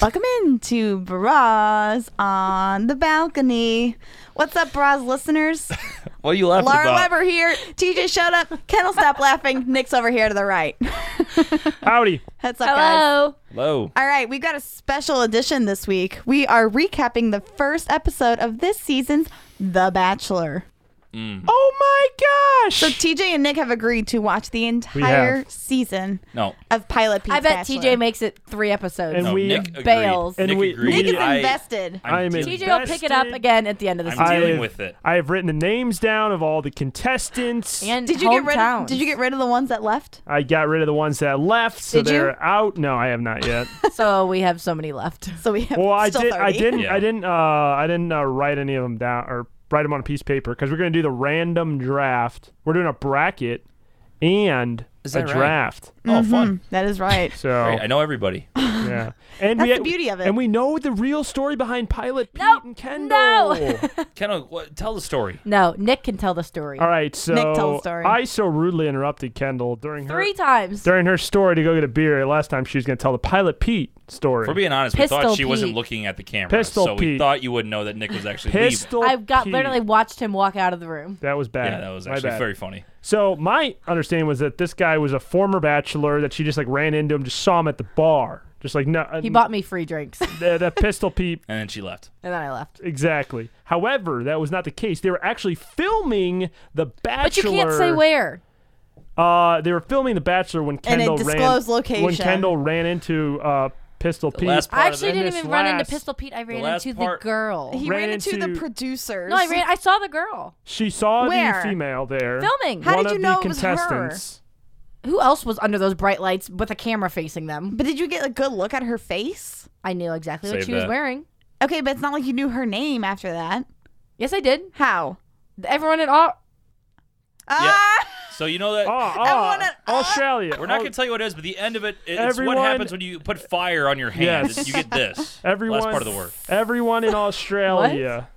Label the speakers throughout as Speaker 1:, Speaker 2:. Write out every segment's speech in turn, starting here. Speaker 1: Welcome in to Bras on the Balcony. What's up, Bras listeners?
Speaker 2: What are you laughing
Speaker 1: Laura
Speaker 2: about?
Speaker 1: Weber here. TJ showed up. Ken will stop laughing. Nick's over here to the right.
Speaker 3: Howdy.
Speaker 1: What's up, guys?
Speaker 2: Hello.
Speaker 1: All right, we've got a special edition this week. We are recapping the first episode of this season's The Bachelor.
Speaker 3: Oh my gosh.
Speaker 1: So TJ and Nick have agreed to watch the entire
Speaker 3: have.
Speaker 1: season
Speaker 2: No.
Speaker 1: of Pilot Pete's
Speaker 4: I bet
Speaker 1: Bachelor.
Speaker 4: TJ makes it three episodes.
Speaker 3: And
Speaker 2: No,
Speaker 3: we-
Speaker 2: Nick agreed.
Speaker 4: Bales.
Speaker 2: Nick
Speaker 3: And we-
Speaker 2: agreed.
Speaker 1: Nick is
Speaker 2: I-
Speaker 1: invested.
Speaker 2: I'm
Speaker 3: I am
Speaker 2: dealing-
Speaker 4: TJ will pick it up
Speaker 3: Invested.
Speaker 4: again at the end of the
Speaker 2: I'm
Speaker 4: season.
Speaker 2: dealing
Speaker 3: have-
Speaker 2: with it.
Speaker 3: I have written the names down of all the contestants.
Speaker 4: And
Speaker 1: Did you get rid?
Speaker 4: hometowns.
Speaker 1: Of, did you get rid of the ones that left?
Speaker 3: I got rid of the ones that left, so
Speaker 1: Did you?
Speaker 3: they're out. No, I have not yet.
Speaker 4: So we have so many left.
Speaker 1: So we have
Speaker 3: Well, I
Speaker 1: still
Speaker 3: did.
Speaker 1: 30.
Speaker 3: I didn't.
Speaker 2: Yeah.
Speaker 3: I didn't. Uh, I didn't uh, write any of them down or write them on a piece of paper because we're gonna do the random draft. We're doing a bracket and
Speaker 2: Is
Speaker 3: a
Speaker 2: that right?
Speaker 3: draft.
Speaker 2: Oh, fun.
Speaker 1: That is right.
Speaker 3: So
Speaker 2: Great. I know everybody.
Speaker 3: yeah, and
Speaker 1: That's
Speaker 3: we,
Speaker 1: the beauty of it.
Speaker 3: And we know the real story behind Pilot Pete
Speaker 4: No,
Speaker 3: and Kendall.
Speaker 4: no.
Speaker 2: Kendall, what, tell the story.
Speaker 4: No, Nick can tell the story
Speaker 3: All right, so
Speaker 1: tell the story.
Speaker 3: I so rudely interrupted Kendall during her
Speaker 4: three times.
Speaker 3: during her story to go get a beer. Last time she was going to tell the Pilot Pete story.
Speaker 2: If we're being honest, we
Speaker 4: Pistol
Speaker 2: thought she wasn't
Speaker 4: Pete.
Speaker 2: looking at the camera,
Speaker 3: Pistol
Speaker 2: so we
Speaker 3: Pete.
Speaker 2: thought you would know that Nick was actually leaving.
Speaker 3: Pistol.
Speaker 4: I've got
Speaker 3: Pete.
Speaker 4: literally watched him walk out of the room.
Speaker 3: That was bad.
Speaker 2: Yeah, that was
Speaker 3: My
Speaker 2: actually
Speaker 3: bad.
Speaker 2: very funny.
Speaker 3: So my understanding was that this guy was a former bachelor that she just like ran into him, just saw him at the bar, just like no.
Speaker 4: He bought me free drinks, and
Speaker 3: the, the pistol peep.
Speaker 2: And then she left.
Speaker 4: then I left.
Speaker 3: Exactly. However, that was not the case. They were actually filming The Bachelor.
Speaker 4: But you can't say where.
Speaker 3: Uh, they were filming The Bachelor when
Speaker 1: And it
Speaker 3: Kendall
Speaker 1: disclosed
Speaker 3: ran when
Speaker 1: location.
Speaker 3: Kendall ran into uh, Pistol Pete.
Speaker 2: last part
Speaker 4: I
Speaker 2: of
Speaker 4: actually
Speaker 2: the-
Speaker 4: didn't
Speaker 3: And this
Speaker 4: even run into
Speaker 3: last-
Speaker 4: Pistol Pete. I ran
Speaker 2: last
Speaker 4: into
Speaker 2: part-
Speaker 4: the girl.
Speaker 1: He
Speaker 3: Ran
Speaker 1: ran into, the
Speaker 3: into-
Speaker 1: producers.
Speaker 4: no, I ran. I saw the girl.
Speaker 3: She saw
Speaker 1: Where?
Speaker 3: the female there
Speaker 4: Filming.
Speaker 1: How
Speaker 3: one
Speaker 1: did you
Speaker 3: of
Speaker 1: know
Speaker 3: the
Speaker 1: it was her?
Speaker 3: contestants.
Speaker 4: Who else was under those bright lights with a camera facing them?
Speaker 1: But did you get a good look at her face?
Speaker 4: I knew exactly what
Speaker 2: Save
Speaker 4: she was
Speaker 2: that.
Speaker 4: wearing.
Speaker 1: Okay, but it's not like you knew her name after that.
Speaker 4: Yes, I did.
Speaker 1: How?
Speaker 4: Everyone at all.
Speaker 1: Ah!
Speaker 2: So you know that.
Speaker 3: Ah,
Speaker 1: Everyone
Speaker 3: ah,
Speaker 1: at- ah.
Speaker 3: Australia.
Speaker 2: We're not
Speaker 3: Oh,
Speaker 2: going to tell you what it is, but the end of it, it's
Speaker 3: Everyone-
Speaker 2: what happens when you put fire on your hand.
Speaker 3: Yes.
Speaker 2: You get this.
Speaker 3: Everyone-
Speaker 2: Last part of the word.
Speaker 3: Everyone in Australia.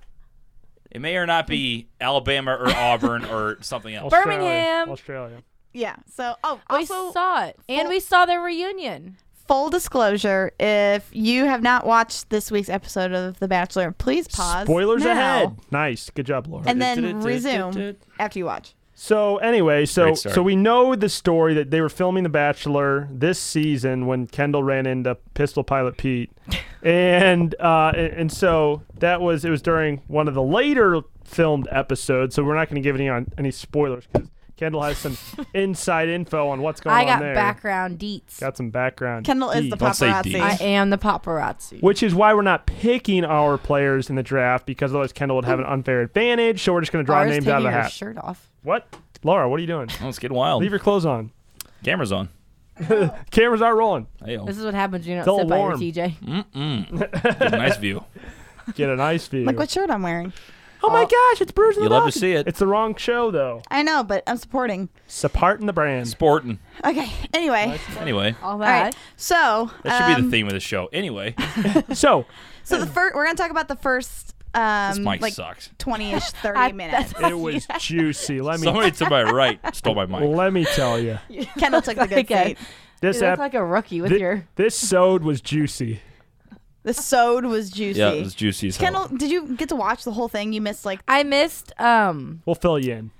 Speaker 2: It may or not be Alabama or Auburn or something else.
Speaker 3: Australia,
Speaker 4: Birmingham.
Speaker 3: Australia.
Speaker 1: Yeah. So, oh,
Speaker 4: We
Speaker 1: also,
Speaker 4: saw it, and we saw their reunion.
Speaker 1: full disclosure: if you have not watched this week's episode of The Bachelor, please pause.
Speaker 3: Spoilers
Speaker 1: now
Speaker 3: ahead. Nice. Good job, Laura.
Speaker 1: And then resume after you watch.
Speaker 3: So anyway, so
Speaker 2: Great start.
Speaker 3: so we know the story that they were filming The Bachelor this season when Kendall ran into Pistol Pilot Pete, and uh, and, and so that was it was during one of the later filmed episodes. So we're not going to give any on any spoilers because Kendall has some inside info on what's going
Speaker 4: I got
Speaker 3: on there.
Speaker 4: background deets.
Speaker 3: Got some background.
Speaker 1: Kendall is the
Speaker 3: deets.
Speaker 2: Don't say
Speaker 1: paparazzi.
Speaker 2: D.
Speaker 4: I am the paparazzi.
Speaker 3: Which is why we're not picking our players in the draft because otherwise Kendall would have an unfair advantage. So we're just going to draw
Speaker 4: Laura's
Speaker 3: names out of
Speaker 4: taking
Speaker 3: the
Speaker 4: her
Speaker 3: hat.
Speaker 4: shirt off.
Speaker 3: What, Laura? What are you doing?
Speaker 2: Oh, it's getting wild.
Speaker 3: Leave your clothes on.
Speaker 2: Camera's on.
Speaker 3: Cameras are rolling.
Speaker 2: Hey,
Speaker 4: This is what happens when you
Speaker 3: Still
Speaker 4: don't sit by your
Speaker 3: warm. Mm-hmm.
Speaker 4: TJ.
Speaker 2: nice view.
Speaker 3: Get a nice view.
Speaker 1: Look what shirt I'm wearing.
Speaker 3: oh my gosh, it's Bruce. and
Speaker 2: Uh, You
Speaker 3: the
Speaker 2: love to
Speaker 3: Dawson.
Speaker 2: see it.
Speaker 3: It's the wrong show though.
Speaker 1: I know, but I'm supporting.
Speaker 3: Supporting the brand.
Speaker 2: Sporting.
Speaker 1: Okay. Anyway,
Speaker 2: Anyway,
Speaker 4: All
Speaker 1: all right.
Speaker 4: that.
Speaker 1: So
Speaker 2: that should be
Speaker 1: um,
Speaker 2: the theme of the show. Anyway,
Speaker 3: So
Speaker 1: So the first, we're gonna talk about the first, um,
Speaker 2: this mic
Speaker 1: like
Speaker 2: sucks.
Speaker 1: twenty-ish,
Speaker 4: I-
Speaker 1: thirty minutes.
Speaker 3: it was juicy. Let me
Speaker 2: Somebody to my right stole my mic.
Speaker 3: let me tell you.
Speaker 1: Kendall took the good
Speaker 4: Okay.
Speaker 1: seat.
Speaker 3: This
Speaker 4: You look
Speaker 3: app,
Speaker 4: like a rookie with
Speaker 3: thi-
Speaker 4: your.
Speaker 3: this sode was juicy.
Speaker 1: The sode was juicy.
Speaker 2: Yeah, it was juicy as
Speaker 1: Kendall,
Speaker 2: hell.
Speaker 1: did you get to watch the whole thing? You missed like
Speaker 4: I missed. Um,
Speaker 3: We'll fill you in.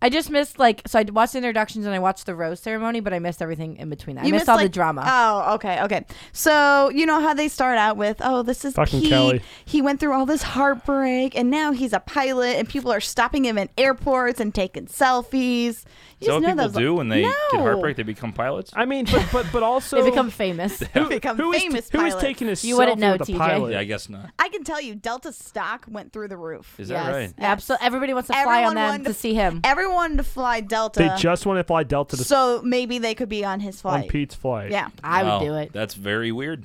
Speaker 4: I just missed like so. I watched the introductions and I watched the rose ceremony, but I missed everything in between that.
Speaker 1: you
Speaker 4: I missed, uh,
Speaker 1: missed
Speaker 4: all
Speaker 1: like,
Speaker 4: the drama.
Speaker 1: Oh, okay, okay. So you know how they start out with, "Oh, this is
Speaker 3: Fucking
Speaker 1: Pete.
Speaker 3: Kelly.
Speaker 1: He went through all this heartbreak, and now he's a pilot, and people are stopping him in airports and taking selfies." You just
Speaker 2: Is that what
Speaker 1: know
Speaker 2: people
Speaker 1: those-
Speaker 2: do when they
Speaker 1: No.
Speaker 2: get heartbroken? They become pilots?
Speaker 3: I mean, but but but also
Speaker 4: they become famous.
Speaker 3: who,
Speaker 1: become
Speaker 3: who is-
Speaker 1: famous
Speaker 3: who is
Speaker 1: pilots.
Speaker 3: taking a
Speaker 4: You wouldn't
Speaker 3: selfie
Speaker 4: know,
Speaker 3: with a
Speaker 4: TJ.
Speaker 3: pilot?
Speaker 2: yeah, I guess not.
Speaker 1: I can tell you, Delta stock went through the roof.
Speaker 2: Is
Speaker 4: yes,
Speaker 2: that right?
Speaker 4: absolutely. Everybody wants to fly
Speaker 1: Everyone
Speaker 4: on them
Speaker 1: wanted
Speaker 4: to,
Speaker 1: to-
Speaker 4: see him.
Speaker 1: Everyone to fly Delta.
Speaker 3: They just want to fly Delta to
Speaker 1: so maybe they could be on his
Speaker 3: on
Speaker 1: flight.
Speaker 3: Pete's flight.
Speaker 1: Yeah.
Speaker 4: I
Speaker 2: Wow,
Speaker 4: would do it.
Speaker 2: That's very weird.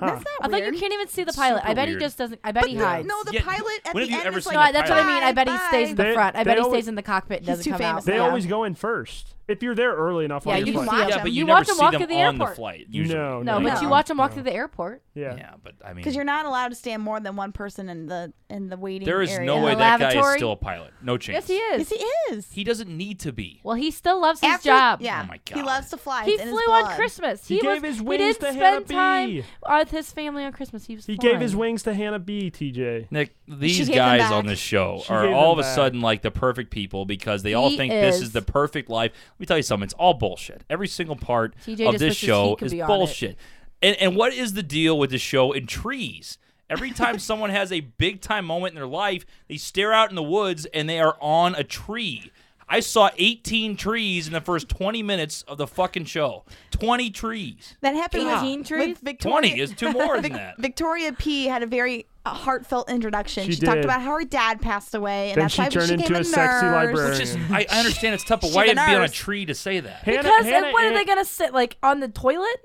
Speaker 1: That's not
Speaker 4: I thought
Speaker 1: weird.
Speaker 4: you can't even see the pilot. I
Speaker 2: super
Speaker 4: bet
Speaker 2: weird.
Speaker 4: he just doesn't. I bet
Speaker 1: But
Speaker 4: he
Speaker 1: the-
Speaker 4: hides.
Speaker 1: no, the
Speaker 2: Yeah,
Speaker 1: pilot at
Speaker 2: when
Speaker 1: the
Speaker 2: have you
Speaker 1: end
Speaker 2: ever
Speaker 1: is
Speaker 2: seen
Speaker 1: like,
Speaker 2: the
Speaker 4: No, that's what I mean. I
Speaker 1: "Bye,
Speaker 4: bet he stays in the
Speaker 1: bye."
Speaker 4: front. I bet
Speaker 3: They
Speaker 4: he
Speaker 3: always-
Speaker 4: stays in the cockpit and
Speaker 1: He's
Speaker 4: doesn't
Speaker 1: too
Speaker 4: come
Speaker 1: famous.
Speaker 4: out.
Speaker 3: They
Speaker 1: Yeah.
Speaker 3: always go in first. if you're there early enough,
Speaker 4: Yeah,
Speaker 3: while
Speaker 4: you
Speaker 3: you're
Speaker 4: can
Speaker 3: flying-
Speaker 4: watch
Speaker 2: yeah,
Speaker 4: them.
Speaker 2: but you,
Speaker 4: You
Speaker 2: never
Speaker 4: watch them
Speaker 2: see
Speaker 4: walk
Speaker 2: them
Speaker 4: to the
Speaker 2: on the
Speaker 4: airport.
Speaker 2: flight. Usually.
Speaker 3: No,
Speaker 4: No, but
Speaker 1: No.
Speaker 4: you watch them walk
Speaker 3: No.
Speaker 4: through the airport.
Speaker 3: yeah.
Speaker 2: Yeah, but I mean,
Speaker 1: because you're not allowed to stand more than one person in the in the waiting.
Speaker 2: there is
Speaker 1: area.
Speaker 2: no way
Speaker 4: The
Speaker 2: that guy is
Speaker 4: lavatory?
Speaker 2: still a pilot. No chance.
Speaker 4: Yes, he is.
Speaker 1: Yes, he is.
Speaker 2: He doesn't need to be.
Speaker 4: well, he still loves his
Speaker 1: After-
Speaker 4: job.
Speaker 1: Yeah.
Speaker 2: Oh my
Speaker 1: He
Speaker 2: God.
Speaker 1: loves to fly.
Speaker 4: He
Speaker 1: It's in his
Speaker 4: flew on
Speaker 1: blood.
Speaker 4: Christmas.
Speaker 3: He gave
Speaker 4: was,
Speaker 3: his
Speaker 4: He
Speaker 3: wings
Speaker 4: didn't
Speaker 3: to Hannah
Speaker 4: spend time
Speaker 3: Bee.
Speaker 4: with his family on Christmas. He was.
Speaker 3: He
Speaker 4: flying.
Speaker 3: gave his wings to Hannah B. TJ.
Speaker 2: Nick,
Speaker 1: She
Speaker 2: these
Speaker 1: gave them
Speaker 2: guys
Speaker 1: back.
Speaker 2: on this show
Speaker 3: She
Speaker 2: are
Speaker 3: gave
Speaker 2: all of
Speaker 3: them
Speaker 2: a
Speaker 3: back.
Speaker 2: sudden like the perfect people because they all
Speaker 4: He
Speaker 2: think this
Speaker 4: is.
Speaker 2: is the perfect life. Let me tell you something. It's all bullshit. Every single part
Speaker 4: TJ
Speaker 2: of
Speaker 4: just
Speaker 2: this
Speaker 4: wishes he
Speaker 2: show
Speaker 4: could
Speaker 2: is
Speaker 4: be on it.
Speaker 2: bullshit. And and what is the deal with this show in trees? Every time someone has a big time moment in their life, they stare out in the woods and they are on a tree. I saw 18 trees in the first 20 minutes of the fucking show. 20 trees.
Speaker 1: That happened with-
Speaker 4: 18 trees?
Speaker 1: with Victoria.
Speaker 2: 20 is two more than that.
Speaker 1: Victoria P had a very uh, heartfelt introduction.
Speaker 3: She
Speaker 1: She, talked
Speaker 3: did.
Speaker 1: about how her dad passed away, and
Speaker 3: Then
Speaker 1: that's
Speaker 3: she
Speaker 1: why
Speaker 3: turned
Speaker 1: she became
Speaker 3: into a
Speaker 1: a
Speaker 3: sexy
Speaker 1: nurse.
Speaker 3: librarian.
Speaker 2: Which is, I, I understand it's tough, but
Speaker 1: She's
Speaker 2: why
Speaker 1: a
Speaker 2: did it be on a
Speaker 1: nurse.
Speaker 2: tree to say that?
Speaker 3: Hannah,
Speaker 4: Because
Speaker 3: Hannah
Speaker 4: then what are
Speaker 3: Ann-
Speaker 4: they gonna sit like on the toilet?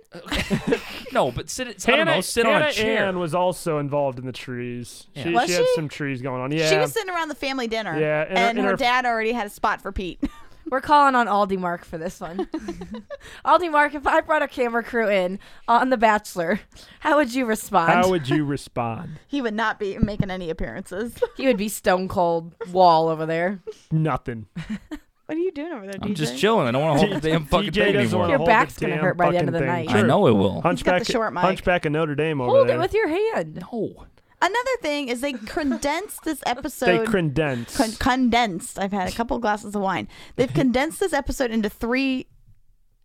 Speaker 2: No, but sit. I don't
Speaker 3: Hannah,
Speaker 2: know. Sit
Speaker 3: Hannah
Speaker 2: on a chair.
Speaker 3: Ann was also involved in the trees. She,
Speaker 1: Was
Speaker 3: she had
Speaker 1: she?
Speaker 3: some trees going on. Yeah.
Speaker 1: She was sitting around the family dinner.
Speaker 3: Yeah,
Speaker 1: and,
Speaker 3: and her- and
Speaker 1: her,
Speaker 3: her-
Speaker 1: dad already had a spot for Pete.
Speaker 4: We're calling on Aldi Mark for this one. Aldi Mark, if I brought a camera crew in on The Bachelor, how would you respond?
Speaker 3: How would you respond?
Speaker 1: he would not be making any appearances.
Speaker 4: he would be stone cold wall over there.
Speaker 3: Nothing.
Speaker 1: what are you doing over there,
Speaker 2: I'm
Speaker 1: DJ?
Speaker 2: just chilling. I don't want to hold the damn fucking
Speaker 3: TJ
Speaker 2: thing
Speaker 3: doesn't
Speaker 2: anymore.
Speaker 3: wanna
Speaker 4: Your
Speaker 3: hold the
Speaker 4: back's gonna
Speaker 3: damn
Speaker 4: hurt by the end
Speaker 3: fucking
Speaker 4: of the
Speaker 3: thing.
Speaker 4: night.
Speaker 2: I know it will.
Speaker 3: Hunchback,
Speaker 1: short mic.
Speaker 3: Hunchback of Notre Dame over
Speaker 4: Hold
Speaker 3: there.
Speaker 4: it with your hand.
Speaker 2: No.
Speaker 1: Another thing is they condensed this
Speaker 3: they
Speaker 1: episode.
Speaker 3: condense.
Speaker 1: con- condensed. I've had a couple glasses of wine. They've condensed this episode into three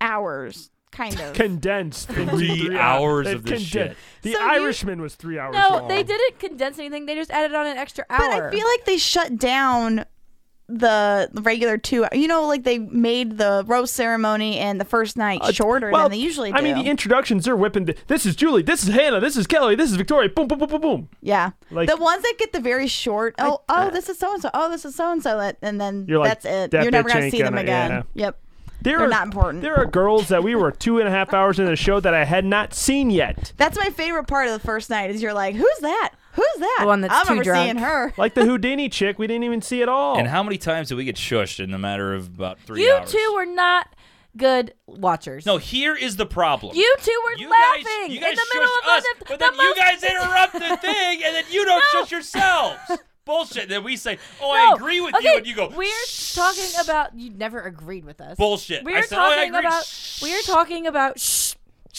Speaker 1: hours, kind of.
Speaker 3: condensed
Speaker 2: Three hours of
Speaker 3: They've
Speaker 2: this shit.
Speaker 3: condensed. The
Speaker 1: So you-
Speaker 3: Irishman was three hours
Speaker 4: No,
Speaker 3: long.
Speaker 4: they didn't condense anything. They just added on an extra hour.
Speaker 1: But I feel like they shut down the the regular two. You know, like they made the roast ceremony and the first night shorter
Speaker 3: Uh, Well,
Speaker 1: than they usually do.
Speaker 3: I mean, the introductions are whipping. The, this is Julie. This is Hannah. This is Kelly. This is Victoria. Boom, boom, boom, boom, boom.
Speaker 1: yeah,
Speaker 3: like- uh,
Speaker 1: the ones that get the very short. Oh, oh, this is so and so. Oh, this is so and so. And then
Speaker 3: You're like,
Speaker 1: that's it.
Speaker 3: that
Speaker 1: You're never
Speaker 3: bitch
Speaker 1: gonna
Speaker 3: ain't
Speaker 1: see them
Speaker 3: gonna-
Speaker 1: again.
Speaker 3: yeah.
Speaker 1: Yep.
Speaker 3: There
Speaker 1: They're
Speaker 3: are,
Speaker 1: not important.
Speaker 3: There are girls that we were two and a half hours into the show that I had not seen yet.
Speaker 1: That's my favorite part of the first night. Is you're like, who's that? Who's that?
Speaker 4: The one that's
Speaker 1: I'm
Speaker 4: too
Speaker 1: never
Speaker 4: drunk.
Speaker 1: seeing her.
Speaker 3: Like the Houdini chick, we didn't even see at all.
Speaker 2: And how many times did we get shushed in a matter of about three
Speaker 4: you
Speaker 2: hours?
Speaker 4: two were not good watchers.
Speaker 2: No, here is the problem.
Speaker 4: you two were
Speaker 2: You
Speaker 4: laughing
Speaker 2: guys, you
Speaker 4: in
Speaker 2: guys
Speaker 4: the middle
Speaker 2: shushed
Speaker 4: of
Speaker 2: us,
Speaker 4: the,
Speaker 2: but
Speaker 4: the
Speaker 2: then you
Speaker 4: most-
Speaker 2: guys interrupt the thing, and then you don't shush yourselves. Bullshit. Then we say, "Oh, I
Speaker 4: No.
Speaker 2: agree with
Speaker 4: Okay,
Speaker 2: you," and you go,
Speaker 4: We're
Speaker 2: "Shh."
Speaker 4: talking about you never agreed with us.
Speaker 2: Bullshit.
Speaker 4: We
Speaker 2: I
Speaker 4: are
Speaker 2: said, "Oh, I
Speaker 4: talking
Speaker 2: agree."
Speaker 4: about we are talking about shh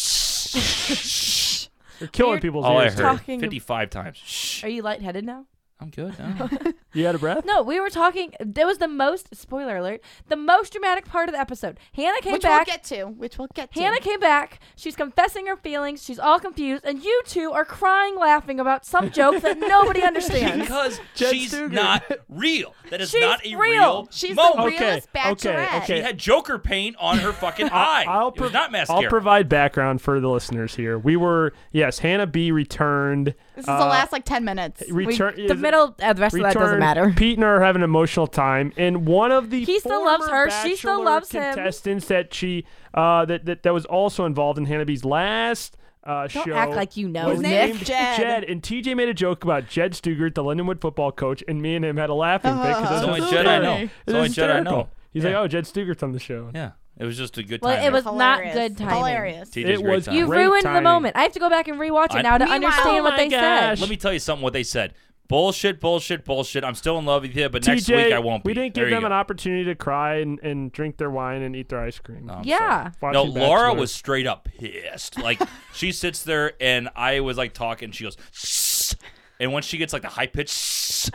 Speaker 3: They're killing
Speaker 4: weird-
Speaker 3: people's
Speaker 2: All I
Speaker 3: ears.
Speaker 2: heard
Speaker 4: talking-
Speaker 2: fifty-five times. Shh.
Speaker 4: Are you lightheaded now?
Speaker 2: I'm good. No.
Speaker 3: You out of breath?
Speaker 4: No, we were talking that was the most spoiler alert, the most dramatic part of the episode. Hannah came
Speaker 1: Which
Speaker 4: back
Speaker 1: we'll get to. Which we'll get to.
Speaker 4: Hannah came back. She's confessing her feelings. She's all confused, and you two are crying, laughing about some joke that nobody understands.
Speaker 2: because
Speaker 3: Jen
Speaker 2: she's
Speaker 3: Stuger.
Speaker 2: not real. That is
Speaker 4: She's
Speaker 2: not a
Speaker 4: real.
Speaker 2: real
Speaker 1: She's
Speaker 2: moment.
Speaker 1: the
Speaker 3: Okay,
Speaker 1: realest
Speaker 3: okay,
Speaker 1: bachelorette.
Speaker 3: okay.
Speaker 2: She had Joker paint on her fucking eye.
Speaker 3: I'll
Speaker 2: it was
Speaker 3: prov-
Speaker 2: not mascara.
Speaker 3: I'll provide background for the listeners here. We were yes, Hannah B returned. uh,
Speaker 1: This is the last like ten minutes.
Speaker 4: We-
Speaker 3: Return
Speaker 4: the middle, uh, the rest of that doesn't matter.
Speaker 3: Pete and her are having an emotional time, and one of the
Speaker 4: He still loves
Speaker 3: former
Speaker 4: her, she still
Speaker 3: Bachelor
Speaker 4: loves him.
Speaker 3: contestants that she uh, that, that that was also involved in Hannah B's last uh,
Speaker 4: Don't
Speaker 3: show.
Speaker 4: act like you know,
Speaker 3: was
Speaker 1: His name
Speaker 4: Nick.
Speaker 1: is Jed.
Speaker 3: Jed and TJ made a joke about Jed Stugert, the Lindenwood football coach, and me and him had a laughing fit. 'cause
Speaker 2: It's
Speaker 3: it
Speaker 2: the
Speaker 3: was
Speaker 2: only Jed I
Speaker 3: hysterical.
Speaker 2: know.
Speaker 3: It
Speaker 2: It's
Speaker 3: was
Speaker 2: the only Jed I
Speaker 3: hysterical.
Speaker 2: know.
Speaker 3: He's
Speaker 2: Yeah.
Speaker 3: like, oh, Jed Stugert's on the show.
Speaker 2: yeah, it was just a good time.
Speaker 4: Well, it was not
Speaker 1: Hilarious.
Speaker 4: good timing.
Speaker 1: Hilarious.
Speaker 2: TJ's
Speaker 3: It
Speaker 2: great
Speaker 3: was
Speaker 2: time.
Speaker 4: You
Speaker 3: Great
Speaker 4: ruined the
Speaker 3: timing.
Speaker 4: moment. I have to go back and rewatch
Speaker 2: I-
Speaker 4: it now to
Speaker 1: Meanwhile-
Speaker 4: understand
Speaker 3: Oh
Speaker 4: what
Speaker 3: my
Speaker 4: they said.
Speaker 3: gosh.
Speaker 2: Let me tell you something. What they said. Bullshit, bullshit, bullshit. I'm still in love with you, but next
Speaker 3: TJ,
Speaker 2: week I won't be.
Speaker 3: We didn't
Speaker 2: There
Speaker 3: give
Speaker 2: you
Speaker 3: them
Speaker 2: go.
Speaker 3: an opportunity to cry and, and drink their wine and eat their ice cream.
Speaker 2: Oh, I'm
Speaker 4: Yeah.
Speaker 2: sorry. No,
Speaker 3: Watching
Speaker 2: Laura
Speaker 3: Bachelor.
Speaker 2: was straight up pissed. Like she sits there and I was like talking. She goes, "Shh." and once she gets like the high pitch, "Shh,"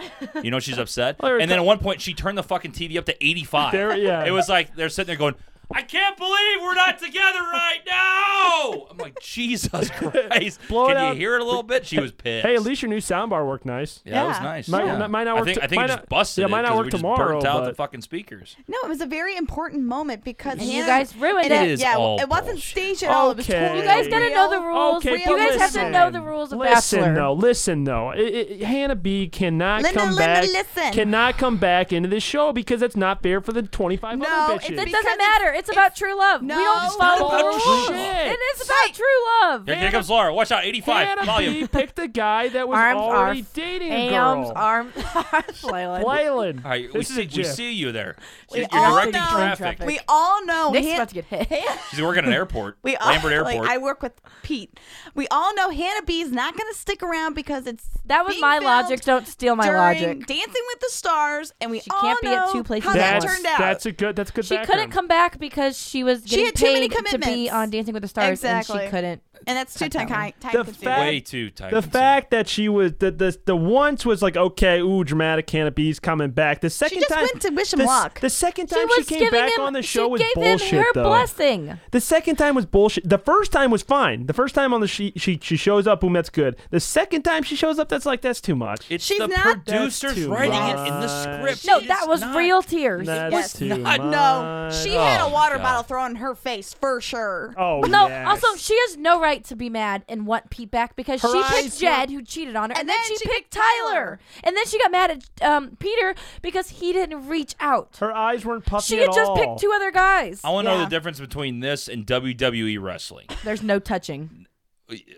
Speaker 2: you know she's upset.
Speaker 3: Laura,
Speaker 2: and then at
Speaker 3: don't-
Speaker 2: one point she turned the fucking TV up to 85.
Speaker 3: There- yeah.
Speaker 2: It was like they're sitting there going. I can't believe we're not together right now. I'm like, Jesus Christ!
Speaker 3: Blow it
Speaker 2: Can you
Speaker 3: out.
Speaker 2: hear it a little bit? She was pissed.
Speaker 3: Hey, at least your new soundbar worked nice.
Speaker 2: yeah, it was
Speaker 1: Yeah.
Speaker 2: nice.
Speaker 3: Might-
Speaker 2: yeah.
Speaker 3: not- might not work
Speaker 2: I think,
Speaker 3: to-
Speaker 2: I think
Speaker 3: might
Speaker 2: it
Speaker 3: not-
Speaker 2: just busted.
Speaker 3: yeah,
Speaker 2: it
Speaker 3: might not
Speaker 2: 'cause
Speaker 3: work
Speaker 2: we just
Speaker 3: tomorrow,
Speaker 2: Burnt out the
Speaker 3: but-
Speaker 2: fucking speakers.
Speaker 1: No, it was a very important moment because
Speaker 4: And you
Speaker 1: Hannah-
Speaker 4: guys ruined
Speaker 1: and
Speaker 4: it.
Speaker 2: It is
Speaker 1: yeah,
Speaker 2: all
Speaker 1: it wasn't
Speaker 2: bullshit.
Speaker 1: staged at all. It was
Speaker 3: Okay.
Speaker 1: totally
Speaker 4: You guys gotta
Speaker 1: got
Speaker 4: know the rules.
Speaker 3: Okay,
Speaker 4: you
Speaker 1: but
Speaker 4: guys have to
Speaker 1: listen.
Speaker 4: know the rules of
Speaker 3: listen
Speaker 4: Bachelor.
Speaker 3: though, listen though. It, it, Hannah B cannot
Speaker 1: Linda,
Speaker 3: come
Speaker 1: Linda,
Speaker 3: back.
Speaker 1: listen.
Speaker 3: Cannot come back into this show because that's not fair for the twenty five
Speaker 1: No,
Speaker 3: other
Speaker 1: it's
Speaker 3: bitches.
Speaker 1: a
Speaker 4: That
Speaker 1: Because
Speaker 4: doesn't
Speaker 1: it's
Speaker 4: matter. It's about true love.
Speaker 1: No,
Speaker 4: we don't
Speaker 1: it's
Speaker 4: follow
Speaker 2: about
Speaker 4: the
Speaker 2: true
Speaker 4: rules.
Speaker 2: love.
Speaker 4: It is about true love.
Speaker 2: Here, here comes Laura. Watch out. 85
Speaker 3: Hannah
Speaker 2: volume.
Speaker 3: B picked a guy that was
Speaker 4: Arms are
Speaker 3: already
Speaker 4: f-
Speaker 3: dating a
Speaker 4: Arms,
Speaker 3: girl.
Speaker 4: arms, arms, Leland.
Speaker 3: Leyland.
Speaker 2: All right, we
Speaker 3: this is a
Speaker 2: see, we
Speaker 3: gif.
Speaker 2: see you there.
Speaker 1: We
Speaker 2: She's
Speaker 1: all
Speaker 2: directing
Speaker 1: know-
Speaker 2: traffic.
Speaker 4: traffic.
Speaker 1: We all know
Speaker 4: Nick's
Speaker 1: Han-
Speaker 4: about to get hit.
Speaker 2: She's working at an airport.
Speaker 1: we all,
Speaker 2: Lambert
Speaker 1: like,
Speaker 2: Airport.
Speaker 1: I work with Pete. We all know Hannah B's not going to stick around because it's
Speaker 4: That was
Speaker 1: being
Speaker 4: my
Speaker 1: filmed
Speaker 4: logic. Don't steal my
Speaker 1: during
Speaker 4: logic.
Speaker 1: Dancing with the Stars, and we
Speaker 4: She
Speaker 1: all
Speaker 4: can't be at
Speaker 1: know
Speaker 4: two places
Speaker 1: how
Speaker 4: at
Speaker 1: that
Speaker 3: That's,
Speaker 4: once.
Speaker 1: turned out.
Speaker 3: that's a good. That's a good.
Speaker 4: She couldn't
Speaker 3: background.
Speaker 4: come back because she was
Speaker 1: She
Speaker 4: getting
Speaker 1: had too many
Speaker 4: paid to be
Speaker 1: commitments.
Speaker 4: on Dancing with the Stars, and
Speaker 1: Exactly.
Speaker 4: she couldn't.
Speaker 1: and that's too time,
Speaker 4: that one.
Speaker 1: time
Speaker 3: The
Speaker 1: consuming.
Speaker 3: fact-
Speaker 2: Way too tight.
Speaker 3: The fact that she was the the, the once was like okay, ooh, dramatic canopies coming back. The second
Speaker 1: just
Speaker 3: time
Speaker 1: went to wish him
Speaker 3: the, s-
Speaker 1: luck.
Speaker 3: The second
Speaker 4: She
Speaker 3: time she,
Speaker 4: was
Speaker 3: came
Speaker 4: giving
Speaker 3: back
Speaker 4: him.
Speaker 3: on the show
Speaker 4: she
Speaker 3: was
Speaker 4: gave
Speaker 3: bullshit
Speaker 4: him her
Speaker 3: though.
Speaker 4: blessing.
Speaker 3: The second time was bullshit. The first time was fine. The first time on the she she she shows up, boom, that's good. The second time she shows up, that's like that's too much.
Speaker 2: it's
Speaker 1: She's
Speaker 2: the
Speaker 1: not-
Speaker 3: That's
Speaker 2: producers
Speaker 3: too
Speaker 2: writing it in the
Speaker 3: much.
Speaker 2: script.
Speaker 4: No,
Speaker 2: She
Speaker 4: that
Speaker 2: is
Speaker 4: was
Speaker 2: not-
Speaker 4: real tears.
Speaker 3: that's
Speaker 1: Yes.
Speaker 3: too
Speaker 2: Not-
Speaker 3: much.
Speaker 1: no, she had
Speaker 2: Oh,
Speaker 1: a water
Speaker 2: God.
Speaker 1: bottle thrown in her face for sure.
Speaker 3: Oh
Speaker 4: No,
Speaker 3: yes.
Speaker 4: also she has no right to be mad and want Pete back because
Speaker 3: Her
Speaker 4: she
Speaker 3: eyes
Speaker 4: picked Jed, who cheated on her, and, then, she, picked Tyler.
Speaker 1: Tyler.
Speaker 4: and then she got mad at um, Peter because he didn't reach out.
Speaker 3: her eyes weren't puffy
Speaker 4: She
Speaker 3: at
Speaker 4: had just
Speaker 3: all.
Speaker 4: picked two other guys.
Speaker 2: I want to know
Speaker 1: Yeah.
Speaker 2: the difference between this and WWE wrestling. Uh,
Speaker 4: There's no touching.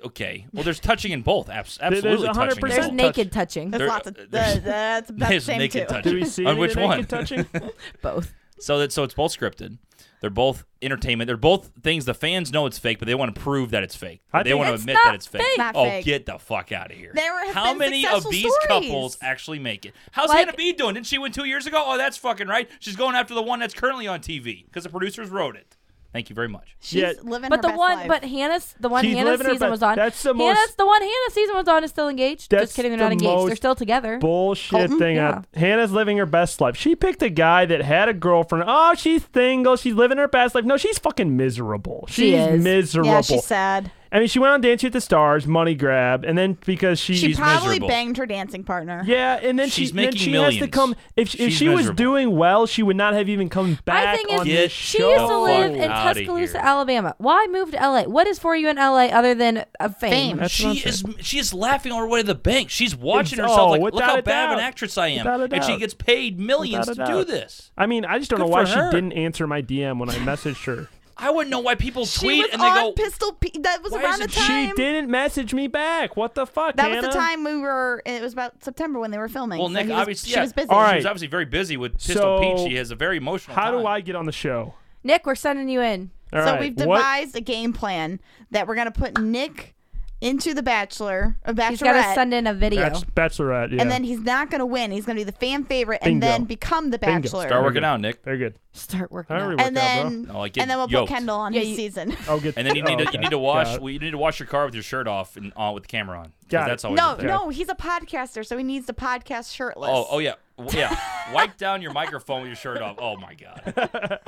Speaker 2: Okay. Well, there's touching in both. Abs-
Speaker 3: there's
Speaker 2: Absolutely touching.
Speaker 3: 100%
Speaker 2: in
Speaker 4: There's
Speaker 2: both.
Speaker 4: naked touching.
Speaker 1: There's
Speaker 2: There-
Speaker 1: lots of
Speaker 2: uh,
Speaker 1: the,
Speaker 2: there's-
Speaker 1: that's about the
Speaker 2: There's
Speaker 1: same
Speaker 2: naked
Speaker 1: too.
Speaker 2: touching.
Speaker 3: Did we see
Speaker 2: On
Speaker 3: any
Speaker 2: Uh, which
Speaker 3: naked
Speaker 2: one?
Speaker 3: touching?
Speaker 4: Both.
Speaker 2: So that so it's both scripted. They're both entertainment. They're both things the fans know it's fake, but they want to prove that it's fake.
Speaker 3: I
Speaker 2: they
Speaker 3: think-
Speaker 2: want to
Speaker 4: It's
Speaker 2: admit
Speaker 4: not
Speaker 2: that it's fake.
Speaker 4: fake.
Speaker 1: Not
Speaker 2: oh,
Speaker 1: fake.
Speaker 2: get the fuck out of here!
Speaker 1: There have
Speaker 2: How
Speaker 1: been
Speaker 2: many of
Speaker 1: successful
Speaker 2: these
Speaker 1: stories.
Speaker 2: couples actually make it? How's
Speaker 4: Like-
Speaker 2: Hannah B doing? Didn't she win two years ago? Oh, that's fucking right. She's going after the one that's currently on TV because the producers wrote it. Thank you very much.
Speaker 1: She's
Speaker 3: Yeah.
Speaker 1: living
Speaker 4: But
Speaker 1: her
Speaker 4: the
Speaker 1: best
Speaker 4: one,
Speaker 1: life.
Speaker 4: but Hannah's, the one
Speaker 3: She's
Speaker 4: Hannah's
Speaker 3: living her
Speaker 4: season
Speaker 3: best-
Speaker 4: was on.
Speaker 3: that's the most-
Speaker 4: Hannah's, the one Hannah's season was on is still engaged.
Speaker 3: That's
Speaker 4: Just kidding, they're not
Speaker 3: the
Speaker 4: engaged. They're
Speaker 3: most
Speaker 4: still together.
Speaker 3: bullshit
Speaker 1: Oh, mm,
Speaker 4: Colton?
Speaker 3: thing.
Speaker 4: Yeah.
Speaker 3: out. Hannah's living her best life. She picked a guy that had a girlfriend. Oh, she's single. She's living her best life. No, she's fucking miserable. She's
Speaker 4: She is.
Speaker 3: miserable.
Speaker 1: yeah, she's sad.
Speaker 3: I mean, she went on Dancing with the Stars, money grab, and then because she,
Speaker 1: She
Speaker 2: She's
Speaker 1: probably
Speaker 2: miserable.
Speaker 1: banged her dancing partner.
Speaker 3: yeah, and then
Speaker 2: She's
Speaker 3: she then
Speaker 2: making
Speaker 3: she has to
Speaker 2: millions.
Speaker 3: come. If, if
Speaker 2: She's
Speaker 3: she was
Speaker 2: miserable.
Speaker 3: doing well, she would not have even come
Speaker 4: My
Speaker 3: back
Speaker 4: thing
Speaker 3: on
Speaker 4: is,
Speaker 2: Get
Speaker 3: this
Speaker 4: she
Speaker 3: show.
Speaker 4: used to
Speaker 2: the
Speaker 4: live
Speaker 2: fuck
Speaker 4: in
Speaker 2: outta
Speaker 4: Tuscaloosa,
Speaker 2: here.
Speaker 4: Alabama. Why move to LA? What is for you in LA other than a fame?
Speaker 1: Fame.
Speaker 3: That's what I'm
Speaker 2: She
Speaker 3: saying.
Speaker 2: is she is laughing all her way to the bank. She's watching
Speaker 3: It's-
Speaker 2: herself
Speaker 3: oh,
Speaker 2: like, look
Speaker 3: without
Speaker 2: how
Speaker 3: a
Speaker 2: bad of an
Speaker 3: doubt.
Speaker 2: actress I am,
Speaker 3: Without a
Speaker 2: and she
Speaker 3: doubt.
Speaker 2: gets paid millions to
Speaker 3: Without a
Speaker 2: do
Speaker 3: doubt.
Speaker 2: this.
Speaker 3: I mean, I just don't
Speaker 2: Good
Speaker 3: know why
Speaker 2: for
Speaker 3: she
Speaker 2: her.
Speaker 3: didn't answer my DM when I messaged her.
Speaker 2: I wouldn't know why people
Speaker 1: She
Speaker 2: tweet
Speaker 1: was
Speaker 2: and they
Speaker 1: on
Speaker 2: go,
Speaker 1: Pistol Pete. That was
Speaker 2: "Why
Speaker 1: around the
Speaker 2: isn't
Speaker 1: time.
Speaker 3: She didn't message me back. What the fuck?
Speaker 1: That
Speaker 3: Hannah?
Speaker 1: was the time we were. It was about September when they were filming.
Speaker 2: Well,
Speaker 1: so
Speaker 2: Nick,
Speaker 1: he was-
Speaker 2: obviously,
Speaker 1: she
Speaker 2: yeah.
Speaker 1: was busy.
Speaker 3: All
Speaker 2: She
Speaker 3: right.
Speaker 2: was obviously very busy with Pistol
Speaker 3: So,
Speaker 2: Pete. She has a very emotional.
Speaker 3: How do
Speaker 2: time.
Speaker 3: I get on the show?
Speaker 4: Nick, we're sending you in.
Speaker 3: All
Speaker 1: so
Speaker 3: right,
Speaker 1: we've
Speaker 3: what-
Speaker 1: devised a game plan that we're gonna put Nick into the Bachelor, a
Speaker 4: He's got to
Speaker 1: Bachelorette,
Speaker 4: send in a video.
Speaker 3: Bach- Bachelorette, yeah.
Speaker 1: and then he's not gonna win. He's gonna be the fan favorite and
Speaker 3: Bingo.
Speaker 1: then become the
Speaker 3: Bingo.
Speaker 1: Bachelor.
Speaker 2: Start working out, Nick.
Speaker 3: Very good.
Speaker 4: Start
Speaker 3: I
Speaker 4: working. out.
Speaker 3: don't really
Speaker 1: And
Speaker 3: work out,
Speaker 1: then,
Speaker 2: No, like, Oh, get
Speaker 1: and then we'll
Speaker 2: yoked.
Speaker 1: put Kendall on
Speaker 4: Yeah,
Speaker 1: his
Speaker 4: you-
Speaker 1: season.
Speaker 3: bro. I'll get.
Speaker 2: And then you need
Speaker 3: oh,
Speaker 2: to
Speaker 3: okay.
Speaker 2: you need to wash
Speaker 3: Got it.
Speaker 2: well, you need to wash your car with your shirt off and on with the camera on. 'Cause
Speaker 3: Got it.
Speaker 2: that's always
Speaker 1: No,
Speaker 2: the thing.
Speaker 1: no, he's a podcaster, so he needs to podcast shirtless.
Speaker 2: Oh, oh yeah, W- yeah. Wipe down your microphone with your shirt off. Oh my god.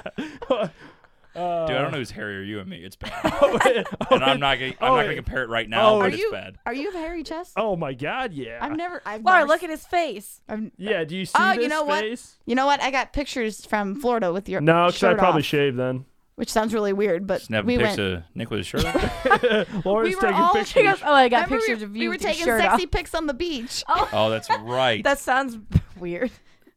Speaker 3: Uh,
Speaker 2: Dude, I don't know who's hairier, you and me. It's bad, and I'm not gonna I'm not
Speaker 3: oh,
Speaker 2: gonna
Speaker 3: wait.
Speaker 2: compare it right now,
Speaker 3: Oh,
Speaker 1: are
Speaker 2: but
Speaker 1: you
Speaker 2: it's bad.
Speaker 1: are you of hairy chest?
Speaker 3: Oh my god, yeah.
Speaker 1: I've never. I've
Speaker 4: Laura,
Speaker 1: never
Speaker 4: look at his face.
Speaker 1: I'm,
Speaker 3: Yeah, do you see
Speaker 1: Oh,
Speaker 3: this
Speaker 1: you know what?
Speaker 3: face?
Speaker 1: You know what? I got pictures from Florida with your
Speaker 3: No, because I
Speaker 1: shirt
Speaker 3: probably
Speaker 1: off,
Speaker 3: shave then.
Speaker 1: which sounds really weird, but
Speaker 2: Snap
Speaker 1: we
Speaker 2: pics
Speaker 1: went.
Speaker 2: of Nick with his shirt on.
Speaker 3: Laura's
Speaker 1: We were
Speaker 3: taking
Speaker 1: all-
Speaker 4: She
Speaker 3: pictures.
Speaker 4: goes, "Oh, I got
Speaker 1: Remember
Speaker 4: pictures
Speaker 1: we,
Speaker 4: of
Speaker 1: we
Speaker 4: you."
Speaker 1: were
Speaker 4: with your
Speaker 1: taking
Speaker 4: shirt
Speaker 1: sexy
Speaker 4: off."
Speaker 1: pics on the beach.
Speaker 2: Oh, that's right.
Speaker 4: That sounds weird.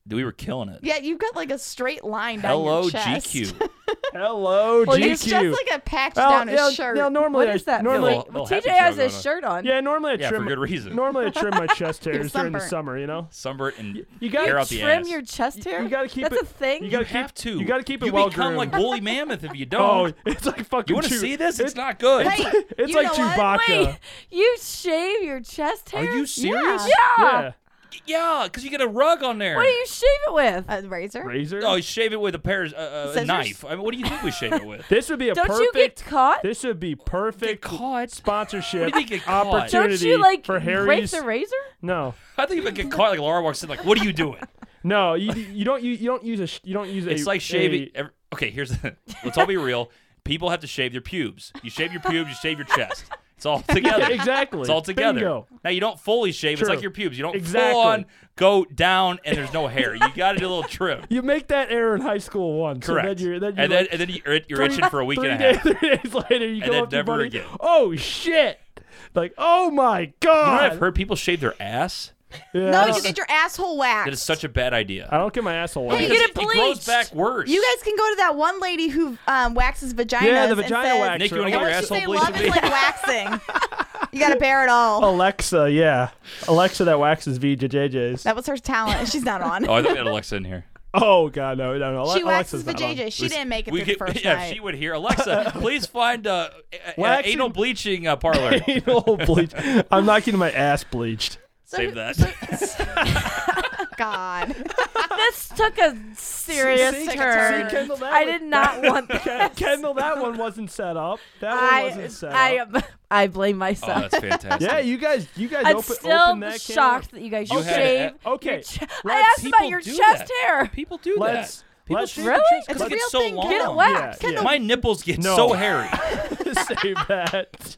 Speaker 2: Dude, we were killing it.
Speaker 1: Yeah, you've got like a straight line down
Speaker 2: Hello,
Speaker 1: your chest.
Speaker 2: GQ.
Speaker 3: Hello, GQ.
Speaker 1: It's just like a patch
Speaker 3: Well,
Speaker 1: down his
Speaker 3: yeah,
Speaker 1: shirt.
Speaker 3: yeah, normally
Speaker 4: what is
Speaker 3: I,
Speaker 4: that?
Speaker 3: normally,
Speaker 2: Well,
Speaker 4: well,
Speaker 2: they'll
Speaker 4: TJ
Speaker 2: have
Speaker 4: has
Speaker 2: to jog
Speaker 4: his
Speaker 2: on a-
Speaker 4: shirt on.
Speaker 3: yeah, normally I
Speaker 2: Yeah,
Speaker 3: trim.
Speaker 2: for good reason.
Speaker 3: Normally I trim my chest hairs during the
Speaker 1: sunburn.
Speaker 3: summer. You know,
Speaker 2: Sunburned and
Speaker 3: you gotta
Speaker 2: hair out the
Speaker 4: Trim
Speaker 2: ass.
Speaker 4: your chest hair.
Speaker 3: you gotta keep
Speaker 4: That's
Speaker 3: it.
Speaker 4: a thing.
Speaker 3: You gotta
Speaker 2: You
Speaker 3: keep.
Speaker 2: have to.
Speaker 3: You gotta keep it
Speaker 2: You
Speaker 3: well
Speaker 2: become like
Speaker 3: groomed.
Speaker 2: woolly mammoth if you
Speaker 3: Oh,
Speaker 2: don't.
Speaker 3: it's like fucking.
Speaker 2: you want to
Speaker 3: chew-
Speaker 2: see this? It's
Speaker 3: It's,
Speaker 2: not good.
Speaker 1: Hey,
Speaker 3: it's
Speaker 1: you
Speaker 3: like
Speaker 1: know what?
Speaker 3: Chewbacca.
Speaker 4: Wait, you shave your chest hair?
Speaker 2: Are you serious?
Speaker 4: Yeah.
Speaker 3: Yeah,
Speaker 1: Ah.
Speaker 2: Yeah, because you get a rug on there.
Speaker 4: What do you shave it with?
Speaker 1: A razor.
Speaker 3: razor.
Speaker 2: Oh, you shave it with a pair of uh, uh, a
Speaker 1: Scissors?
Speaker 2: knife. I mean, what do you think we shave it with?
Speaker 3: This would be a
Speaker 4: Don't you
Speaker 3: perfect.
Speaker 4: get caught?
Speaker 3: This would be
Speaker 2: Get
Speaker 3: perfect
Speaker 2: caught. What
Speaker 3: sponsorship
Speaker 2: do you think it caught?
Speaker 4: Don't
Speaker 3: opportunity
Speaker 4: you like
Speaker 3: for
Speaker 4: break
Speaker 3: Harry's.
Speaker 4: the razor?
Speaker 3: no,
Speaker 2: I think if I get caught, like Laura walks in, like, what are you doing?
Speaker 3: no, you, you don't you, you don't use a sh- you don't use a.
Speaker 2: It's like shaving. Every, okay, here's the. Let's all be real. People have to shave their pubes. You shave your pubes, you shave your chest. It's all
Speaker 3: a-
Speaker 2: together.
Speaker 3: exactly.
Speaker 2: It's all together.
Speaker 3: Bingo.
Speaker 2: Now you don't fully shave. It's
Speaker 3: True.
Speaker 2: like your pubes. You don't
Speaker 3: Exactly.
Speaker 2: full on go down and there's no hair. You got to do a little trim.
Speaker 3: You make that error in high school once.
Speaker 2: Correct.
Speaker 3: And then you're, then you're
Speaker 2: and,
Speaker 3: like,
Speaker 2: then, and then you're, you're
Speaker 3: three-
Speaker 2: itching for a week
Speaker 3: three
Speaker 2: and a
Speaker 3: days,
Speaker 2: half.
Speaker 3: Three days later, you
Speaker 2: And
Speaker 3: go
Speaker 2: then
Speaker 3: up to your
Speaker 2: never
Speaker 3: buddy,
Speaker 2: again.
Speaker 3: Oh shit! Like, oh my god!
Speaker 2: You know what I've heard people shave their ass.
Speaker 3: Yeah, I
Speaker 1: No,
Speaker 3: don't-
Speaker 1: you get your asshole whacked.
Speaker 2: That is such a bad idea.
Speaker 3: I don't get my asshole
Speaker 4: Hey,
Speaker 3: wet.
Speaker 4: you
Speaker 2: Because
Speaker 4: get
Speaker 2: it
Speaker 4: it
Speaker 2: grows
Speaker 4: bleached.
Speaker 2: back worse.
Speaker 1: You guys can go to that one lady who um, waxes vaginas.
Speaker 3: Yeah, the
Speaker 1: and
Speaker 3: vagina
Speaker 1: says,
Speaker 3: wax.
Speaker 2: Nick, you want to get
Speaker 1: Why
Speaker 2: your
Speaker 1: don't you
Speaker 2: asshole
Speaker 1: say
Speaker 2: bleached?
Speaker 1: love is like waxing. You gotta bear it all.
Speaker 3: Oh. Alexa, yeah, Alexa that waxes VJJJs.
Speaker 1: That was her talent. She's not on.
Speaker 2: oh, I thought we had Alexa in here.
Speaker 3: Oh God, no, no, no.
Speaker 1: she
Speaker 3: Ale-
Speaker 1: waxes
Speaker 3: Alexa's not on.
Speaker 1: vajayjay. She didn't make it
Speaker 2: We
Speaker 1: through the
Speaker 2: get,
Speaker 1: first
Speaker 2: yeah,
Speaker 1: night.
Speaker 2: she would hear Alexa. please find uh, a- a-
Speaker 3: Waxing-
Speaker 2: anal bleaching uh, parlor.
Speaker 3: Anal bleach. I'm not getting my ass bleached.
Speaker 1: So-
Speaker 2: Save that.
Speaker 1: God.
Speaker 4: this took a serious
Speaker 1: See,
Speaker 4: turn.
Speaker 1: see,
Speaker 3: Kendall, that
Speaker 4: I
Speaker 3: was-
Speaker 4: did not want
Speaker 3: Ken-
Speaker 4: that.
Speaker 3: Kendall, that one wasn't set up. That one
Speaker 4: I,
Speaker 3: wasn't set
Speaker 4: I, um,
Speaker 3: up.
Speaker 4: I blame
Speaker 2: Oh,
Speaker 4: myself.
Speaker 2: that's fantastic.
Speaker 3: Yeah, you guys, you guys
Speaker 4: I'm
Speaker 3: open,
Speaker 4: still
Speaker 3: open that can
Speaker 4: shocked that you guys
Speaker 2: You had
Speaker 4: shave.
Speaker 2: a-
Speaker 3: of- Okay,
Speaker 4: Ch- I
Speaker 3: let's-
Speaker 4: asked about
Speaker 2: people
Speaker 4: your
Speaker 2: do
Speaker 4: chest
Speaker 2: that.
Speaker 4: hair.
Speaker 2: People do
Speaker 3: Let's-
Speaker 2: that.
Speaker 3: let's-
Speaker 2: People shave
Speaker 4: Really?
Speaker 2: their chest
Speaker 1: It's
Speaker 2: because
Speaker 1: a
Speaker 2: it gets
Speaker 1: real
Speaker 2: so
Speaker 1: thing.
Speaker 2: long.
Speaker 1: Get
Speaker 4: it
Speaker 3: yeah,
Speaker 4: waxed.
Speaker 3: yeah.
Speaker 2: My nipples get
Speaker 3: No.
Speaker 2: so hairy.
Speaker 3: Save that.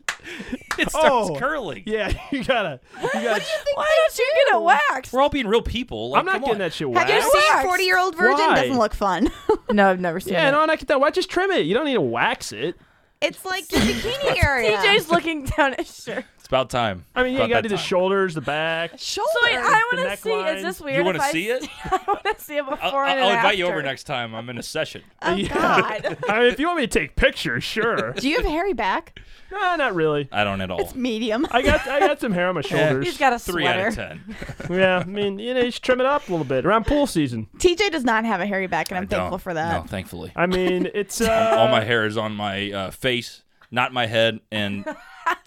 Speaker 2: It starts
Speaker 3: Oh.
Speaker 2: curling.
Speaker 3: Yeah, you gotta. You gotta
Speaker 4: Why don't you get it waxed?
Speaker 2: We're all being real people. Like,
Speaker 3: I'm not
Speaker 2: come
Speaker 3: getting
Speaker 2: on.
Speaker 3: that shit
Speaker 1: Have
Speaker 3: waxed.
Speaker 1: you seen
Speaker 4: Wax.
Speaker 1: 40 year old virgin?
Speaker 3: Why?
Speaker 1: Doesn't look fun.
Speaker 4: No, I've never seen
Speaker 3: yeah,
Speaker 4: it.
Speaker 3: no, not get that. Why just trim it? You don't need to wax it.
Speaker 1: it's like your bikini area.
Speaker 4: TJ's looking down at his shirt.
Speaker 2: It's about time.
Speaker 3: I mean, yeah,
Speaker 2: About
Speaker 3: you gotta
Speaker 2: that
Speaker 3: do the
Speaker 2: time.
Speaker 3: shoulders, the back.
Speaker 1: shoulder.
Speaker 4: So wait, I
Speaker 3: The
Speaker 4: want to see.
Speaker 3: neckline.
Speaker 4: Is this
Speaker 2: You
Speaker 4: weird?
Speaker 2: want
Speaker 4: if
Speaker 2: to
Speaker 4: I-
Speaker 2: see it?
Speaker 4: I want to see it before
Speaker 2: I'll,
Speaker 4: and
Speaker 2: I'll invite you
Speaker 4: after.
Speaker 2: over next time. I'm in a session.
Speaker 1: oh,
Speaker 3: Yeah.
Speaker 1: God.
Speaker 3: I mean, if you want me to take pictures, sure.
Speaker 1: Do you have a hairy back?
Speaker 3: nah, not really.
Speaker 2: I don't at all.
Speaker 1: Medium.
Speaker 3: I got I got some hair on my shoulders.
Speaker 4: He's got a
Speaker 2: Three
Speaker 4: sweater.
Speaker 2: out of ten.
Speaker 3: yeah, I mean, you know, you should trim it up a little bit around pool season.
Speaker 1: TJ does not have a hairy back, and I'm
Speaker 2: I don't.
Speaker 1: thankful for that.
Speaker 2: No, thankfully.
Speaker 3: I mean, it's uh,
Speaker 2: All my hair is on my uh, face, not my head, and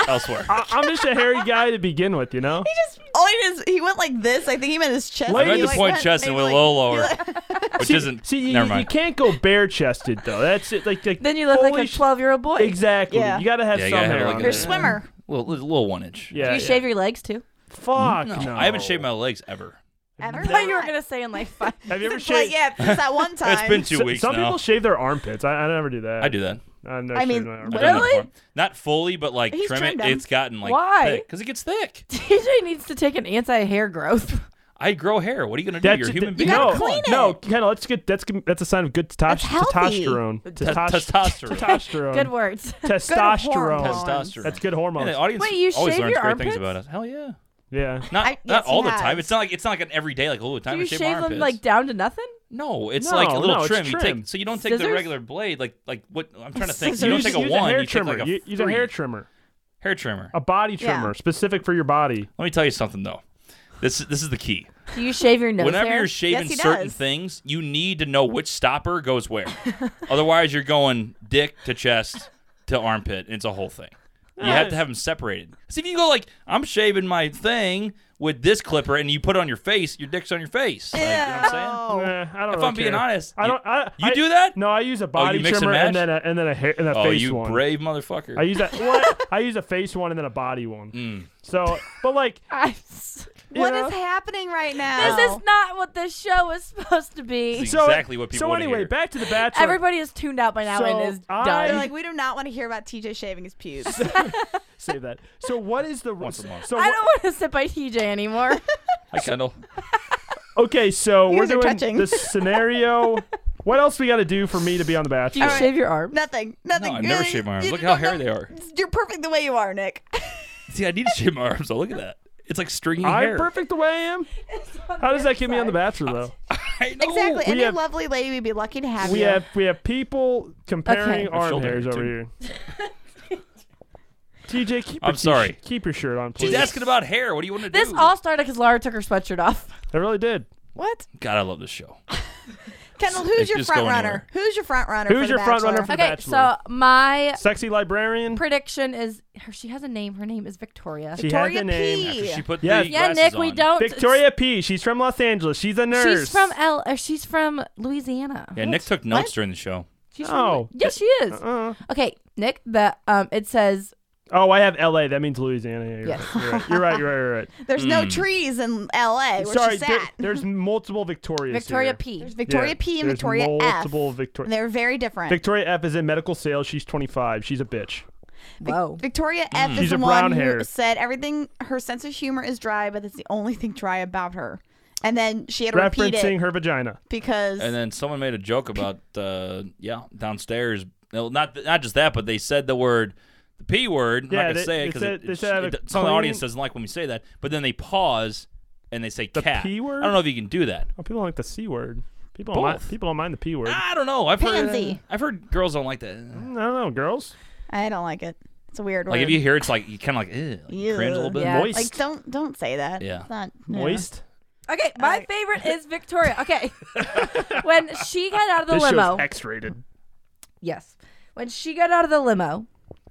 Speaker 2: elsewhere.
Speaker 3: I, I'm just a hairy guy to begin with, you know.
Speaker 1: Just all he did is he went like this. I think he meant his chest.
Speaker 3: I'm at
Speaker 2: I
Speaker 1: He,
Speaker 2: meant to
Speaker 1: like,
Speaker 2: point
Speaker 1: went-
Speaker 2: chest
Speaker 1: he,
Speaker 2: and went
Speaker 1: like-
Speaker 2: a little lower, which
Speaker 3: see,
Speaker 2: isn't.
Speaker 3: see, you,
Speaker 2: never
Speaker 3: you- you
Speaker 2: mind.
Speaker 3: can't go bare chested though. That's it. Like, like
Speaker 4: Then you look like
Speaker 3: holy
Speaker 4: a
Speaker 3: sh-
Speaker 4: twelve-year-old boy.
Speaker 3: Exactly.
Speaker 1: Yeah.
Speaker 3: You gotta have
Speaker 2: Yeah, you
Speaker 3: some
Speaker 2: gotta have,
Speaker 3: hair.
Speaker 2: like,
Speaker 3: on
Speaker 2: a-
Speaker 1: You're a
Speaker 3: there.
Speaker 1: swimmer.
Speaker 2: little, little one inch.
Speaker 3: Yeah.
Speaker 4: Do
Speaker 3: yeah.
Speaker 4: you shave your legs too?
Speaker 3: Fuck. No,
Speaker 2: I haven't shaved my legs ever.
Speaker 1: Ever?
Speaker 4: I thought you were gonna say in like five.
Speaker 3: Have you ever
Speaker 1: It's like,
Speaker 3: shaved?
Speaker 1: yeah, since that one time.
Speaker 2: It's been two
Speaker 3: So-
Speaker 2: weeks
Speaker 3: some
Speaker 2: now.
Speaker 3: people shave their armpits. I, I never do that.
Speaker 2: I do that.
Speaker 3: I never
Speaker 1: I
Speaker 3: shaved
Speaker 1: mean,
Speaker 3: my
Speaker 2: I've
Speaker 3: armpits.
Speaker 2: done that
Speaker 4: Really?
Speaker 2: before. Not fully, but like
Speaker 1: He's
Speaker 2: trim
Speaker 1: trimmed
Speaker 2: it.
Speaker 1: 'em.
Speaker 2: It's gotten like
Speaker 4: Why?
Speaker 2: Because it gets thick.
Speaker 4: TJ needs to take an anti-hair growth.
Speaker 2: I grow hair. What are you gonna do?
Speaker 3: That's
Speaker 2: You're a
Speaker 3: it-
Speaker 2: human
Speaker 3: th-
Speaker 2: being.
Speaker 3: No,
Speaker 1: gotta clean it.
Speaker 3: no, Kendall. That's good. That's good- that's a sign of good
Speaker 1: That's
Speaker 3: testosterone.
Speaker 1: healthy.
Speaker 3: Testosterone.
Speaker 2: Te- Testosterone.
Speaker 3: Testosterone.
Speaker 4: Good words.
Speaker 3: Testosterone.
Speaker 1: hormones.
Speaker 2: Testosterone.
Speaker 3: That's good
Speaker 2: Yeah,
Speaker 3: hormones.
Speaker 2: the audience
Speaker 4: Wait, you
Speaker 2: always
Speaker 4: shave
Speaker 2: learns
Speaker 4: your
Speaker 2: great things
Speaker 4: armpits?
Speaker 2: about us. Hell yeah.
Speaker 3: yeah.
Speaker 2: Not
Speaker 1: I- yes,
Speaker 2: not all
Speaker 1: he
Speaker 2: the time.
Speaker 1: has.
Speaker 2: It's not like it's not like an everyday like oh the
Speaker 4: Do
Speaker 2: time
Speaker 4: you
Speaker 2: I shave,
Speaker 4: shave
Speaker 2: my armpits.
Speaker 4: them like down to nothing?
Speaker 2: no, it's
Speaker 3: No,
Speaker 2: like a little
Speaker 3: no, it's
Speaker 2: trim. You
Speaker 3: trim.
Speaker 2: take so you don't take the
Speaker 4: Scissors?
Speaker 2: regular blade like like what I'm trying to think. You
Speaker 4: Scissors?
Speaker 2: don't
Speaker 3: Use-
Speaker 2: take a
Speaker 3: use
Speaker 2: one.
Speaker 3: hair
Speaker 2: you
Speaker 3: trimmer.
Speaker 2: take like a
Speaker 3: You- use a
Speaker 2: three.
Speaker 3: hair Oh. trimmer,
Speaker 2: hair trimmer.
Speaker 3: a body
Speaker 1: Yeah.
Speaker 3: trimmer, specific for your body.
Speaker 2: Let me tell you something though. This this is the key.
Speaker 4: Do you shave your nose
Speaker 2: Whenever
Speaker 4: hair?
Speaker 2: you're shaving
Speaker 1: Yes, he
Speaker 2: certain
Speaker 1: does.
Speaker 2: things, you need to know which stopper goes where. Otherwise, you're going dick to chest to armpit. And it's a whole thing. You have to have them separated. See, if you go like, I'm shaving my thing with this clipper, and you put it on your face, your dick's on your face. Like, you know what I'm saying?
Speaker 1: Ew.
Speaker 3: Eh, I don't
Speaker 2: If
Speaker 3: really
Speaker 2: I'm being
Speaker 3: care.
Speaker 2: honest,
Speaker 3: I
Speaker 2: you-
Speaker 3: don't. I,
Speaker 2: you
Speaker 3: I-
Speaker 2: do that? Oh,
Speaker 3: No, I use a body
Speaker 2: mix and
Speaker 3: trimmer
Speaker 2: match?
Speaker 3: and then a and then a hair and a
Speaker 2: Oh,
Speaker 3: face
Speaker 2: you
Speaker 3: one.
Speaker 2: brave motherfucker.
Speaker 3: I use that. What? I use a face one and then a body one.
Speaker 2: Hmm.
Speaker 3: So, but like,
Speaker 4: I'm s-
Speaker 3: you
Speaker 1: What
Speaker 3: know?
Speaker 1: is happening right now?
Speaker 4: This is not what this show is supposed to be.
Speaker 2: See,
Speaker 3: so,
Speaker 2: exactly what people
Speaker 3: So
Speaker 2: wanna
Speaker 3: anyway,
Speaker 2: hear.
Speaker 3: back to the Bachelor.
Speaker 4: Everybody is tuned out by now
Speaker 3: So
Speaker 4: and is
Speaker 3: I-
Speaker 1: They're
Speaker 4: done.
Speaker 1: like, we do not want to hear about TJ shaving his pubes.
Speaker 3: Save that. So what is the
Speaker 2: Once a month.
Speaker 3: So
Speaker 4: I
Speaker 3: what-
Speaker 4: don't want to sit by TJ anymore.
Speaker 2: Hi, Kendall.
Speaker 3: okay, so
Speaker 1: You
Speaker 3: we're
Speaker 1: guys are
Speaker 3: doing
Speaker 1: touching.
Speaker 3: the scenario. what else we got to do for me to be on the Bachelor?
Speaker 4: Do you
Speaker 1: All right.
Speaker 4: shave your arm?
Speaker 1: nothing. Nothing.
Speaker 2: No, I never
Speaker 1: You-
Speaker 2: shave my arms.
Speaker 1: you-
Speaker 2: Look
Speaker 1: you
Speaker 2: how
Speaker 1: don't-
Speaker 2: hairy they are.
Speaker 1: You're perfect the way you are, Nick.
Speaker 2: See, I need to shave my arms. Oh, look at that. It's like stringy
Speaker 3: I'm
Speaker 2: hair.
Speaker 3: perfect the way I am. How does that get me on the Bachelor though?
Speaker 2: I know.
Speaker 1: Exactly. Any
Speaker 3: have-
Speaker 1: lovely lady would be lucky to have
Speaker 3: We
Speaker 1: you.
Speaker 3: have we have people comparing
Speaker 4: Okay.
Speaker 3: arm
Speaker 2: Shoulder
Speaker 3: hairs
Speaker 2: hair,
Speaker 3: over here. TJ, keep your
Speaker 2: I'm sorry.
Speaker 3: t- keep your shirt on, please.
Speaker 2: She's asking about hair. What do you want to do?
Speaker 4: This all started because Laura took her sweatshirt off.
Speaker 3: I really did.
Speaker 1: what?
Speaker 2: God, I love this show.
Speaker 1: Kendall,
Speaker 2: It's
Speaker 1: who's your
Speaker 2: just
Speaker 1: front
Speaker 2: going
Speaker 1: runner?
Speaker 2: anywhere.
Speaker 1: Who's your front runner?
Speaker 3: Who's
Speaker 1: for
Speaker 3: your
Speaker 1: the
Speaker 3: front
Speaker 1: Bachelor?
Speaker 3: runner for-
Speaker 4: Okay, so
Speaker 3: Bachelor.
Speaker 4: my
Speaker 3: Sexy librarian.
Speaker 4: prediction is her, she has a name. Her name is Victoria.
Speaker 3: she had
Speaker 1: Victoria
Speaker 3: the name.
Speaker 1: P.
Speaker 2: She put
Speaker 3: Yes.
Speaker 2: the
Speaker 4: yeah,
Speaker 2: glasses
Speaker 4: Nick, we
Speaker 2: on.
Speaker 4: don't.
Speaker 3: Victoria P. She's from Los Angeles. She's a nurse.
Speaker 4: She's from L. uh, She's from Louisiana.
Speaker 2: Yeah, Nick took notes during the show.
Speaker 4: She's
Speaker 3: No.
Speaker 4: From, yes, she is.
Speaker 3: Oh. Uh-uh.
Speaker 4: Okay, Nick. The um, it says
Speaker 3: Oh, I have L.A. That means Louisiana. Yeah, You're,
Speaker 4: Yes.
Speaker 3: right. you're right. You're right. You're right.
Speaker 1: There's no
Speaker 2: Hmm.
Speaker 1: trees in L.A. where
Speaker 3: Sorry,
Speaker 1: she's
Speaker 3: there-
Speaker 1: at.
Speaker 3: there's multiple Victorias.
Speaker 4: Victoria
Speaker 3: here.
Speaker 4: P.
Speaker 1: There's Victoria
Speaker 3: Yeah,
Speaker 1: P. and
Speaker 3: there's
Speaker 1: Victoria
Speaker 3: multiple
Speaker 1: F.
Speaker 3: Victoria.
Speaker 1: And they're very different.
Speaker 3: Victoria F is in medical sales. She's 25. She's a bitch.
Speaker 4: Whoa.
Speaker 1: Victoria F is
Speaker 3: She's
Speaker 1: the
Speaker 3: a
Speaker 1: one
Speaker 3: brown-haired.
Speaker 1: who said everything. Her sense of humor is dry, but that's the only thing dry about her. And then she had to repeat
Speaker 3: Referencing
Speaker 1: it
Speaker 3: her vagina.
Speaker 1: because
Speaker 2: And then someone made a joke about, uh, yeah, downstairs. No, not not just that, but they said the word, the p word. I'm
Speaker 3: Yeah,
Speaker 2: not gonna
Speaker 3: they-
Speaker 2: say it
Speaker 3: they
Speaker 2: because
Speaker 3: said-
Speaker 2: it,
Speaker 3: they
Speaker 2: it-
Speaker 3: said I have
Speaker 2: it-
Speaker 3: a
Speaker 2: some of the audience
Speaker 3: clean-
Speaker 2: doesn't like when we say that. But then they pause, and they say
Speaker 3: The
Speaker 2: cat.
Speaker 3: P word?
Speaker 2: I don't know if you can do that.
Speaker 3: Oh, people don't like the c word. People don't mind,
Speaker 2: Both. Ah.
Speaker 3: people don't mind the p word.
Speaker 2: I don't know. I've heard
Speaker 1: Pansy.
Speaker 2: I've heard girls don't like that.
Speaker 3: I don't know, girls.
Speaker 1: I don't like it. It's a weird word.
Speaker 2: Like if you hear it, it's like you kind of like, "Ew," like you cringe a little bit.
Speaker 4: Yeah.
Speaker 3: Moist.
Speaker 1: like don't don't say that.
Speaker 2: Yeah.
Speaker 1: It's not yeah.
Speaker 3: Moist.
Speaker 4: Okay, my
Speaker 1: right.
Speaker 4: favorite is Victoria. Okay. when she got out of the
Speaker 3: This
Speaker 4: limo.
Speaker 3: show's X-rated.
Speaker 4: yes. When she got out of the limo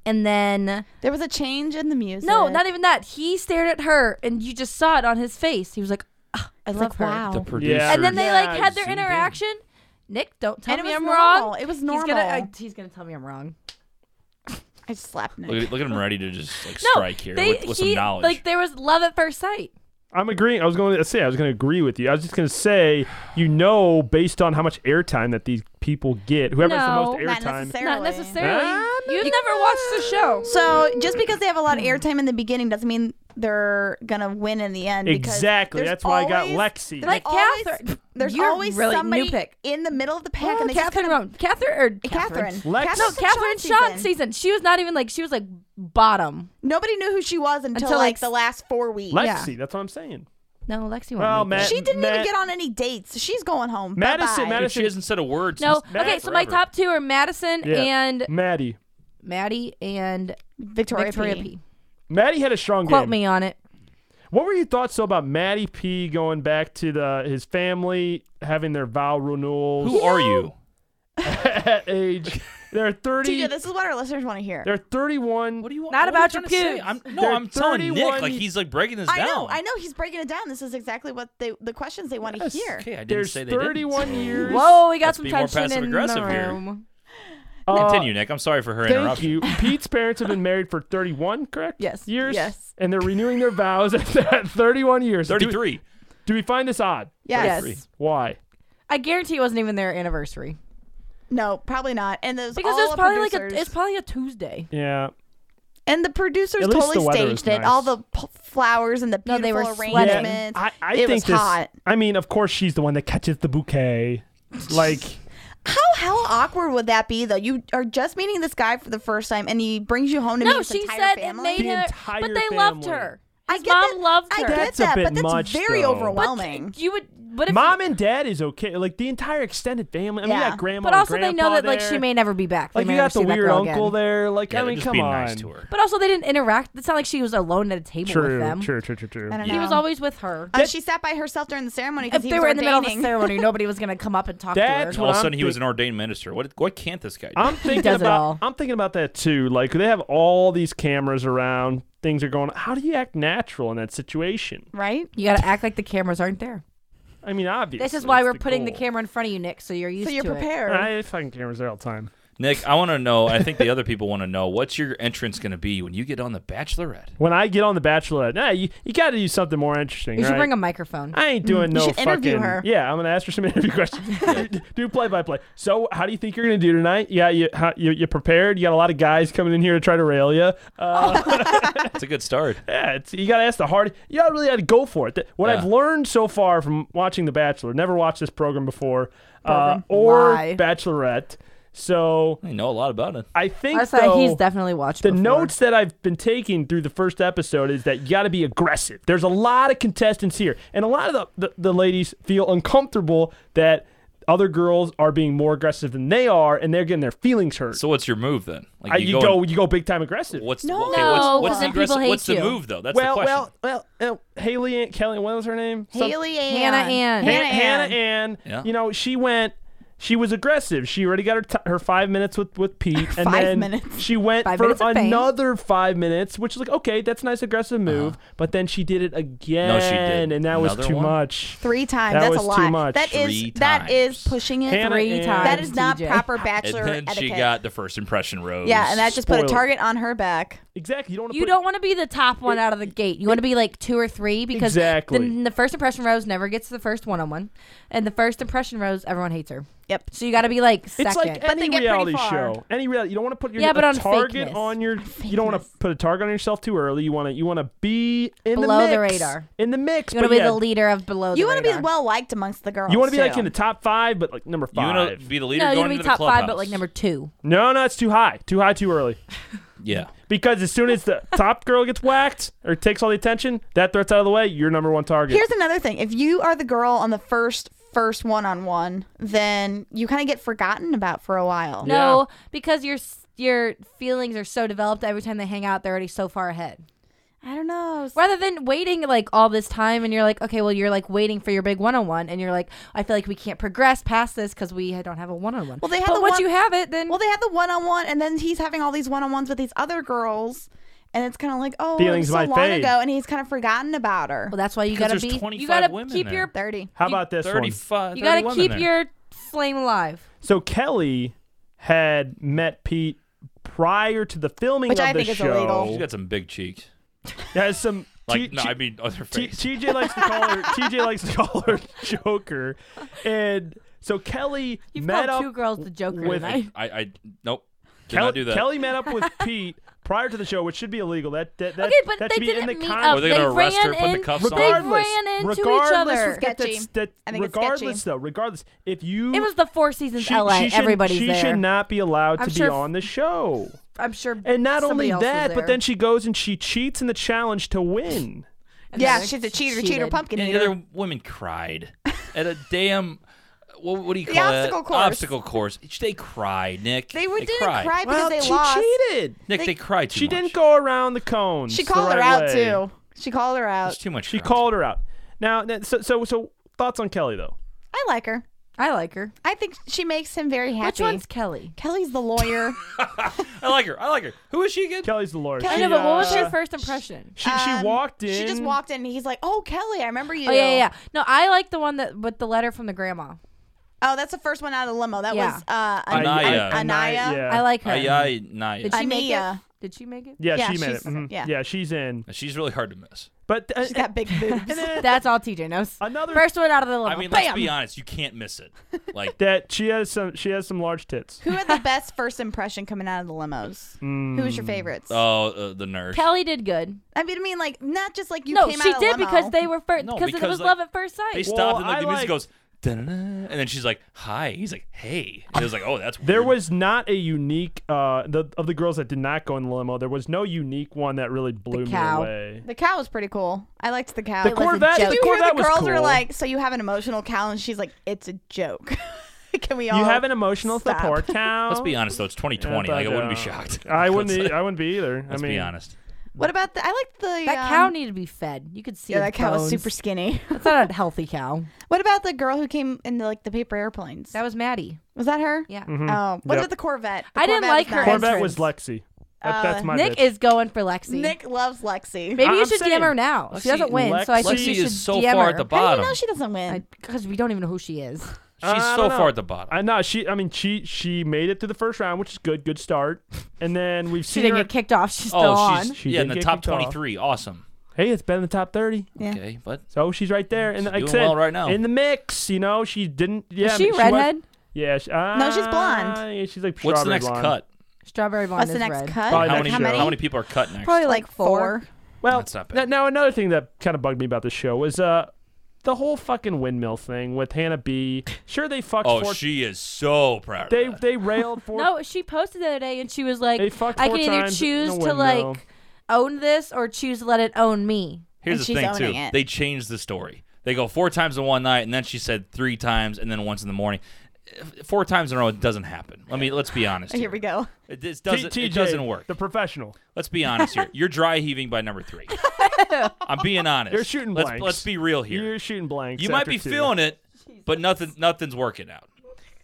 Speaker 4: and then
Speaker 1: There was a change in the music.
Speaker 4: No, not even that. He stared at her and you just saw it on his face. He was like, "Ah, I love
Speaker 1: like,
Speaker 4: her.
Speaker 1: wow.
Speaker 2: The
Speaker 1: And
Speaker 2: producer.
Speaker 4: And then they
Speaker 3: Yeah,
Speaker 4: like
Speaker 3: I
Speaker 4: had their
Speaker 2: zoomed in.
Speaker 4: interaction. Nick, don't tell
Speaker 1: And it
Speaker 4: me
Speaker 1: was
Speaker 4: I'm
Speaker 1: normal.
Speaker 4: wrong.
Speaker 1: It was
Speaker 4: He's gonna, I,
Speaker 1: normal.
Speaker 4: he's gonna tell me I'm wrong.
Speaker 1: I just slapped
Speaker 2: look,
Speaker 1: Nick.
Speaker 2: at, look at him ready to just like
Speaker 4: No,
Speaker 2: strike here
Speaker 4: they,
Speaker 2: with, with
Speaker 4: he-
Speaker 2: some knowledge.
Speaker 4: Like there was love at first sight.
Speaker 3: I'm agreeing. I was going to say I was going to agree with you. I was just going to say, you know, based on how much airtime that these people get, whoever's the
Speaker 4: No,
Speaker 3: most
Speaker 1: Not
Speaker 3: airtime.
Speaker 1: necessarily.
Speaker 4: Not necessarily.
Speaker 3: Ah,
Speaker 4: You've never watched the show.
Speaker 1: So just because they have a lot of airtime in the beginning doesn't mean they're gonna win in the end. because
Speaker 3: Exactly.
Speaker 1: there's
Speaker 3: That's why I got
Speaker 1: always-
Speaker 3: Lexi.
Speaker 1: there's
Speaker 4: Like
Speaker 1: always-
Speaker 4: Catherine.
Speaker 1: There's
Speaker 4: You're
Speaker 1: always
Speaker 4: really new
Speaker 1: somebody
Speaker 4: pick.
Speaker 1: in the middle of the pack,
Speaker 4: Oh,
Speaker 1: and they
Speaker 4: Catherine
Speaker 1: just kind
Speaker 4: Rowan. Catherine or
Speaker 1: of, Catherine.
Speaker 4: Catherine.
Speaker 3: Lex-
Speaker 4: No,
Speaker 1: Catherine
Speaker 4: Catherine
Speaker 1: Shaw
Speaker 4: Shawn season. She was not even like she was like bottom.
Speaker 1: Nobody knew who she was until,
Speaker 4: Until,
Speaker 1: like
Speaker 4: like,
Speaker 1: the last four weeks.
Speaker 3: Lexi. That's what I'm saying.
Speaker 4: No, Lexi. won't
Speaker 3: Well,
Speaker 4: make
Speaker 3: Matt,
Speaker 1: She
Speaker 4: it.
Speaker 1: didn't even
Speaker 3: Matt-
Speaker 1: get on any dates. She's going home.
Speaker 3: Madison-
Speaker 1: Bye-bye.
Speaker 2: Dude, she
Speaker 3: Madison-
Speaker 2: hasn't said a word.
Speaker 4: No.
Speaker 2: since
Speaker 4: Okay, so my
Speaker 2: forever.
Speaker 4: top two are Madison
Speaker 3: Yeah.
Speaker 4: and
Speaker 3: Maddie.
Speaker 4: Maddie and
Speaker 1: Victoria,
Speaker 4: Victoria
Speaker 1: P.
Speaker 4: P.
Speaker 3: Maddie had a strong
Speaker 4: Quote
Speaker 3: game.
Speaker 4: me on it.
Speaker 3: What were your thoughts though about Matty P going back to the his family having their vow renewals
Speaker 2: Who are you?
Speaker 3: at age? They're thirty.
Speaker 1: TJ, this is what our listeners want to hear.
Speaker 3: they're thirty-one.
Speaker 2: What do you want?
Speaker 4: Not
Speaker 2: what are
Speaker 4: about
Speaker 2: you
Speaker 4: your
Speaker 2: trying to say?
Speaker 4: pubes.
Speaker 2: I'm, no,
Speaker 3: They're
Speaker 2: I'm telling Nick
Speaker 3: 31
Speaker 2: like he's like breaking this
Speaker 1: I
Speaker 2: down.
Speaker 1: know, I know. He's breaking it down. This is exactly what they the questions they want to
Speaker 3: Yes.
Speaker 1: hear.
Speaker 2: Okay, I didn't
Speaker 3: There's
Speaker 2: say they
Speaker 3: thirty-one years.
Speaker 4: Whoa, we got
Speaker 2: Let's
Speaker 4: some
Speaker 2: be more
Speaker 4: tension in the
Speaker 2: passive-aggressive here.
Speaker 4: room.
Speaker 2: didn't.
Speaker 3: Uh,
Speaker 2: Continue, Nick. I'm sorry for her
Speaker 3: Thank
Speaker 2: interruption.
Speaker 3: you. Pete's parents have been married for 31, correct?
Speaker 4: Yes.
Speaker 3: Years?
Speaker 1: Yes.
Speaker 3: And they're renewing their vows at 31 years. Do-
Speaker 2: 33.
Speaker 3: Do we find this odd?
Speaker 1: Yes.
Speaker 2: Three.
Speaker 3: Why?
Speaker 4: I guarantee it wasn't even their anniversary
Speaker 1: No, probably not. And those
Speaker 4: because
Speaker 1: all
Speaker 4: it was probably
Speaker 1: producers,
Speaker 4: like a it's probably a Tuesday.
Speaker 3: Yeah.
Speaker 1: and the producers
Speaker 3: At least
Speaker 1: totally
Speaker 3: the weather was
Speaker 1: staged it. All
Speaker 3: nice.
Speaker 1: the p- flowers and the
Speaker 4: No,
Speaker 1: beautiful
Speaker 4: they were sweating.
Speaker 1: arrangements.
Speaker 3: I, I
Speaker 1: it
Speaker 3: think
Speaker 1: was
Speaker 3: this,
Speaker 1: hot.
Speaker 3: I mean, of course, she's the one that catches the bouquet. Like,
Speaker 1: How hell awkward would that be though? You are just meeting this guy for the first time, and he brings you home to meet
Speaker 4: No,
Speaker 1: his
Speaker 4: she
Speaker 1: entire
Speaker 4: said
Speaker 1: family.
Speaker 4: it made
Speaker 3: The
Speaker 4: her,
Speaker 3: entire
Speaker 4: but they loved
Speaker 3: family.
Speaker 4: her.
Speaker 1: I
Speaker 4: His
Speaker 1: get
Speaker 4: mom
Speaker 1: that-
Speaker 4: loved
Speaker 1: I
Speaker 4: her.
Speaker 1: get
Speaker 3: That's a
Speaker 1: that,
Speaker 3: bit
Speaker 1: but that's
Speaker 3: much,
Speaker 1: very
Speaker 3: though.
Speaker 4: but
Speaker 1: overwhelming.
Speaker 4: you would, what if
Speaker 3: mom and dad is okay. Like, the entire extended family. I mean, you
Speaker 1: Yeah.
Speaker 3: got grandma
Speaker 4: But also,
Speaker 3: and
Speaker 4: they know
Speaker 3: grandpa
Speaker 4: that like she
Speaker 3: there.
Speaker 4: may never be back. They
Speaker 3: Like,
Speaker 4: may
Speaker 3: you
Speaker 4: never
Speaker 3: got the
Speaker 4: see that
Speaker 3: weird
Speaker 4: girl
Speaker 3: uncle
Speaker 4: again.
Speaker 3: there. Like,
Speaker 2: Yeah,
Speaker 3: I
Speaker 2: they're
Speaker 3: mean,
Speaker 2: just
Speaker 3: come
Speaker 2: being
Speaker 3: on.
Speaker 2: nice to her.
Speaker 4: But also, they didn't interact. It's not like she was alone at a table with
Speaker 3: True,
Speaker 4: them.
Speaker 3: true, true, true, true.
Speaker 1: I don't
Speaker 4: He
Speaker 1: know.
Speaker 4: was always with her.
Speaker 1: Uh, she sat by herself during the ceremony
Speaker 4: If
Speaker 1: because he
Speaker 4: they
Speaker 1: was
Speaker 4: were in the middle of the
Speaker 1: ordaining.
Speaker 4: ceremony, nobody was going to come up and talk
Speaker 3: That's
Speaker 4: to her.
Speaker 2: All of a
Speaker 3: I'm
Speaker 2: sudden, he was
Speaker 3: think-
Speaker 2: an ordained minister. What what can't this guy do?
Speaker 3: I'm thinking
Speaker 4: does it
Speaker 3: about
Speaker 4: all.
Speaker 3: I'm thinking about that too. Like they have all these cameras around, things are going. How do you act natural in that situation?
Speaker 1: right?
Speaker 4: You got to act like the cameras aren't there.
Speaker 3: I mean, obviously.
Speaker 4: This is why
Speaker 3: it's
Speaker 4: we're putting the
Speaker 3: goal.
Speaker 4: camera in front of you, Nick, so you're used
Speaker 1: So you're
Speaker 4: to it.
Speaker 1: prepared.
Speaker 3: I fucking cameras there all the time.
Speaker 2: Nick, I want to know. I think the other people want to know. What's your entrance going to be when you get on the Bachelorette?
Speaker 3: When I get on the Bachelorette, nah, you, you got to do something more interesting.
Speaker 4: You should
Speaker 3: right?
Speaker 4: bring a microphone.
Speaker 3: I ain't doing no
Speaker 1: should
Speaker 3: fucking.
Speaker 1: interview her.
Speaker 3: Yeah, I'm gonna ask her some interview questions. do play by play. So, how do you think you're gonna do tonight? Yeah, you how, you, you prepared. You got a lot of guys coming in here to try to rail you. Uh,
Speaker 2: It's a good start.
Speaker 3: Yeah, it's, you got to ask the hard. You got to really got to go for it. Th- What
Speaker 2: Yeah.
Speaker 3: I've learned so far from watching The Bachelor, never watched this program before, uh, or
Speaker 4: Why?
Speaker 3: Bachelorette. So
Speaker 2: I know a lot about it.
Speaker 3: I think
Speaker 4: That's why
Speaker 3: though,
Speaker 4: he's definitely watched
Speaker 3: the
Speaker 4: before.
Speaker 3: notes that I've been taking through the first episode is that you got to be aggressive. There's a lot of contestants here, and a lot of the, the, the ladies feel uncomfortable that other girls are being more aggressive than they are, and they're getting their feelings hurt.
Speaker 2: So what's your move then? Like
Speaker 3: Uh, you,
Speaker 2: go.
Speaker 3: go, you go big time aggressive.
Speaker 2: what's
Speaker 1: No.
Speaker 2: okay, what's,
Speaker 4: No,
Speaker 2: what's
Speaker 4: 'cause
Speaker 2: the
Speaker 4: then people
Speaker 2: aggressive-
Speaker 4: hate
Speaker 2: What's the
Speaker 4: you.
Speaker 2: move though? That's
Speaker 3: well,
Speaker 2: the question.
Speaker 3: well, well, well, Haley and Kelly. What was her name? Some-
Speaker 1: Haley Ann.
Speaker 4: Hannah Ann.
Speaker 3: Han-
Speaker 1: Hannah Ann.
Speaker 3: Hannah Ann.
Speaker 2: Yeah.
Speaker 3: You know, she went. She was aggressive. She already got her t- her five minutes with with Pete, and
Speaker 1: Five
Speaker 3: then
Speaker 1: minutes.
Speaker 3: she went
Speaker 4: Five
Speaker 3: for
Speaker 4: minutes of fame.
Speaker 3: another five minutes, which is like okay, that's a nice aggressive
Speaker 2: Uh-huh.
Speaker 3: move. But then she did it again,
Speaker 2: didn't.
Speaker 3: and that was
Speaker 2: Another
Speaker 3: too
Speaker 2: one?
Speaker 3: much.
Speaker 1: Three times.
Speaker 3: That
Speaker 1: That's
Speaker 3: was
Speaker 1: a
Speaker 3: too
Speaker 1: lot.
Speaker 3: much.
Speaker 1: That is
Speaker 2: Three
Speaker 1: that is
Speaker 2: times.
Speaker 1: pushing it.
Speaker 3: Hannah
Speaker 4: three
Speaker 3: Ann.
Speaker 4: times.
Speaker 1: that is not
Speaker 4: TJ.
Speaker 1: proper bachelor
Speaker 2: and then she
Speaker 1: etiquette.
Speaker 2: got the first impression rose.
Speaker 1: yeah, and that just put a
Speaker 3: Spoiler.
Speaker 1: target on her back.
Speaker 3: Exactly. You don't. wanna
Speaker 4: You
Speaker 3: put-
Speaker 4: don't want to be the top one out of the gate. You want to be like two or three because
Speaker 3: Exactly.
Speaker 4: then the first impression rose never gets to the first one on one, and the first impression rose everyone hates her.
Speaker 1: Yep.
Speaker 4: So you got to be like second.
Speaker 3: It's like
Speaker 1: they
Speaker 3: any
Speaker 1: get pretty
Speaker 3: reality
Speaker 1: far.
Speaker 3: show. Any reality, you don't want to put your
Speaker 4: Yeah, but
Speaker 3: a
Speaker 4: on
Speaker 3: target
Speaker 4: fakeness.
Speaker 3: on your. You don't want to put a target on yourself too early. You want to. You want to be in
Speaker 4: Below
Speaker 3: the
Speaker 4: the
Speaker 3: mix,
Speaker 4: radar.
Speaker 3: In the mix,
Speaker 4: you want
Speaker 3: but
Speaker 4: to be
Speaker 3: yeah,
Speaker 4: the leader of below.
Speaker 1: You
Speaker 4: want to
Speaker 1: be well liked amongst the girls.
Speaker 3: You want to be like
Speaker 1: too.
Speaker 3: in the top five, but like number
Speaker 2: You
Speaker 3: five.
Speaker 2: want to be the leader
Speaker 4: No, you
Speaker 2: going
Speaker 4: want to
Speaker 2: into
Speaker 4: be
Speaker 2: the
Speaker 4: top
Speaker 2: clubhouse.
Speaker 4: five, but like number two.
Speaker 3: No, no, it's too high. Too high, too early.
Speaker 2: Yeah.
Speaker 3: Because as soon as the top girl gets whacked or takes all the attention, that threat's out of the way. You're number one target.
Speaker 1: Here's another thing. If you are the girl on the first first one on one, then you kind of get forgotten about for a while.
Speaker 4: No, because your s- your feelings are so developed. Every time they hang out, they're already so far ahead.
Speaker 1: I don't know.
Speaker 4: Rather than waiting like all this time, and you're like, okay, well, you're like waiting for your big one-on-one, and you're like, I feel like we can't progress past this because we don't have a one-on-one.
Speaker 1: Well, they had
Speaker 4: but
Speaker 1: the
Speaker 4: once
Speaker 1: one-
Speaker 4: you have it, then
Speaker 1: Well, they had the one on one, and then he's having all these one on ones with these other girls, and it's kind of like, oh,
Speaker 3: Feelings
Speaker 1: it was so
Speaker 3: might
Speaker 1: long
Speaker 3: fade.
Speaker 1: ago, and he's kind of forgotten about her.
Speaker 4: well, that's why you
Speaker 2: Because
Speaker 4: gotta
Speaker 2: there's
Speaker 4: be. You
Speaker 2: 25
Speaker 4: gotta
Speaker 2: women
Speaker 4: keep
Speaker 2: there.
Speaker 4: your
Speaker 1: Thirty.
Speaker 3: How
Speaker 4: you-
Speaker 3: about this one?
Speaker 2: 35.
Speaker 4: you gotta
Speaker 2: 31 in
Speaker 4: keep
Speaker 2: there.
Speaker 4: your flame alive.
Speaker 3: So Kelly had met Pete prior to the filming
Speaker 1: Which
Speaker 3: of
Speaker 1: I
Speaker 3: the
Speaker 1: think is
Speaker 3: show.
Speaker 1: illegal.
Speaker 2: She's got some big cheeks.
Speaker 3: Has some
Speaker 2: Like,
Speaker 3: T-
Speaker 2: no,
Speaker 3: T-
Speaker 2: I mean other
Speaker 3: T-
Speaker 2: face.
Speaker 3: TJ likes to call her TJ likes to call her Joker, and so Kelly
Speaker 4: You've
Speaker 3: met
Speaker 4: called
Speaker 3: up
Speaker 4: two girls the Joker
Speaker 3: with-
Speaker 4: tonight.
Speaker 2: I, I, nope. Did
Speaker 3: Kelly,
Speaker 2: not do that.
Speaker 3: Kelly met up with Pete prior to the show, which should be illegal. That that, that
Speaker 4: Okay, but
Speaker 3: that
Speaker 4: they
Speaker 3: should be in
Speaker 4: didn't
Speaker 3: the
Speaker 4: meet
Speaker 3: con-
Speaker 4: up.
Speaker 2: Were they
Speaker 4: they
Speaker 2: gonna arrest
Speaker 4: ran
Speaker 2: her, put the
Speaker 4: in-
Speaker 2: cuffs on?
Speaker 4: They
Speaker 3: Regardless,
Speaker 4: ran into each
Speaker 3: regardless,
Speaker 4: other.
Speaker 1: Sketchy.
Speaker 3: that's- that-
Speaker 1: I think it's
Speaker 3: regardless,
Speaker 1: sketchy.
Speaker 3: though, regardless, if you
Speaker 4: It was the Four Seasons
Speaker 3: she,
Speaker 4: LA.
Speaker 3: she should,
Speaker 4: Everybody's
Speaker 3: she
Speaker 4: there.
Speaker 3: should not be allowed to
Speaker 4: I'm
Speaker 3: be
Speaker 4: sure-
Speaker 3: on the show.
Speaker 4: I'm sure.
Speaker 3: And not only
Speaker 4: somebody else was
Speaker 3: that, but
Speaker 4: there.
Speaker 3: then she goes and she cheats in the challenge to win.
Speaker 4: And
Speaker 1: Yeah,
Speaker 4: then
Speaker 1: she's a cheater,
Speaker 4: cheated.
Speaker 1: cheater, pumpkin
Speaker 2: And the
Speaker 1: eater.
Speaker 2: other women cried at a damn. What, what do you
Speaker 1: The
Speaker 2: call it?
Speaker 1: obstacle course.
Speaker 2: Obstacle course. They cried, Nick.
Speaker 1: They were- didn't
Speaker 2: cried.
Speaker 1: cry because
Speaker 3: well,
Speaker 1: they
Speaker 3: she
Speaker 1: lost.
Speaker 3: cheated.
Speaker 2: Nick, they, cried too
Speaker 3: She
Speaker 2: much.
Speaker 3: didn't go around the cones.
Speaker 1: She
Speaker 3: the
Speaker 1: called her out
Speaker 3: right way.
Speaker 1: too. She called her
Speaker 2: It's
Speaker 1: out.
Speaker 2: too much.
Speaker 3: She
Speaker 2: crying.
Speaker 3: called her out. Now, now- so so so thoughts on Kelly though.
Speaker 1: I like her.
Speaker 4: I like her.
Speaker 1: I think she makes him very happy.
Speaker 4: Which one's Kelly?
Speaker 1: Kelly's the lawyer.
Speaker 2: I like her. I like her. Who is she again?
Speaker 3: Kelly's the lawyer.
Speaker 4: I
Speaker 3: She,
Speaker 4: know, but what was
Speaker 3: uh,
Speaker 4: your first impression?
Speaker 3: She,
Speaker 1: Um,
Speaker 3: she walked in.
Speaker 1: She just walked in. and He's like, "Oh, Kelly, I remember you."
Speaker 4: Oh yeah, yeah, yeah. No, I like the one that with the letter from the grandma.
Speaker 1: Oh, that's the first one out of the limo. That
Speaker 4: Yeah.
Speaker 1: was uh, An-
Speaker 2: Anaya.
Speaker 1: An- Anaya.
Speaker 3: Yeah.
Speaker 4: I like her.
Speaker 2: Ay, ay, Naya.
Speaker 4: Did she make it?
Speaker 1: Anaya.
Speaker 4: Did she make it?
Speaker 3: yeah,
Speaker 1: Yeah,
Speaker 3: she made it.
Speaker 1: she's-
Speaker 3: Mhm.
Speaker 1: yeah.
Speaker 3: she's in.
Speaker 2: She's really hard to miss.
Speaker 3: But uh,
Speaker 1: She's got big boobs.
Speaker 4: That's all TJ knows.
Speaker 3: another
Speaker 4: First one out of the level.
Speaker 2: I mean,
Speaker 4: Oh, Bam.
Speaker 2: let's be honest. You can't miss it. Like,
Speaker 3: that she has some she has some large tits.
Speaker 1: Who had the best first impression coming out of the limos?
Speaker 3: Hmm.
Speaker 1: Who was your favorites?
Speaker 2: oh, uh, the nurse.
Speaker 4: Kelly did good.
Speaker 1: I mean, I mean, like not just like you
Speaker 4: no,
Speaker 1: came
Speaker 4: she
Speaker 1: out of
Speaker 4: did
Speaker 1: the limo.
Speaker 4: because they were first
Speaker 2: No,
Speaker 4: because it
Speaker 2: because,
Speaker 4: was
Speaker 2: like,
Speaker 4: love at first
Speaker 2: They
Speaker 4: sight.
Speaker 2: stopped
Speaker 3: Well,
Speaker 2: and like
Speaker 3: I
Speaker 2: the music
Speaker 3: like-
Speaker 2: goes, "Da-da-da," and then she's like, "Hi." He's like, "Hey." And it was like, "Oh, that's weird."
Speaker 3: There was not a unique uh the of the girls that did not go in the limo. There was no unique one that really blew me
Speaker 4: cow.
Speaker 3: away.
Speaker 1: the cow was pretty cool. I liked the cow.
Speaker 3: The
Speaker 4: was a
Speaker 3: Corvette,
Speaker 4: joke.
Speaker 3: the
Speaker 1: you hear
Speaker 3: Corvette
Speaker 1: the
Speaker 3: was
Speaker 1: girls
Speaker 3: cool.
Speaker 1: are like, "So you have an emotional cow?" And she's like, "It's a joke." Can we all?
Speaker 3: you have an emotional
Speaker 1: stop.
Speaker 3: support cow.
Speaker 2: Let's be honest though. It's 2020.
Speaker 3: Yeah,
Speaker 2: like, I
Speaker 3: but,
Speaker 2: wouldn't be
Speaker 3: uh,
Speaker 2: shocked.
Speaker 3: I
Speaker 2: Let's-
Speaker 3: wouldn't. I wouldn't be either.
Speaker 2: Let's
Speaker 3: I mean,
Speaker 2: be honest.
Speaker 1: What about the? I liked the
Speaker 4: That
Speaker 1: um,
Speaker 4: cow needed to be fed. You could see.
Speaker 1: Yeah,
Speaker 4: his
Speaker 1: that cow was
Speaker 4: bones.
Speaker 1: super skinny.
Speaker 4: That's not a healthy cow.
Speaker 1: What about the girl who came in the, like the paper airplanes?
Speaker 4: That was Maddie.
Speaker 1: was that her?
Speaker 4: Yeah.
Speaker 2: Mm-hmm. Hmm.
Speaker 1: Oh, what
Speaker 3: Yep.
Speaker 1: about the Corvette? The
Speaker 4: I didn't
Speaker 1: Corvette
Speaker 4: like
Speaker 1: was
Speaker 4: her
Speaker 1: nice.
Speaker 3: Corvette was
Speaker 4: entrance.
Speaker 3: Lexi. That, that's my
Speaker 4: Uh, Nick
Speaker 3: bitch.
Speaker 4: is going for Lexi.
Speaker 1: Nick loves Lexi.
Speaker 4: Maybe you
Speaker 3: I'm
Speaker 4: should
Speaker 3: saying,
Speaker 4: DM her now. she doesn't win, so I think
Speaker 2: Lexi
Speaker 4: you should
Speaker 2: is so
Speaker 4: DM
Speaker 2: far
Speaker 4: her.
Speaker 2: at the
Speaker 1: How do
Speaker 2: bottom.
Speaker 1: you know she doesn't win?
Speaker 4: because we don't even know who she is.
Speaker 2: She's
Speaker 3: I
Speaker 2: so
Speaker 3: don't know.
Speaker 2: far at the bottom.
Speaker 3: I know she. I mean, she she made it through the first round, which is good. Good start. And then we've
Speaker 4: She
Speaker 3: seen
Speaker 4: didn't
Speaker 3: her.
Speaker 4: get kicked off. She's still
Speaker 2: oh, she's
Speaker 4: on.
Speaker 3: She
Speaker 2: yeah in
Speaker 3: did
Speaker 2: the
Speaker 3: get
Speaker 2: top
Speaker 3: kicked off.
Speaker 2: 23. Awesome.
Speaker 3: hey, it's been in the top thirty,
Speaker 1: Yeah.
Speaker 2: Okay, but
Speaker 3: so she's right there. And
Speaker 2: She's
Speaker 3: like I
Speaker 2: doing
Speaker 3: said,
Speaker 2: well right now.
Speaker 3: in the mix. You know, she didn't. Yeah,
Speaker 4: is she
Speaker 3: was-
Speaker 4: redhead?
Speaker 3: yeah. She, uh,
Speaker 1: No, she's blonde.
Speaker 3: Yeah, she's like
Speaker 2: what's the
Speaker 3: strawberry
Speaker 2: next
Speaker 3: blonde.
Speaker 2: cut?
Speaker 4: Strawberry blonde
Speaker 1: What's
Speaker 4: is
Speaker 1: the next
Speaker 4: red.
Speaker 1: cut?
Speaker 3: Probably
Speaker 2: how,
Speaker 3: next
Speaker 2: many,
Speaker 1: how
Speaker 3: year.
Speaker 1: many?
Speaker 2: how many people are cut next?
Speaker 4: Probably
Speaker 1: Like four.
Speaker 3: Well,
Speaker 2: That's not bad.
Speaker 3: th- now another thing that kind of bugged me about the show was uh. The whole fucking windmill thing with Hannah B. Sure, they fucked.
Speaker 2: Oh,
Speaker 3: Fort-
Speaker 2: she is so proud. of
Speaker 3: they
Speaker 2: that.
Speaker 3: they railed for.
Speaker 4: No, she posted the other day and she was like,
Speaker 3: They fucked
Speaker 4: I
Speaker 3: four
Speaker 4: can either
Speaker 3: times in
Speaker 4: choose
Speaker 3: a
Speaker 4: to
Speaker 3: windmill.
Speaker 4: like own this or choose to let it own me.
Speaker 2: Here's
Speaker 1: and
Speaker 2: the
Speaker 1: she's
Speaker 2: thing too.
Speaker 1: owning it.
Speaker 2: They changed the story. They go four times in one night, and then she said three times, and then once in the morning. F- Four times in a row, it doesn't happen. I mean, let's be honest.
Speaker 1: Oh, Here we go.
Speaker 2: It, this
Speaker 3: T-
Speaker 2: doesn't.
Speaker 3: TJ,
Speaker 2: it doesn't work.
Speaker 3: The professional.
Speaker 2: Let's be honest here. You're dry heaving by number three. I'm being honest.
Speaker 3: You're shooting
Speaker 2: let's,
Speaker 3: blanks.
Speaker 2: Let's be real here.
Speaker 3: You're shooting blanks.
Speaker 2: you might
Speaker 3: after
Speaker 2: be
Speaker 3: two.
Speaker 2: feeling it, but nothing. Nothing's working out.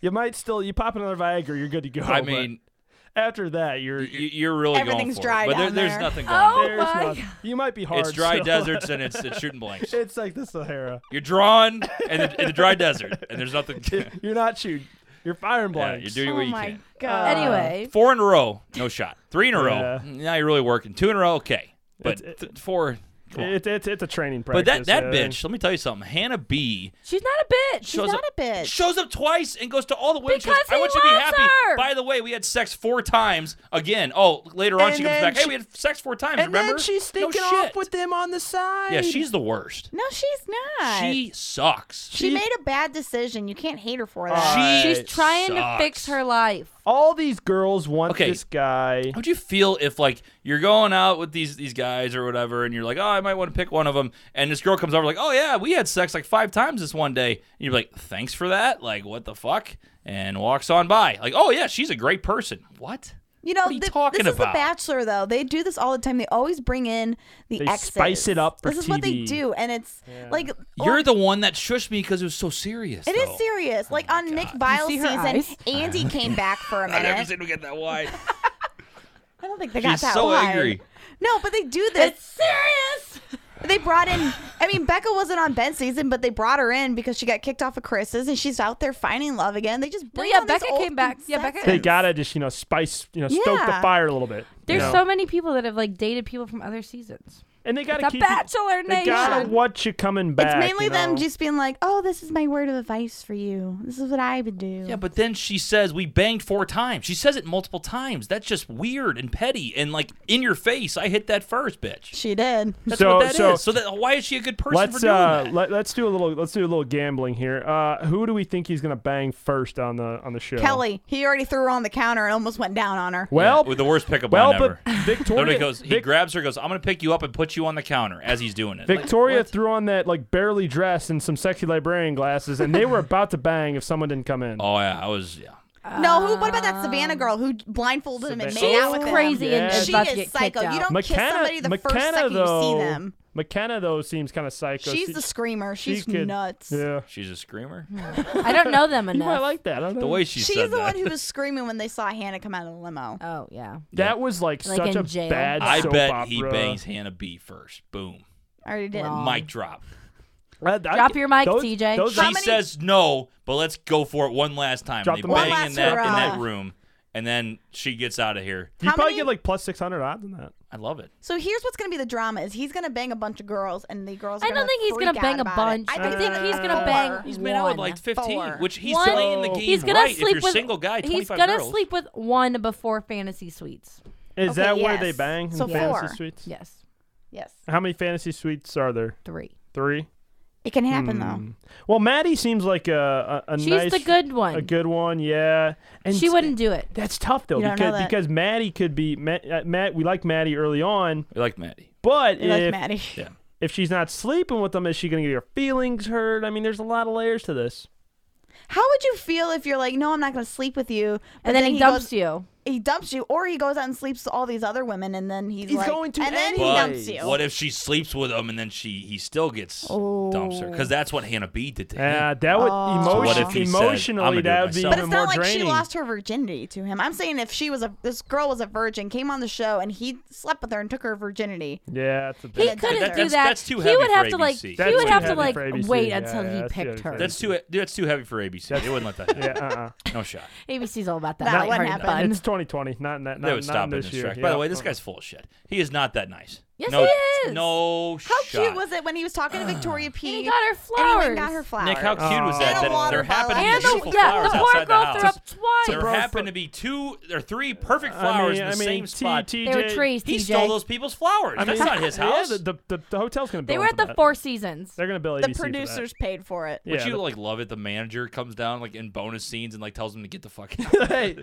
Speaker 3: You might still. You pop another Viagra, you're good to go.
Speaker 2: I
Speaker 3: Oh, but
Speaker 2: mean,
Speaker 3: after that, you're.
Speaker 2: y- you're really going
Speaker 1: Everything's
Speaker 2: for
Speaker 1: dry
Speaker 2: it. But there-
Speaker 1: down
Speaker 2: there's
Speaker 1: there.
Speaker 2: nothing going.
Speaker 4: Oh
Speaker 2: on.
Speaker 3: there's
Speaker 4: my
Speaker 3: nothing. You might be hard.
Speaker 2: It's dry
Speaker 3: so-
Speaker 2: deserts and it's, it's shooting blanks.
Speaker 3: It's like the Sahara.
Speaker 2: You're drawing in the, in the dry desert, and there's nothing. Yeah,
Speaker 3: You're not shooting. You're firing
Speaker 2: you're
Speaker 3: blanks.
Speaker 2: doing
Speaker 1: oh
Speaker 2: what you Uh,
Speaker 1: my
Speaker 2: can.
Speaker 4: Uh,
Speaker 1: god.
Speaker 4: Anyway,
Speaker 2: Four in a row, no shot. Three in a
Speaker 3: Yeah.
Speaker 2: row, mm, now you're really working. Two in a row, okay, but
Speaker 3: It's-
Speaker 2: th- four. come on.
Speaker 3: It's it's it's a training practice.
Speaker 2: but that that
Speaker 3: yeah.
Speaker 2: bitch, let me tell you something. Hannah B
Speaker 4: she's not a bitch.
Speaker 1: she's
Speaker 2: shows
Speaker 1: not
Speaker 2: up
Speaker 1: a bitch.
Speaker 2: shows up twice and goes to all the women. She goes,
Speaker 4: Because he
Speaker 2: I want you to be
Speaker 4: loves
Speaker 2: happy.
Speaker 4: her.
Speaker 2: By the way, we had sex four times again. Oh, later on
Speaker 3: And
Speaker 2: she comes
Speaker 3: then
Speaker 2: back. hey,
Speaker 3: she-
Speaker 2: we had sex four times.
Speaker 3: And
Speaker 2: remember?
Speaker 3: then she's
Speaker 2: no
Speaker 3: stinking
Speaker 2: shit.
Speaker 3: off with them on the side.
Speaker 2: Yeah, she's the worst.
Speaker 1: no, she's not.
Speaker 2: She sucks.
Speaker 1: she
Speaker 3: she-
Speaker 1: made a bad decision. You can't hate her for
Speaker 3: Uh,
Speaker 1: that.
Speaker 2: She
Speaker 4: She's trying to
Speaker 2: sucks.
Speaker 4: fix her life.
Speaker 3: all these girls want
Speaker 2: Okay.
Speaker 3: this guy.
Speaker 2: How'd you feel if like you're going out with these these guys or whatever, and you're like, oh, I might want to pick one of them, and this girl comes over like, oh yeah, we had sex like five times this one day, and you're like, thanks for that, like what the fuck, and walks on by, like, oh yeah, she's a great person. What?
Speaker 1: You know,
Speaker 2: What are you
Speaker 1: th-
Speaker 2: talking
Speaker 1: this is
Speaker 2: about?
Speaker 1: The Bachelor, though. They do this all the time. They always bring in the
Speaker 3: They
Speaker 1: exes.
Speaker 3: spice it up for
Speaker 1: This is what they
Speaker 3: TV.
Speaker 1: do, and it's like
Speaker 2: You're the one that shushed me because it was so oh serious.
Speaker 1: Oh. It is
Speaker 2: though.
Speaker 1: serious. Like on Nick Vile's
Speaker 4: see her
Speaker 1: season,
Speaker 4: eyes?
Speaker 1: Andy came back for a
Speaker 2: I never
Speaker 1: minute.
Speaker 2: seen him get that wide.
Speaker 1: I don't think they got
Speaker 2: She's
Speaker 1: that
Speaker 2: so
Speaker 1: wide.
Speaker 2: angry.
Speaker 1: No, but they do
Speaker 4: It's
Speaker 1: this.
Speaker 4: serious.
Speaker 1: They brought in. I mean, Becca wasn't on Ben's season, but they brought her in because she got kicked off of Chris's, and she's out there finding love again. They just
Speaker 4: Well,
Speaker 1: bring
Speaker 4: yeah,
Speaker 1: on these
Speaker 4: Becca
Speaker 1: old
Speaker 4: came back. Yeah, Becca-
Speaker 1: obsessors.
Speaker 3: They gotta just you know spice you know stoke the
Speaker 1: Yeah.
Speaker 3: fire a little bit. you
Speaker 4: There's
Speaker 3: know?
Speaker 4: so many people that have like dated people from other seasons.
Speaker 3: and they gotta
Speaker 4: The
Speaker 3: keep you-
Speaker 4: Bachelor
Speaker 3: They gotta
Speaker 4: Nation.
Speaker 3: what you coming
Speaker 1: It's
Speaker 3: back.
Speaker 1: mainly
Speaker 3: you
Speaker 1: them
Speaker 3: know?
Speaker 1: just being like, "Oh, this is my word of advice for you. This is what I would do."
Speaker 2: Yeah, but then she says we banged four times. She says it multiple times. That's just weird and petty and like in your face. I hit that first, bitch.
Speaker 1: she did.
Speaker 2: That's
Speaker 3: So-
Speaker 2: what that is.
Speaker 3: so-
Speaker 2: so, that, why is she a good person for
Speaker 3: Let's
Speaker 2: doing
Speaker 3: uh
Speaker 2: that?
Speaker 3: let, let's do a little let's do a little gambling here. Uh, who do we think he's gonna bang first on the on the show?
Speaker 1: Kelly, he already threw her on the counter and almost went down on her.
Speaker 3: Well,
Speaker 2: Yeah, with the worst pickup
Speaker 3: well,
Speaker 2: line
Speaker 3: but
Speaker 2: ever.
Speaker 3: Victoria
Speaker 2: Somebody goes, he
Speaker 3: Vic-
Speaker 2: grabs her, goes, "I'm gonna pick you up and put you on the counter" as he's doing it. Like,
Speaker 3: Victoria threw on that like barely dress and some sexy librarian glasses, and they were about to bang if someone didn't come in.
Speaker 2: oh yeah, I was. Yeah.
Speaker 1: no, who? What about that Savannah girl who blindfolded him and
Speaker 3: Savannah.
Speaker 1: made
Speaker 4: She's
Speaker 1: out with him?
Speaker 4: crazy and
Speaker 3: Yeah.
Speaker 4: is
Speaker 1: She
Speaker 4: about to
Speaker 1: is
Speaker 4: get
Speaker 1: psycho.
Speaker 4: kicked
Speaker 1: You
Speaker 4: out.
Speaker 1: don't kiss somebody the first
Speaker 3: McKenna,
Speaker 1: second
Speaker 3: though,
Speaker 1: you see them.
Speaker 3: McKenna though seems kind of psycho.
Speaker 1: She's
Speaker 3: She-
Speaker 1: the screamer.
Speaker 3: she
Speaker 1: She's
Speaker 3: could-
Speaker 1: nuts.
Speaker 3: Yeah,
Speaker 2: She's a screamer.
Speaker 4: I don't know them
Speaker 3: you might
Speaker 4: enough.
Speaker 3: like that. I don't know.
Speaker 2: The way she
Speaker 1: She's
Speaker 2: said
Speaker 1: the
Speaker 2: that.
Speaker 1: one who was screaming when they saw Hannah come out of the limo.
Speaker 4: oh yeah.
Speaker 3: that was like,
Speaker 4: Like
Speaker 3: such
Speaker 4: in
Speaker 3: a
Speaker 4: jail.
Speaker 3: bad
Speaker 2: I
Speaker 3: soap
Speaker 2: bet
Speaker 3: opera.
Speaker 2: he bangs Hannah B first. Boom.
Speaker 1: I already did.
Speaker 4: Wrong.
Speaker 2: Mic drop.
Speaker 3: I- I-
Speaker 4: Drop your mic,
Speaker 3: those-
Speaker 4: TJ.
Speaker 3: those-
Speaker 2: She
Speaker 1: How many-
Speaker 2: says no, but let's go for it one last time.
Speaker 3: Drop
Speaker 2: they
Speaker 3: the mic.
Speaker 2: bang
Speaker 1: One
Speaker 2: in
Speaker 1: last
Speaker 2: that in that
Speaker 1: hurrah.
Speaker 2: room, and then she gets out of here.
Speaker 3: you
Speaker 1: How
Speaker 3: probably
Speaker 1: many-
Speaker 3: get like plus six hundred odds on that.
Speaker 2: I love it.
Speaker 1: So here's what's gonna be the drama: is he's gonna bang a bunch of girls, and the girls. Are
Speaker 4: I don't
Speaker 1: gonna
Speaker 4: think he's gonna
Speaker 1: freak out
Speaker 4: bang a
Speaker 1: about it.
Speaker 4: bunch. I
Speaker 1: it's
Speaker 4: think he's gonna
Speaker 1: four.
Speaker 4: bang-
Speaker 2: He's been out with
Speaker 4: One.
Speaker 2: like 15,
Speaker 1: Four.
Speaker 2: which he's
Speaker 4: One.
Speaker 2: playing the game
Speaker 4: He's gonna
Speaker 2: right.
Speaker 4: sleep
Speaker 2: if you're
Speaker 4: with
Speaker 2: single guy, 25
Speaker 4: he's gonna
Speaker 2: girls.
Speaker 4: sleep with one before fantasy suites.
Speaker 3: Is
Speaker 1: Okay,
Speaker 3: that where they
Speaker 1: yes.
Speaker 3: bang in
Speaker 1: So
Speaker 3: fantasy
Speaker 1: four.
Speaker 3: suites?
Speaker 4: Yes,
Speaker 1: Yes,
Speaker 3: How many fantasy suites are there?
Speaker 4: three.
Speaker 3: Three.
Speaker 1: it can happen
Speaker 3: Hmm.
Speaker 1: though.
Speaker 3: Well, Maddie seems like a a, a
Speaker 4: She's
Speaker 3: nice,
Speaker 4: the good one.
Speaker 3: a good one. Yeah, and
Speaker 4: she wouldn't do it.
Speaker 3: That's tough though
Speaker 1: You don't know
Speaker 3: because
Speaker 1: that.
Speaker 3: because Maddie could be Matt, uh, Matt. We like Maddie early on,
Speaker 2: We like Maddie.
Speaker 3: but
Speaker 1: They like
Speaker 3: if
Speaker 1: Maddie.
Speaker 2: Yeah.
Speaker 3: if she's not sleeping with them, is she going to get her feelings hurt? I mean, there's a lot of layers to this.
Speaker 1: How would you feel if you're like, no, I'm not gonna sleep with you, but
Speaker 4: And then, he dumps
Speaker 1: goes,
Speaker 4: you.
Speaker 1: He dumps you, or he goes out and sleeps with all these other women, and then he's,
Speaker 3: He's
Speaker 1: like,
Speaker 3: going to
Speaker 1: and then
Speaker 3: anyways.
Speaker 1: he dumps you.
Speaker 2: What if she sleeps with him and then she he still gets dumps
Speaker 1: Oh.
Speaker 2: her? Because that's what Hannah B did to him.
Speaker 3: Yeah, uh, that would
Speaker 4: Oh.
Speaker 2: So
Speaker 3: emotion,
Speaker 2: what if he said, "I'ma
Speaker 3: emotionally
Speaker 2: do it
Speaker 3: that would be
Speaker 2: myself"?
Speaker 1: But
Speaker 3: even
Speaker 1: it's
Speaker 3: more
Speaker 1: not like
Speaker 3: draining.
Speaker 1: she lost her virginity to him. I'm saying if she was a this girl was a virgin, came on the show, and he slept with her and took her virginity.
Speaker 3: yeah, it's a
Speaker 4: He
Speaker 3: bit.
Speaker 1: That-
Speaker 4: couldn't
Speaker 1: that-
Speaker 4: do
Speaker 1: that's-
Speaker 4: that.
Speaker 2: that's too
Speaker 4: he
Speaker 2: heavy
Speaker 4: would
Speaker 2: for
Speaker 4: have to like.
Speaker 2: ABC.
Speaker 4: He
Speaker 3: That's
Speaker 4: would
Speaker 3: too
Speaker 4: have to
Speaker 3: heavy
Speaker 4: like
Speaker 3: for ABC,
Speaker 4: wait
Speaker 3: yeah, yeah,
Speaker 4: until he
Speaker 3: that's too
Speaker 4: picked
Speaker 3: heavy for
Speaker 4: her.
Speaker 2: That's too dude, that's too heavy for ABC. they wouldn't let that happen.
Speaker 3: yeah, uh-uh.
Speaker 2: No shot.
Speaker 4: ABC's all about that.
Speaker 1: That
Speaker 4: lighthearted
Speaker 1: wouldn't
Speaker 4: fun.
Speaker 1: happen.
Speaker 3: It's 2020, not not
Speaker 2: They
Speaker 3: not,
Speaker 2: would stop
Speaker 3: not
Speaker 2: it in
Speaker 3: this
Speaker 2: its
Speaker 3: year.
Speaker 2: tracks. By
Speaker 3: Yeah.
Speaker 2: the way, this guy's full of shit. He is not that nice.
Speaker 4: Yes,
Speaker 2: no,
Speaker 4: he is.
Speaker 2: No
Speaker 1: How
Speaker 2: shot.
Speaker 1: cute was it when he was talking to Victoria P?
Speaker 4: he got her
Speaker 1: And
Speaker 4: flowers.
Speaker 1: he went and got her flowers.
Speaker 2: Nick, how cute was
Speaker 3: Aw.
Speaker 2: that?
Speaker 1: And a
Speaker 2: that
Speaker 1: water
Speaker 2: there happened
Speaker 1: bottle.
Speaker 2: to be
Speaker 4: And
Speaker 1: And the-
Speaker 4: the,
Speaker 2: beautiful
Speaker 4: yeah,
Speaker 2: flowers
Speaker 4: the
Speaker 2: outside
Speaker 4: poor
Speaker 2: the
Speaker 4: girl
Speaker 2: house.
Speaker 4: threw up twice.
Speaker 2: there happened to be two or three perfect
Speaker 3: I
Speaker 2: flowers
Speaker 3: mean,
Speaker 2: in the
Speaker 3: I mean,
Speaker 2: same
Speaker 3: T-
Speaker 2: spot.
Speaker 3: TJ,
Speaker 4: They were trees,
Speaker 2: he
Speaker 4: TJ.
Speaker 2: stole those people's flowers.
Speaker 3: I
Speaker 2: That's
Speaker 3: mean,
Speaker 2: not his
Speaker 3: yeah,
Speaker 2: house.
Speaker 3: the, the, the, the hotel's going to.
Speaker 4: they were at the
Speaker 3: that.
Speaker 4: Four Seasons.
Speaker 3: They're going to bill
Speaker 1: the
Speaker 3: ABC for that.
Speaker 1: producers paid for it.
Speaker 2: Would
Speaker 3: Yeah,
Speaker 2: you
Speaker 3: the-
Speaker 2: like love it? The manager comes down like in bonus scenes and like tells him to get the fuck out.
Speaker 3: hey,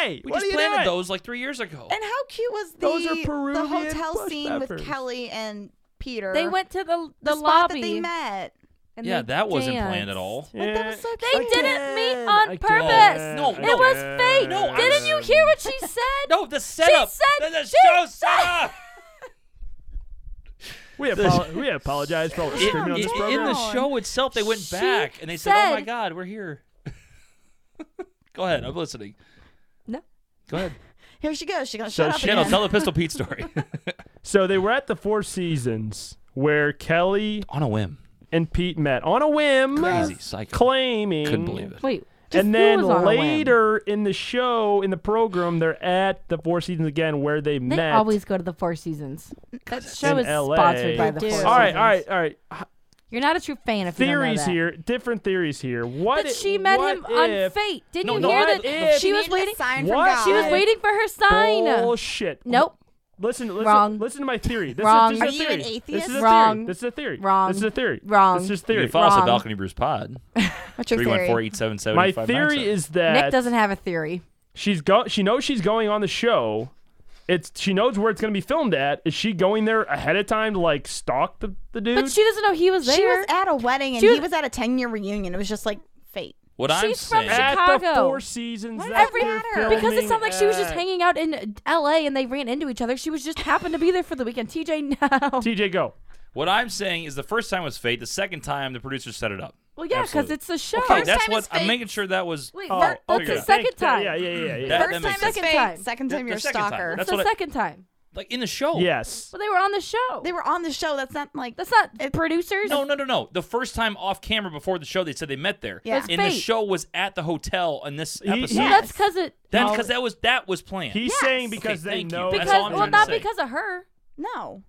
Speaker 3: hey,
Speaker 2: We
Speaker 3: what
Speaker 2: just
Speaker 3: are you
Speaker 2: planted
Speaker 3: doing?
Speaker 2: those like three years ago.
Speaker 1: And how cute was the
Speaker 3: Those are
Speaker 1: the
Speaker 3: Peruvian
Speaker 1: hotel
Speaker 3: bush
Speaker 1: scene
Speaker 3: peppers.
Speaker 1: with Kelly and Peter?
Speaker 4: They went to the
Speaker 1: the,
Speaker 4: the,
Speaker 1: spot
Speaker 4: lobby.
Speaker 1: that they met.
Speaker 4: and
Speaker 2: yeah,
Speaker 4: they
Speaker 2: that wasn't
Speaker 4: danced.
Speaker 2: planned at all.
Speaker 1: Like, that was so
Speaker 3: Yeah.
Speaker 1: cute.
Speaker 4: They didn't meet
Speaker 3: did.
Speaker 4: on
Speaker 3: I did.
Speaker 4: purpose.
Speaker 2: No,
Speaker 4: it
Speaker 2: no.
Speaker 4: was fake.
Speaker 2: No, I-
Speaker 4: didn't you hear what she said?
Speaker 2: No, the setup.
Speaker 4: said-
Speaker 2: the, the
Speaker 4: she
Speaker 2: show
Speaker 4: said-
Speaker 2: setup.
Speaker 3: We, apo- we apologize for all the
Speaker 2: It-
Speaker 3: screaming on
Speaker 2: it-
Speaker 3: this
Speaker 1: in
Speaker 3: program.
Speaker 2: in the show itself, they went
Speaker 4: She
Speaker 2: back and they said, "Oh my
Speaker 4: said-
Speaker 2: God, we're here." Go ahead, I'm listening.
Speaker 4: No.
Speaker 2: Go ahead.
Speaker 1: Here she goes. She's gonna
Speaker 3: So
Speaker 1: shut up
Speaker 3: she-
Speaker 2: Channel,
Speaker 1: again.
Speaker 2: tell the Pistol Pete story
Speaker 3: so they were at the Four Seasons where Kelly
Speaker 2: on a whim.
Speaker 3: and Pete met on a whim,
Speaker 2: Crazy psycho.
Speaker 3: claiming.
Speaker 2: Couldn't believe it.
Speaker 4: Wait. just
Speaker 3: And
Speaker 4: who
Speaker 3: then
Speaker 4: was on a whim?
Speaker 3: later in the show, in the program, they're at the Four Seasons again where they,
Speaker 4: They
Speaker 3: met.
Speaker 4: always go to the Four Seasons. That show
Speaker 3: in
Speaker 4: is
Speaker 3: LA.
Speaker 4: sponsored
Speaker 1: They
Speaker 4: by the
Speaker 1: do.
Speaker 4: Four Seasons.
Speaker 3: all right, all right, all right.
Speaker 4: You're not a true fan if you don't know
Speaker 3: Theories
Speaker 4: that.
Speaker 3: here, different theories here. What?
Speaker 4: But
Speaker 3: i-
Speaker 4: she met
Speaker 3: what
Speaker 4: him on
Speaker 3: if,
Speaker 4: Fate. Didn't
Speaker 2: No,
Speaker 4: you
Speaker 2: no,
Speaker 4: hear
Speaker 2: what
Speaker 4: that?
Speaker 3: if-
Speaker 4: She was
Speaker 1: needed
Speaker 4: waiting.
Speaker 1: A sign
Speaker 3: What?
Speaker 1: From God.
Speaker 4: She was waiting for her sign.
Speaker 3: Bullshit.
Speaker 4: Nope.
Speaker 3: Listen, listen,
Speaker 4: Wrong.
Speaker 3: listen to my theory. This
Speaker 4: Wrong.
Speaker 3: Is, this
Speaker 4: Are
Speaker 3: is
Speaker 1: you
Speaker 3: a theory.
Speaker 1: an
Speaker 3: This is a
Speaker 1: atheist?
Speaker 4: Wrong.
Speaker 3: theory. This is a theory.
Speaker 4: Wrong.
Speaker 3: This is a theory.
Speaker 4: Wrong.
Speaker 3: This is a
Speaker 2: You
Speaker 3: theory.
Speaker 2: can follow us at
Speaker 4: Wrong.
Speaker 2: Balcony Brews Pod.
Speaker 1: What's your
Speaker 2: Three one
Speaker 1: theory?
Speaker 2: four eight seven seven.
Speaker 3: My theory is that
Speaker 4: Nick doesn't have a theory.
Speaker 3: She's go. She knows she's going on the show. It's she knows where it's going to be filmed at. Is she going there ahead of time to like stalk the, the dude?
Speaker 4: But she doesn't know he was there.
Speaker 1: She was at a wedding and
Speaker 4: She was-
Speaker 1: he was at a 10 year reunion. It was just like fate.
Speaker 2: What I'm
Speaker 4: She's from
Speaker 2: saying,
Speaker 3: at the
Speaker 4: Chicago.
Speaker 3: Four Seasons.
Speaker 1: Why does
Speaker 3: that
Speaker 1: it
Speaker 3: they're
Speaker 1: matter?
Speaker 4: because
Speaker 3: filming
Speaker 4: it
Speaker 3: uh,
Speaker 4: sounded like she was just
Speaker 3: at.
Speaker 4: hanging out in L.A. and they ran into each other. She was just happened to be there for the weekend. TJ, no.
Speaker 3: TJ, go.
Speaker 2: what I'm saying is the first time was fate. The second time, the producers set it up.
Speaker 4: well, yeah, because
Speaker 2: Absolutely.
Speaker 4: it's the show.
Speaker 2: Okay,
Speaker 1: First
Speaker 2: that's
Speaker 1: time
Speaker 2: what
Speaker 1: is
Speaker 2: I'm
Speaker 1: fate.
Speaker 2: making sure that was.
Speaker 4: Wait,
Speaker 3: Oh,
Speaker 4: that- that's
Speaker 2: figure it
Speaker 4: the
Speaker 2: out.
Speaker 4: second time.
Speaker 3: Yeah, yeah, yeah, yeah.
Speaker 2: That-
Speaker 1: First
Speaker 2: makes
Speaker 1: time is
Speaker 4: sense.
Speaker 1: fate.
Speaker 4: Second time.
Speaker 1: Second time
Speaker 2: The-
Speaker 1: you're
Speaker 2: the
Speaker 1: a
Speaker 2: second time.
Speaker 1: stalker.
Speaker 2: That's
Speaker 4: That's the
Speaker 2: what I-
Speaker 4: second time.
Speaker 2: like in the show.
Speaker 3: yes.
Speaker 4: But they were on the show.
Speaker 1: They were on the show. That's not like
Speaker 4: that's not
Speaker 1: It-
Speaker 4: producers.
Speaker 2: No, no, no, no. The first time off camera before the show, they said they met there.
Speaker 1: Yeah. That's
Speaker 2: And the
Speaker 4: fate.
Speaker 2: show was at the hotel in this
Speaker 3: He-
Speaker 2: episode.
Speaker 4: Yeah,
Speaker 1: Yes.
Speaker 4: that's because it.
Speaker 2: That's because that was that was planned.
Speaker 3: He's
Speaker 4: Yes.
Speaker 3: saying because
Speaker 2: Okay,
Speaker 3: they
Speaker 2: thank you.
Speaker 3: know.
Speaker 2: That's
Speaker 4: because
Speaker 2: all I'm
Speaker 4: well,
Speaker 2: trying to
Speaker 4: not
Speaker 2: say.
Speaker 4: because of her.
Speaker 1: no.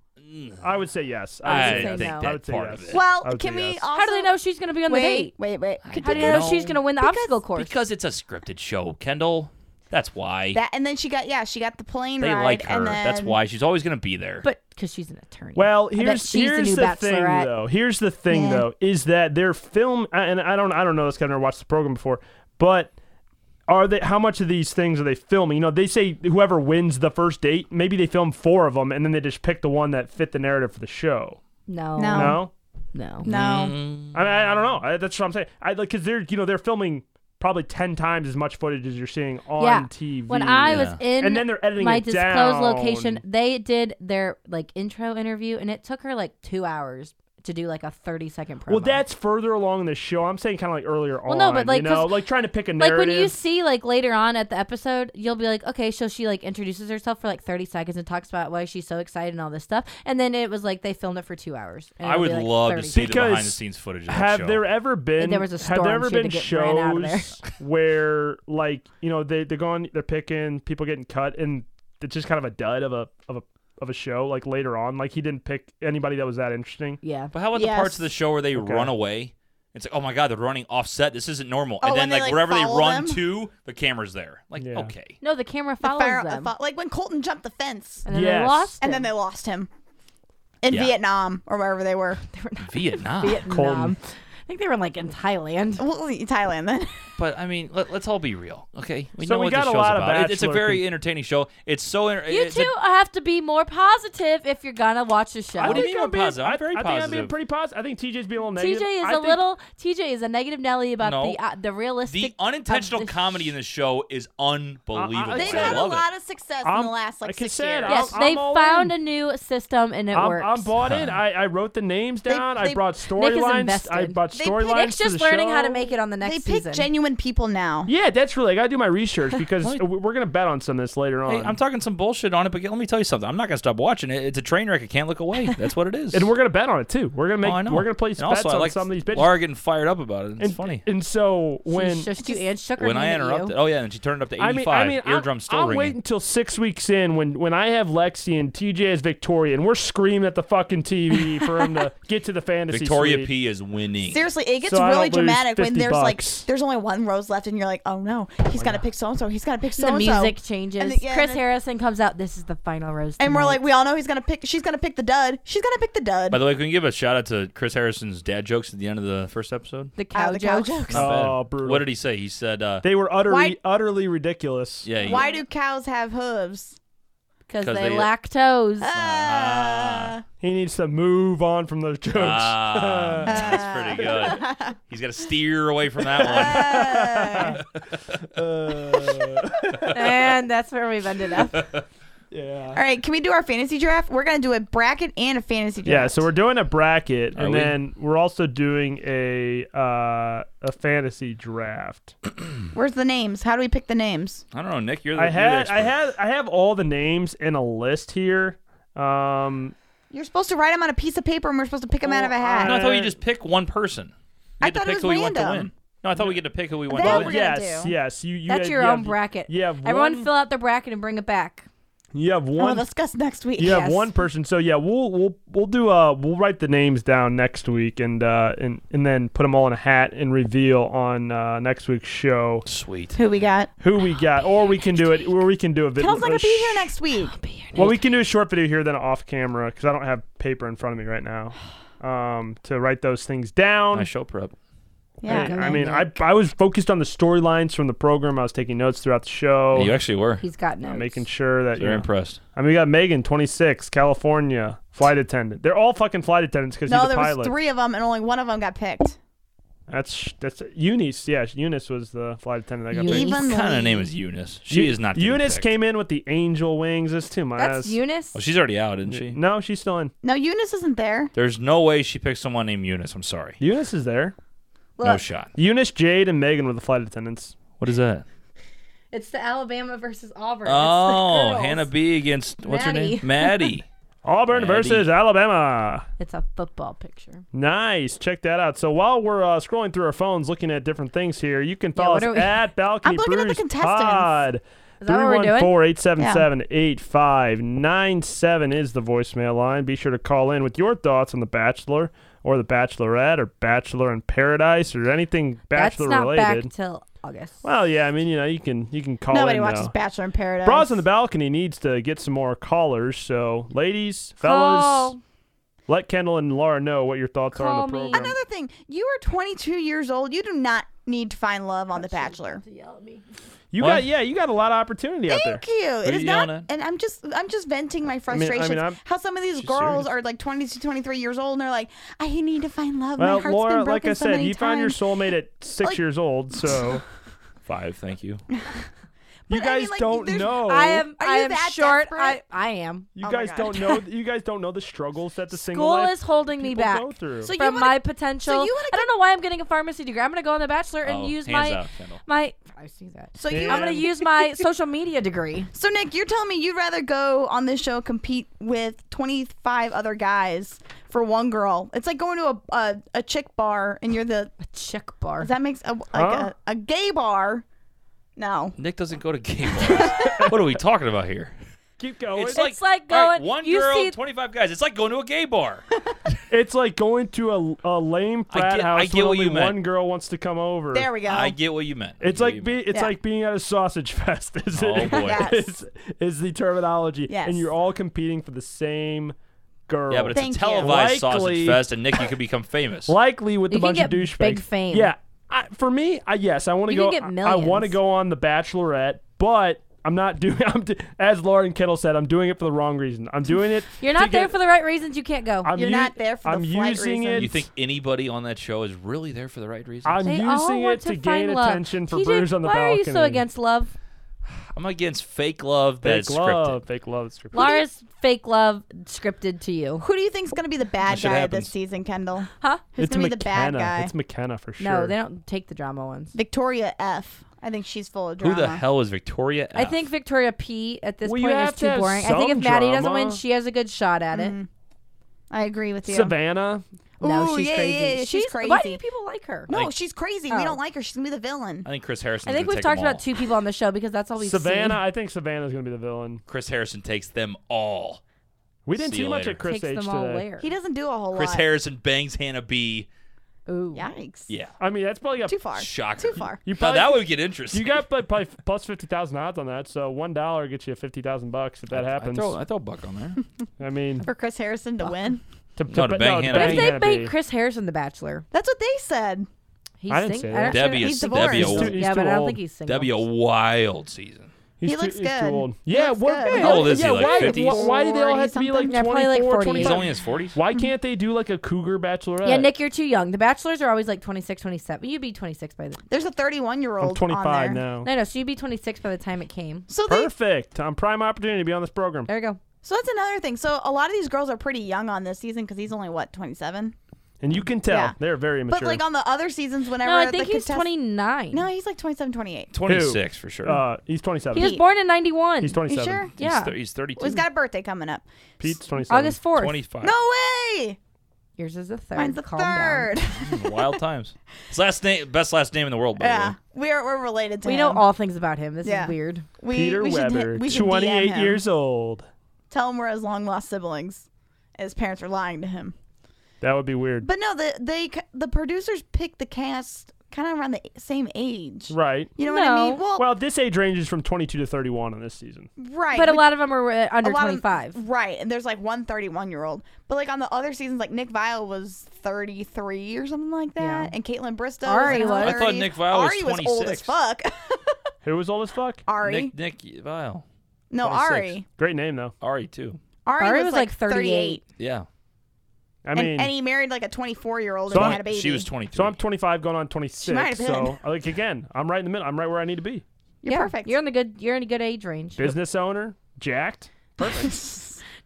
Speaker 3: I would say yes.
Speaker 2: I,
Speaker 3: I would say
Speaker 2: think
Speaker 3: yes.
Speaker 4: no.
Speaker 2: that
Speaker 3: I would say
Speaker 2: part
Speaker 3: yes.
Speaker 2: of it.
Speaker 1: Well,
Speaker 3: I would
Speaker 1: can
Speaker 3: say
Speaker 1: we
Speaker 3: yes.
Speaker 1: also
Speaker 4: How do they know she's going to be on the
Speaker 1: Wait,
Speaker 4: date?
Speaker 1: wait, wait.
Speaker 4: How do you know
Speaker 2: No.
Speaker 4: she's going to win the
Speaker 1: Because-
Speaker 4: obstacle course?
Speaker 2: because it's a scripted show, Kendall. That's why
Speaker 1: That and then she got yeah, she got the plane
Speaker 2: they
Speaker 1: ride.
Speaker 2: like her.
Speaker 1: And then,
Speaker 2: That's why she's always going to be there.
Speaker 4: but because she's an attorney.
Speaker 3: Well,
Speaker 4: bet
Speaker 3: here's
Speaker 4: she's the
Speaker 3: here's
Speaker 4: new
Speaker 3: the, thing
Speaker 4: Bachelorette.
Speaker 3: though. Here's the thing
Speaker 1: Yeah.
Speaker 3: though is that their film and I don't I don't know this 'cause I've never watched the program before, but are they how much of these things are they filming? You know, they say whoever wins the first date, maybe they film four of them and then they just pick the one that fit the narrative for the show.
Speaker 4: no,
Speaker 1: No.
Speaker 3: No,
Speaker 4: no.
Speaker 1: No.
Speaker 4: Mm.
Speaker 3: I, mean, I I don't know. I, that's what I'm saying. I like because they're you know they're filming probably ten times as much footage as you're seeing on
Speaker 4: yeah.
Speaker 3: TV.
Speaker 4: When I was in
Speaker 3: And then they're editing
Speaker 4: my
Speaker 3: it
Speaker 4: disclosed
Speaker 3: down.
Speaker 4: location, they did their like intro interview, and it took her like two hours to do like a thirty second promo.
Speaker 3: well, that's further along in the show. I'm saying kind of like earlier
Speaker 4: Well,
Speaker 3: on.
Speaker 4: no, but,
Speaker 3: you
Speaker 4: like,
Speaker 3: know,
Speaker 4: 'cause-
Speaker 3: like trying to pick a
Speaker 4: like
Speaker 3: narrative.
Speaker 4: when you see like later on at the episode, you'll be like, okay, so she like introduces herself for like thirty seconds and talks about why she's so excited and all this stuff, and then it was like they filmed it for two hours. and
Speaker 2: I
Speaker 4: it'll
Speaker 2: would
Speaker 4: be, like,
Speaker 2: love
Speaker 4: 30
Speaker 2: to see the
Speaker 3: Because
Speaker 2: behind the scenes footage of that
Speaker 3: have
Speaker 2: show.
Speaker 3: there ever been
Speaker 4: there was a
Speaker 3: have there
Speaker 4: storm,
Speaker 3: ever
Speaker 4: she had
Speaker 3: been
Speaker 4: to get ran out of there.
Speaker 3: shows where like you know they they're going they're picking people getting cut and it's just kind of a dud of a of a of a show like later on like he didn't pick anybody that was that interesting.
Speaker 4: Yeah,
Speaker 2: But how about the
Speaker 1: Yes.
Speaker 2: parts of the show where they
Speaker 3: Okay.
Speaker 2: run away? It's like, oh my god, they're running offset. This isn't normal.
Speaker 1: Oh,
Speaker 2: and then
Speaker 1: and they,
Speaker 2: like
Speaker 1: like,
Speaker 2: wherever they
Speaker 1: follow
Speaker 2: run
Speaker 1: them?
Speaker 2: to, the camera's there. Like,
Speaker 3: Yeah.
Speaker 2: okay.
Speaker 4: no, the camera
Speaker 1: The
Speaker 4: follows
Speaker 1: fire- the
Speaker 4: them,
Speaker 1: fo- like when Colton jumped the fence
Speaker 4: and then they
Speaker 3: Yes.
Speaker 4: lost,
Speaker 1: and then
Speaker 4: him.
Speaker 1: they lost him in
Speaker 2: Yeah.
Speaker 1: Vietnam or wherever they were.
Speaker 2: Vietnam.
Speaker 4: Vietnam. I think they were like in Thailand.
Speaker 1: Well, Thailand then.
Speaker 2: But I mean, let, us all be real, okay? We
Speaker 3: So
Speaker 2: know
Speaker 3: we
Speaker 2: what
Speaker 3: got
Speaker 2: this
Speaker 3: a
Speaker 2: show's
Speaker 3: lot of
Speaker 2: about. It- it's a
Speaker 3: Bachelor
Speaker 2: very
Speaker 3: con-
Speaker 2: entertaining show. It's so inter-
Speaker 4: You
Speaker 2: it's a-
Speaker 4: two have to be more positive if you're gonna watch the show.
Speaker 2: What do you mean
Speaker 3: I think
Speaker 2: I'm
Speaker 3: I'm being-
Speaker 2: positive? I'm very
Speaker 3: I think I'm being
Speaker 2: positive.
Speaker 3: pretty positive. I think TJ's being a little
Speaker 4: TJ
Speaker 3: negative.
Speaker 4: is
Speaker 3: I
Speaker 4: a
Speaker 3: think-
Speaker 4: little. TJ is a negative Nelly about
Speaker 2: No.
Speaker 4: the uh, the realistic,
Speaker 2: the unintentional
Speaker 4: of the
Speaker 2: comedy in this show is unbelievable.
Speaker 3: I- I-
Speaker 1: They've
Speaker 3: I
Speaker 1: Uh, had a
Speaker 2: love
Speaker 1: lot of success in
Speaker 3: I'm-
Speaker 1: the last like
Speaker 3: like I
Speaker 1: six
Speaker 3: said,
Speaker 1: years.
Speaker 3: I'm-
Speaker 4: Yes, they
Speaker 3: all
Speaker 4: found
Speaker 3: in.
Speaker 4: a new system and it
Speaker 3: I'm,
Speaker 4: works.
Speaker 3: I'm bought in. I, I wrote the names down. I
Speaker 1: they-
Speaker 3: brought storylines. I
Speaker 4: invested.
Speaker 3: brought
Speaker 1: They picked-
Speaker 3: storylines.
Speaker 4: Nick's
Speaker 3: to
Speaker 4: just
Speaker 3: the
Speaker 4: learning
Speaker 3: show.
Speaker 4: how to make it on the
Speaker 1: They
Speaker 4: next
Speaker 1: pick
Speaker 4: season.
Speaker 1: genuine people now.
Speaker 3: Yeah, that's really. I gotta do my research because
Speaker 2: Let me-
Speaker 3: uh, we- we're gonna bet on some of this later on.
Speaker 2: Hey, I'm talking some bullshit on it, but let me tell you something. I'm not gonna stop watching it. It's a train wreck. I can't look away. That's what it is.
Speaker 3: and we're gonna bet on it too. We're gonna make.
Speaker 2: oh, I know.
Speaker 3: We're gonna place
Speaker 2: and
Speaker 3: bets
Speaker 2: also, I
Speaker 3: on
Speaker 2: like
Speaker 3: some of these bitches.
Speaker 2: Laura getting fired up about it. It's
Speaker 3: and,
Speaker 2: funny.
Speaker 3: And so
Speaker 4: she
Speaker 3: when
Speaker 4: shushed you and shook her
Speaker 2: when I
Speaker 4: hand at you.
Speaker 2: interrupted, oh yeah, and she turned it up to 85.
Speaker 3: I mean, I mean,
Speaker 2: Eardrum
Speaker 3: I'm,
Speaker 2: still
Speaker 3: I'm
Speaker 2: ringing.
Speaker 3: waiting until six weeks in when when I have Lexi and TJ as Victoria, and we're screaming at the fucking TV for him to get to the fantasy.
Speaker 2: Victoria
Speaker 3: suite.
Speaker 2: P is winning.
Speaker 1: Seriously, it gets
Speaker 3: So I don't
Speaker 1: really
Speaker 3: lose
Speaker 1: dramatic when
Speaker 3: 50
Speaker 1: there's
Speaker 3: bucks.
Speaker 1: like there's only one rose left and you're like, oh no, he's got to pick so and so. He's got to pick so
Speaker 4: the
Speaker 1: and so.
Speaker 4: music changes.
Speaker 1: And the- yeah, and
Speaker 4: Chris
Speaker 1: the-
Speaker 4: Harrison comes out. This is the final rose.
Speaker 1: And we're
Speaker 4: tonight."
Speaker 1: like, we all know he's gonna pick. She's gonna pick the dud. She's gonna pick the dud.
Speaker 2: By the way, can we give a shout out to Chris Harrison's dad jokes at the end of the first episode?
Speaker 4: the
Speaker 1: Out
Speaker 4: cow
Speaker 1: of the cow
Speaker 4: joke.
Speaker 1: jokes.
Speaker 2: Not bad.
Speaker 3: Oh, brutal.
Speaker 2: What did he say? He said, uh,
Speaker 3: They were utterly
Speaker 1: Why-
Speaker 3: utterly ridiculous.
Speaker 2: "Yeah, he-
Speaker 1: Why do cows have hooves?
Speaker 4: because
Speaker 2: 'Cause
Speaker 4: they,
Speaker 2: they-
Speaker 1: Uh,
Speaker 4: lactose.
Speaker 1: Ah.
Speaker 3: He needs to move on from those jokes.
Speaker 2: Ah, that's pretty good. He's got to steer away from that
Speaker 1: Ah.
Speaker 3: Uh,
Speaker 4: and that's where we've ended up.
Speaker 3: yeah.
Speaker 1: all right, can we do our fantasy draft? We're gonna do a bracket and a fantasy draft.
Speaker 3: Yeah, so we're doing a bracket,
Speaker 2: Are
Speaker 3: and
Speaker 2: we?
Speaker 3: then we're also doing a uh, a fantasy draft.
Speaker 1: Where's the names? How do we pick the names?
Speaker 2: one. I don't know, Nick. You're the,
Speaker 3: I
Speaker 2: you're the
Speaker 3: had I
Speaker 2: expert.
Speaker 3: had I have all the names in a list here. Um,
Speaker 1: You're supposed to write them on a piece of paper, and we're supposed to pick them out of a
Speaker 3: Well,
Speaker 2: No,
Speaker 1: hat.
Speaker 2: I thought you just pick one person.
Speaker 1: I
Speaker 2: You get to
Speaker 1: thought it was
Speaker 2: pick who you want to
Speaker 1: random.
Speaker 2: win. No, I thought we get to pick who we want
Speaker 1: That we're
Speaker 2: to
Speaker 3: well,
Speaker 2: win.
Speaker 1: gonna
Speaker 3: yes,
Speaker 1: do.
Speaker 3: yes. You, you
Speaker 4: That's
Speaker 3: you
Speaker 4: your
Speaker 3: have-
Speaker 4: own bracket.
Speaker 3: You have
Speaker 4: Everyone
Speaker 3: one,
Speaker 4: fill out their bracket and bring it back.
Speaker 3: You have
Speaker 1: We'll
Speaker 3: one.
Speaker 1: discuss next week.
Speaker 3: you have
Speaker 4: yes.
Speaker 3: one person. So yeah, we'll we'll we'll do uh we'll write the names down next week and uh and and then put them all in a hat and reveal on uh, next week's show
Speaker 2: Sweet.
Speaker 1: Who we got?
Speaker 3: who we got, or we can do it, or we can do a video.
Speaker 1: Kel's not gonna be here next week.
Speaker 3: Well, we can do a short video here, then off camera, because I don't have paper in front of me right now, um, to write those things down.
Speaker 2: My show prep.
Speaker 1: Yeah.
Speaker 3: I, I mean, I, I was focused on the storylines from the program. I was taking notes throughout the show,
Speaker 2: Oh, you actually were.
Speaker 4: He's got notes.
Speaker 3: making sure that
Speaker 2: They're
Speaker 3: you know,
Speaker 2: impressed.
Speaker 3: I mean, we got Megan, 26, California, flight attendant. They're all fucking flight attendants because
Speaker 1: No,
Speaker 3: he's a
Speaker 1: there
Speaker 3: pilot.
Speaker 1: was three of them, and only one of them got picked.
Speaker 3: That's that's Eunice. Yeah, Eunice was the flight attendant that got
Speaker 4: Eunice.
Speaker 3: picked.
Speaker 1: Even
Speaker 2: What kind
Speaker 1: Lee.
Speaker 2: of name is Eunice? She
Speaker 3: Eu-
Speaker 2: is not. getting
Speaker 3: Eunice
Speaker 2: picked.
Speaker 3: came in with the angel wings. That's too much.
Speaker 4: That's Eunice.
Speaker 2: Oh, she's already out, isn't she?
Speaker 3: No, she's still in.
Speaker 1: No, Eunice isn't there.
Speaker 2: There's no way she picked someone named Eunice. I'm sorry.
Speaker 3: Eunice is there.
Speaker 2: No
Speaker 1: Look,
Speaker 2: shot.
Speaker 3: Eunice, Jade, and Megan were the flight attendants.
Speaker 2: What is that?
Speaker 4: It's the Alabama versus Auburn. It's the
Speaker 2: Oh,
Speaker 4: girls.
Speaker 2: Hannah B against what's her name?
Speaker 4: Maddie.
Speaker 2: Maddie.
Speaker 3: Auburn
Speaker 2: Maddie.
Speaker 3: versus Alabama.
Speaker 4: It's a football picture.
Speaker 3: Nice. Check that out. So while we're uh, scrolling through our phones, looking at different things here, you can follow
Speaker 4: what are
Speaker 3: us
Speaker 4: we-
Speaker 3: at Balcony
Speaker 1: I'm looking at the
Speaker 3: Brews
Speaker 1: contestants.
Speaker 3: Pod.
Speaker 4: Is that what we're doing?
Speaker 3: 314-877-8597 is the voicemail line. Be sure to call in with your thoughts on The Bachelor or The Bachelorette or Bachelor in Paradise or anything Bachelor
Speaker 4: That's not
Speaker 3: related.
Speaker 4: back till August.
Speaker 3: well, yeah, I mean, you know, you can you can call
Speaker 1: nobody
Speaker 3: in
Speaker 1: watches
Speaker 3: now.
Speaker 1: Bachelor in Paradise.
Speaker 3: Bras on the Balcony needs to get some more callers, so ladies, fellas,
Speaker 4: Call.
Speaker 3: let Kendall and Laura know what your thoughts are
Speaker 4: Call
Speaker 3: on the
Speaker 4: me.
Speaker 3: program.
Speaker 1: Another thing, you are 22 years old. You do not need to find love on The Bachelor.
Speaker 3: You
Speaker 2: What?
Speaker 3: got yeah, you got a lot of opportunity out there.
Speaker 1: Thank you. It
Speaker 2: you
Speaker 1: is not,
Speaker 2: yelling at?
Speaker 1: and I'm just, I'm just venting my
Speaker 3: mean,
Speaker 1: frustrations.
Speaker 3: I'm-
Speaker 1: How some of these
Speaker 3: She's
Speaker 1: girls
Speaker 3: serious.
Speaker 1: are like 22, 23 years old, and they're like, I need to find love. my
Speaker 3: Well,
Speaker 1: heart's
Speaker 3: Laura,
Speaker 1: been broken
Speaker 3: like I
Speaker 1: so
Speaker 3: said,
Speaker 1: many
Speaker 3: you found your
Speaker 1: times."
Speaker 3: soulmate at six
Speaker 1: Like-
Speaker 3: years old, so
Speaker 2: Five. Thank you.
Speaker 3: you
Speaker 1: I
Speaker 3: guys
Speaker 1: mean, like,
Speaker 3: don't
Speaker 1: there's-
Speaker 3: know.
Speaker 4: I am.
Speaker 1: Are
Speaker 4: I
Speaker 1: you
Speaker 4: am
Speaker 1: that
Speaker 4: short.
Speaker 1: desperate?
Speaker 4: I, I am.
Speaker 3: You
Speaker 1: Oh my
Speaker 3: guys
Speaker 1: God.
Speaker 3: don't know. You guys don't know the struggles that the single
Speaker 4: School
Speaker 3: life
Speaker 4: is holding me
Speaker 3: people
Speaker 4: back
Speaker 3: go through.
Speaker 1: So you
Speaker 4: from
Speaker 1: wanna-
Speaker 4: my potential.
Speaker 1: so you wanna
Speaker 4: I don't know why I'm getting a pharmacy degree. I'm gonna go on The Bachelor and
Speaker 2: Oh,
Speaker 4: use
Speaker 2: hands
Speaker 4: my
Speaker 2: out, Kendall.
Speaker 4: my. I see that.
Speaker 1: So you,
Speaker 4: I'm gonna use my social media degree.
Speaker 1: so Nick, you're telling me you'd rather go on this show compete with 25 other guys for one girl? It's like going to a a, a chick bar, and you're the
Speaker 4: A chick bar.
Speaker 1: that makes a like
Speaker 3: Huh?
Speaker 1: a, a gay bar. No,
Speaker 2: Nick doesn't go to gay bars. what are we talking about here?
Speaker 3: keep going. It's
Speaker 4: like-
Speaker 3: like,
Speaker 2: Oh, all right,
Speaker 4: going-
Speaker 2: one
Speaker 4: you
Speaker 2: girl,
Speaker 4: see-
Speaker 2: 25 guys. It's like going to a gay bar.
Speaker 3: going to a, a lame
Speaker 2: I
Speaker 3: frat
Speaker 2: get- I
Speaker 3: house
Speaker 2: get
Speaker 3: where
Speaker 2: what
Speaker 3: only
Speaker 2: you meant.
Speaker 3: one girl wants to come over.
Speaker 1: there we go.
Speaker 2: I get what you meant. I
Speaker 3: It's
Speaker 2: get what you
Speaker 3: like be,
Speaker 2: meant.
Speaker 3: it's
Speaker 1: Yeah.
Speaker 3: like being at a sausage fest. Is
Speaker 2: Oh,
Speaker 3: it?
Speaker 2: boy.
Speaker 1: Yes.
Speaker 3: is, is the terminology,
Speaker 1: Yes.
Speaker 3: and you're all competing for the same girl.
Speaker 2: yeah, but it's
Speaker 1: Thank
Speaker 2: a
Speaker 1: you.
Speaker 2: televised sausage
Speaker 3: Likely-
Speaker 2: fest, and Nick, you could become famous.
Speaker 3: likely with
Speaker 4: You
Speaker 3: a
Speaker 4: can
Speaker 3: bunch of
Speaker 4: get
Speaker 3: douchebags.
Speaker 4: big fame.
Speaker 3: Yeah, I, for me, I, yes, I want to
Speaker 4: You
Speaker 3: go.
Speaker 4: can get
Speaker 3: I want to
Speaker 4: millions.
Speaker 3: go on the Bachelorette, but I'm not doing. I'm do, as Lauren Kittle said, I'm doing it for the wrong reason. I'm doing it.
Speaker 4: You're not
Speaker 3: to
Speaker 4: there
Speaker 3: get-
Speaker 4: for the right reasons. You can't go.
Speaker 3: I'm
Speaker 1: You're
Speaker 3: u-
Speaker 1: not there for the
Speaker 3: I'm
Speaker 1: flight
Speaker 3: using
Speaker 1: reason.
Speaker 3: it.
Speaker 2: you think anybody on that show is really there for the right reason?
Speaker 3: I'm
Speaker 4: they all
Speaker 3: using it
Speaker 4: want
Speaker 3: to,
Speaker 4: find
Speaker 3: gain
Speaker 4: love.
Speaker 3: attention for
Speaker 4: TJ,
Speaker 3: Bruise on the
Speaker 4: why
Speaker 3: balcony.
Speaker 4: are you so against love?
Speaker 2: I'm against fake love
Speaker 3: fake
Speaker 2: that's
Speaker 3: love?
Speaker 2: scripted.
Speaker 3: Fake love. Scripted.
Speaker 4: Laura's fake love scripted to you.
Speaker 1: Who do you think's gonna be the bad
Speaker 2: That shit
Speaker 1: guy this
Speaker 2: happens.
Speaker 1: season, Kendall?
Speaker 4: Huh?
Speaker 1: Who's
Speaker 3: it's
Speaker 1: gonna
Speaker 3: McKenna.
Speaker 1: be the bad guy?
Speaker 3: It's McKenna for sure.
Speaker 4: No, they don't take the drama ones.
Speaker 1: Victoria F. I think she's full of
Speaker 2: Who
Speaker 1: drama.
Speaker 2: the hell is Victoria?
Speaker 4: I
Speaker 2: F?
Speaker 4: think Victoria P at this
Speaker 3: Well, you
Speaker 4: point
Speaker 3: have
Speaker 4: is
Speaker 3: to
Speaker 4: too
Speaker 3: have
Speaker 4: boring. I think if
Speaker 3: some
Speaker 4: Maddie doesn't
Speaker 3: drama.
Speaker 4: win, she has a good shot at it.
Speaker 1: I agree with you.
Speaker 3: Savannah.
Speaker 4: No,
Speaker 1: Mm-hmm. Ooh,
Speaker 4: she's
Speaker 1: yeah,
Speaker 4: crazy.
Speaker 1: yeah, yeah, she's
Speaker 4: Why do
Speaker 1: crazy.
Speaker 4: people like her?
Speaker 1: No,
Speaker 2: Like-
Speaker 1: she's crazy.
Speaker 4: Oh.
Speaker 1: We don't like her. She's gonna be the villain.
Speaker 2: I think Chris Harrison.
Speaker 4: I think we've talked about two people on the show because that's all we've
Speaker 3: Savannah.
Speaker 4: seen.
Speaker 3: I think Savannah's gonna be the villain.
Speaker 2: Chris Harrison takes them all.
Speaker 3: We didn't
Speaker 2: See
Speaker 3: see
Speaker 2: you
Speaker 3: much
Speaker 2: later.
Speaker 3: at Chris
Speaker 4: takes
Speaker 3: H
Speaker 4: them
Speaker 3: today.
Speaker 4: all where?
Speaker 1: He doesn't do a whole
Speaker 2: Chris
Speaker 1: lot.
Speaker 2: Harrison bangs Hannah B.
Speaker 4: Ooh.
Speaker 1: Yikes.
Speaker 2: Yeah.
Speaker 3: I mean, that's probably a
Speaker 1: Too far.
Speaker 2: Shocker.
Speaker 1: Too far.
Speaker 3: You
Speaker 2: Now
Speaker 3: probably
Speaker 2: that would get interesting.
Speaker 3: You got but probably plus fifty thousand odds on that, so one dollar gets you fifty thousand bucks if that happens. I,
Speaker 2: I throw a buck on there.
Speaker 3: mean,
Speaker 1: For Chris Harrison to win.
Speaker 3: to,
Speaker 2: No, to bang Hannah
Speaker 4: But
Speaker 2: Bang
Speaker 4: if they made Chris Harrison the Bachelor,
Speaker 1: That's what they said.
Speaker 4: he's
Speaker 3: I didn't
Speaker 4: sing-
Speaker 3: say
Speaker 4: I
Speaker 3: that.
Speaker 4: don't-
Speaker 2: Debbie
Speaker 1: He's
Speaker 2: is
Speaker 1: divorced.
Speaker 2: Debbie a,
Speaker 3: He's too-
Speaker 4: yeah, but I
Speaker 3: old.
Speaker 4: don't think he's single.
Speaker 2: Debbie a wild season.
Speaker 3: he's
Speaker 1: He looks
Speaker 3: too, He's
Speaker 1: good.
Speaker 3: too old.
Speaker 1: He
Speaker 3: Yeah,
Speaker 1: looks
Speaker 3: what?
Speaker 1: good.
Speaker 3: Yeah,
Speaker 1: How
Speaker 2: old is he,
Speaker 3: yeah,
Speaker 2: like,
Speaker 3: why,
Speaker 2: 50s?
Speaker 3: why- Why do they all have to be like 24,
Speaker 1: Yeah,
Speaker 4: something? probably like 40.
Speaker 2: He's
Speaker 3: 25?
Speaker 2: only in his 40s.
Speaker 3: Why can't they do like a cougar bachelorette?
Speaker 4: Yeah, Nick, you're too young. The Bachelors are always like 26, 27. You'd be 26 by the.
Speaker 1: There's a 31 year old.
Speaker 3: I'm 25
Speaker 1: on there.
Speaker 3: now.
Speaker 4: No, no. So you'd be 26 by the time it came.
Speaker 1: So they,
Speaker 3: Perfect. I'm prime opportunity to be on this program.
Speaker 4: There you go.
Speaker 1: so that's another thing. So a lot of these girls are pretty young on this season because he's only what 27.
Speaker 3: And you can tell
Speaker 1: Yeah.
Speaker 3: they're very mature.
Speaker 1: But like on the other seasons, whenever
Speaker 4: No, I
Speaker 1: the
Speaker 4: think he's
Speaker 1: contest-
Speaker 4: 29.
Speaker 1: No, he's like 27, 28.
Speaker 2: 26 for sure.
Speaker 3: uh, he's 27.
Speaker 4: he was
Speaker 1: Pete.
Speaker 4: born in 91.
Speaker 3: he's
Speaker 1: You
Speaker 3: 27.
Speaker 1: sure?
Speaker 2: he's,
Speaker 4: Yeah.
Speaker 2: thir- he's 32.
Speaker 1: Well, he's got a birthday coming up.
Speaker 3: Pete's 27.
Speaker 4: August 4th.
Speaker 2: 25.
Speaker 1: No way.
Speaker 4: Yours is the third.
Speaker 1: Mine's the
Speaker 4: Calm
Speaker 1: third.
Speaker 4: Down.
Speaker 2: Wild times. His last name, best last name in the world, by the
Speaker 1: yeah,
Speaker 2: way.
Speaker 1: we're we're related to
Speaker 4: We
Speaker 1: him.
Speaker 4: know all things about him. This
Speaker 1: Yeah.
Speaker 4: is weird.
Speaker 1: We,
Speaker 3: Peter
Speaker 1: we should hit-
Speaker 3: Weber,
Speaker 1: we should DM
Speaker 3: 28
Speaker 1: him.
Speaker 3: years old.
Speaker 1: Tell him we're his long lost siblings. His parents are lying to him.
Speaker 3: That would be weird.
Speaker 1: But no, the they the producers pick the cast kind of around the same age.
Speaker 3: Right.
Speaker 1: You know what I
Speaker 4: No.
Speaker 1: mean? Well,
Speaker 3: Well, this age ranges from 22 to 31 on this season.
Speaker 1: right.
Speaker 4: But a
Speaker 1: which-
Speaker 4: lot of them are uh, under
Speaker 1: a lot of-
Speaker 4: 25.
Speaker 1: right. And there's like one 31 year old. But like on the other seasons, like Nick Vile was 33 or something like that.
Speaker 4: Yeah.
Speaker 1: And Caitlin Bristow.
Speaker 4: Ari
Speaker 1: was. like,
Speaker 4: was.
Speaker 2: I thought
Speaker 1: 30.
Speaker 2: Nick Vile was
Speaker 1: Ari was old as
Speaker 2: 26.
Speaker 1: fuck.
Speaker 3: Who was old as fuck?
Speaker 1: Ari.
Speaker 2: Nick Nick Vile.
Speaker 1: no,
Speaker 2: 26.
Speaker 1: Ari.
Speaker 3: Great name though.
Speaker 2: Ari too.
Speaker 1: Ari,
Speaker 4: Ari
Speaker 1: was,
Speaker 4: was,
Speaker 1: like
Speaker 4: like, 38.
Speaker 2: Yeah.
Speaker 3: I
Speaker 1: And,
Speaker 3: mean,
Speaker 1: and he married like a 24 year old
Speaker 3: So
Speaker 1: and
Speaker 3: I-
Speaker 1: they had a baby.
Speaker 2: She was 23.
Speaker 3: so I'm 25 going on 26.
Speaker 1: might have
Speaker 3: So like again, I'm right in the middle. I'm right where I need to be.
Speaker 1: You're
Speaker 4: yeah,
Speaker 1: perfect.
Speaker 4: You're in the good. You're in a good age range.
Speaker 3: Business owner, jacked,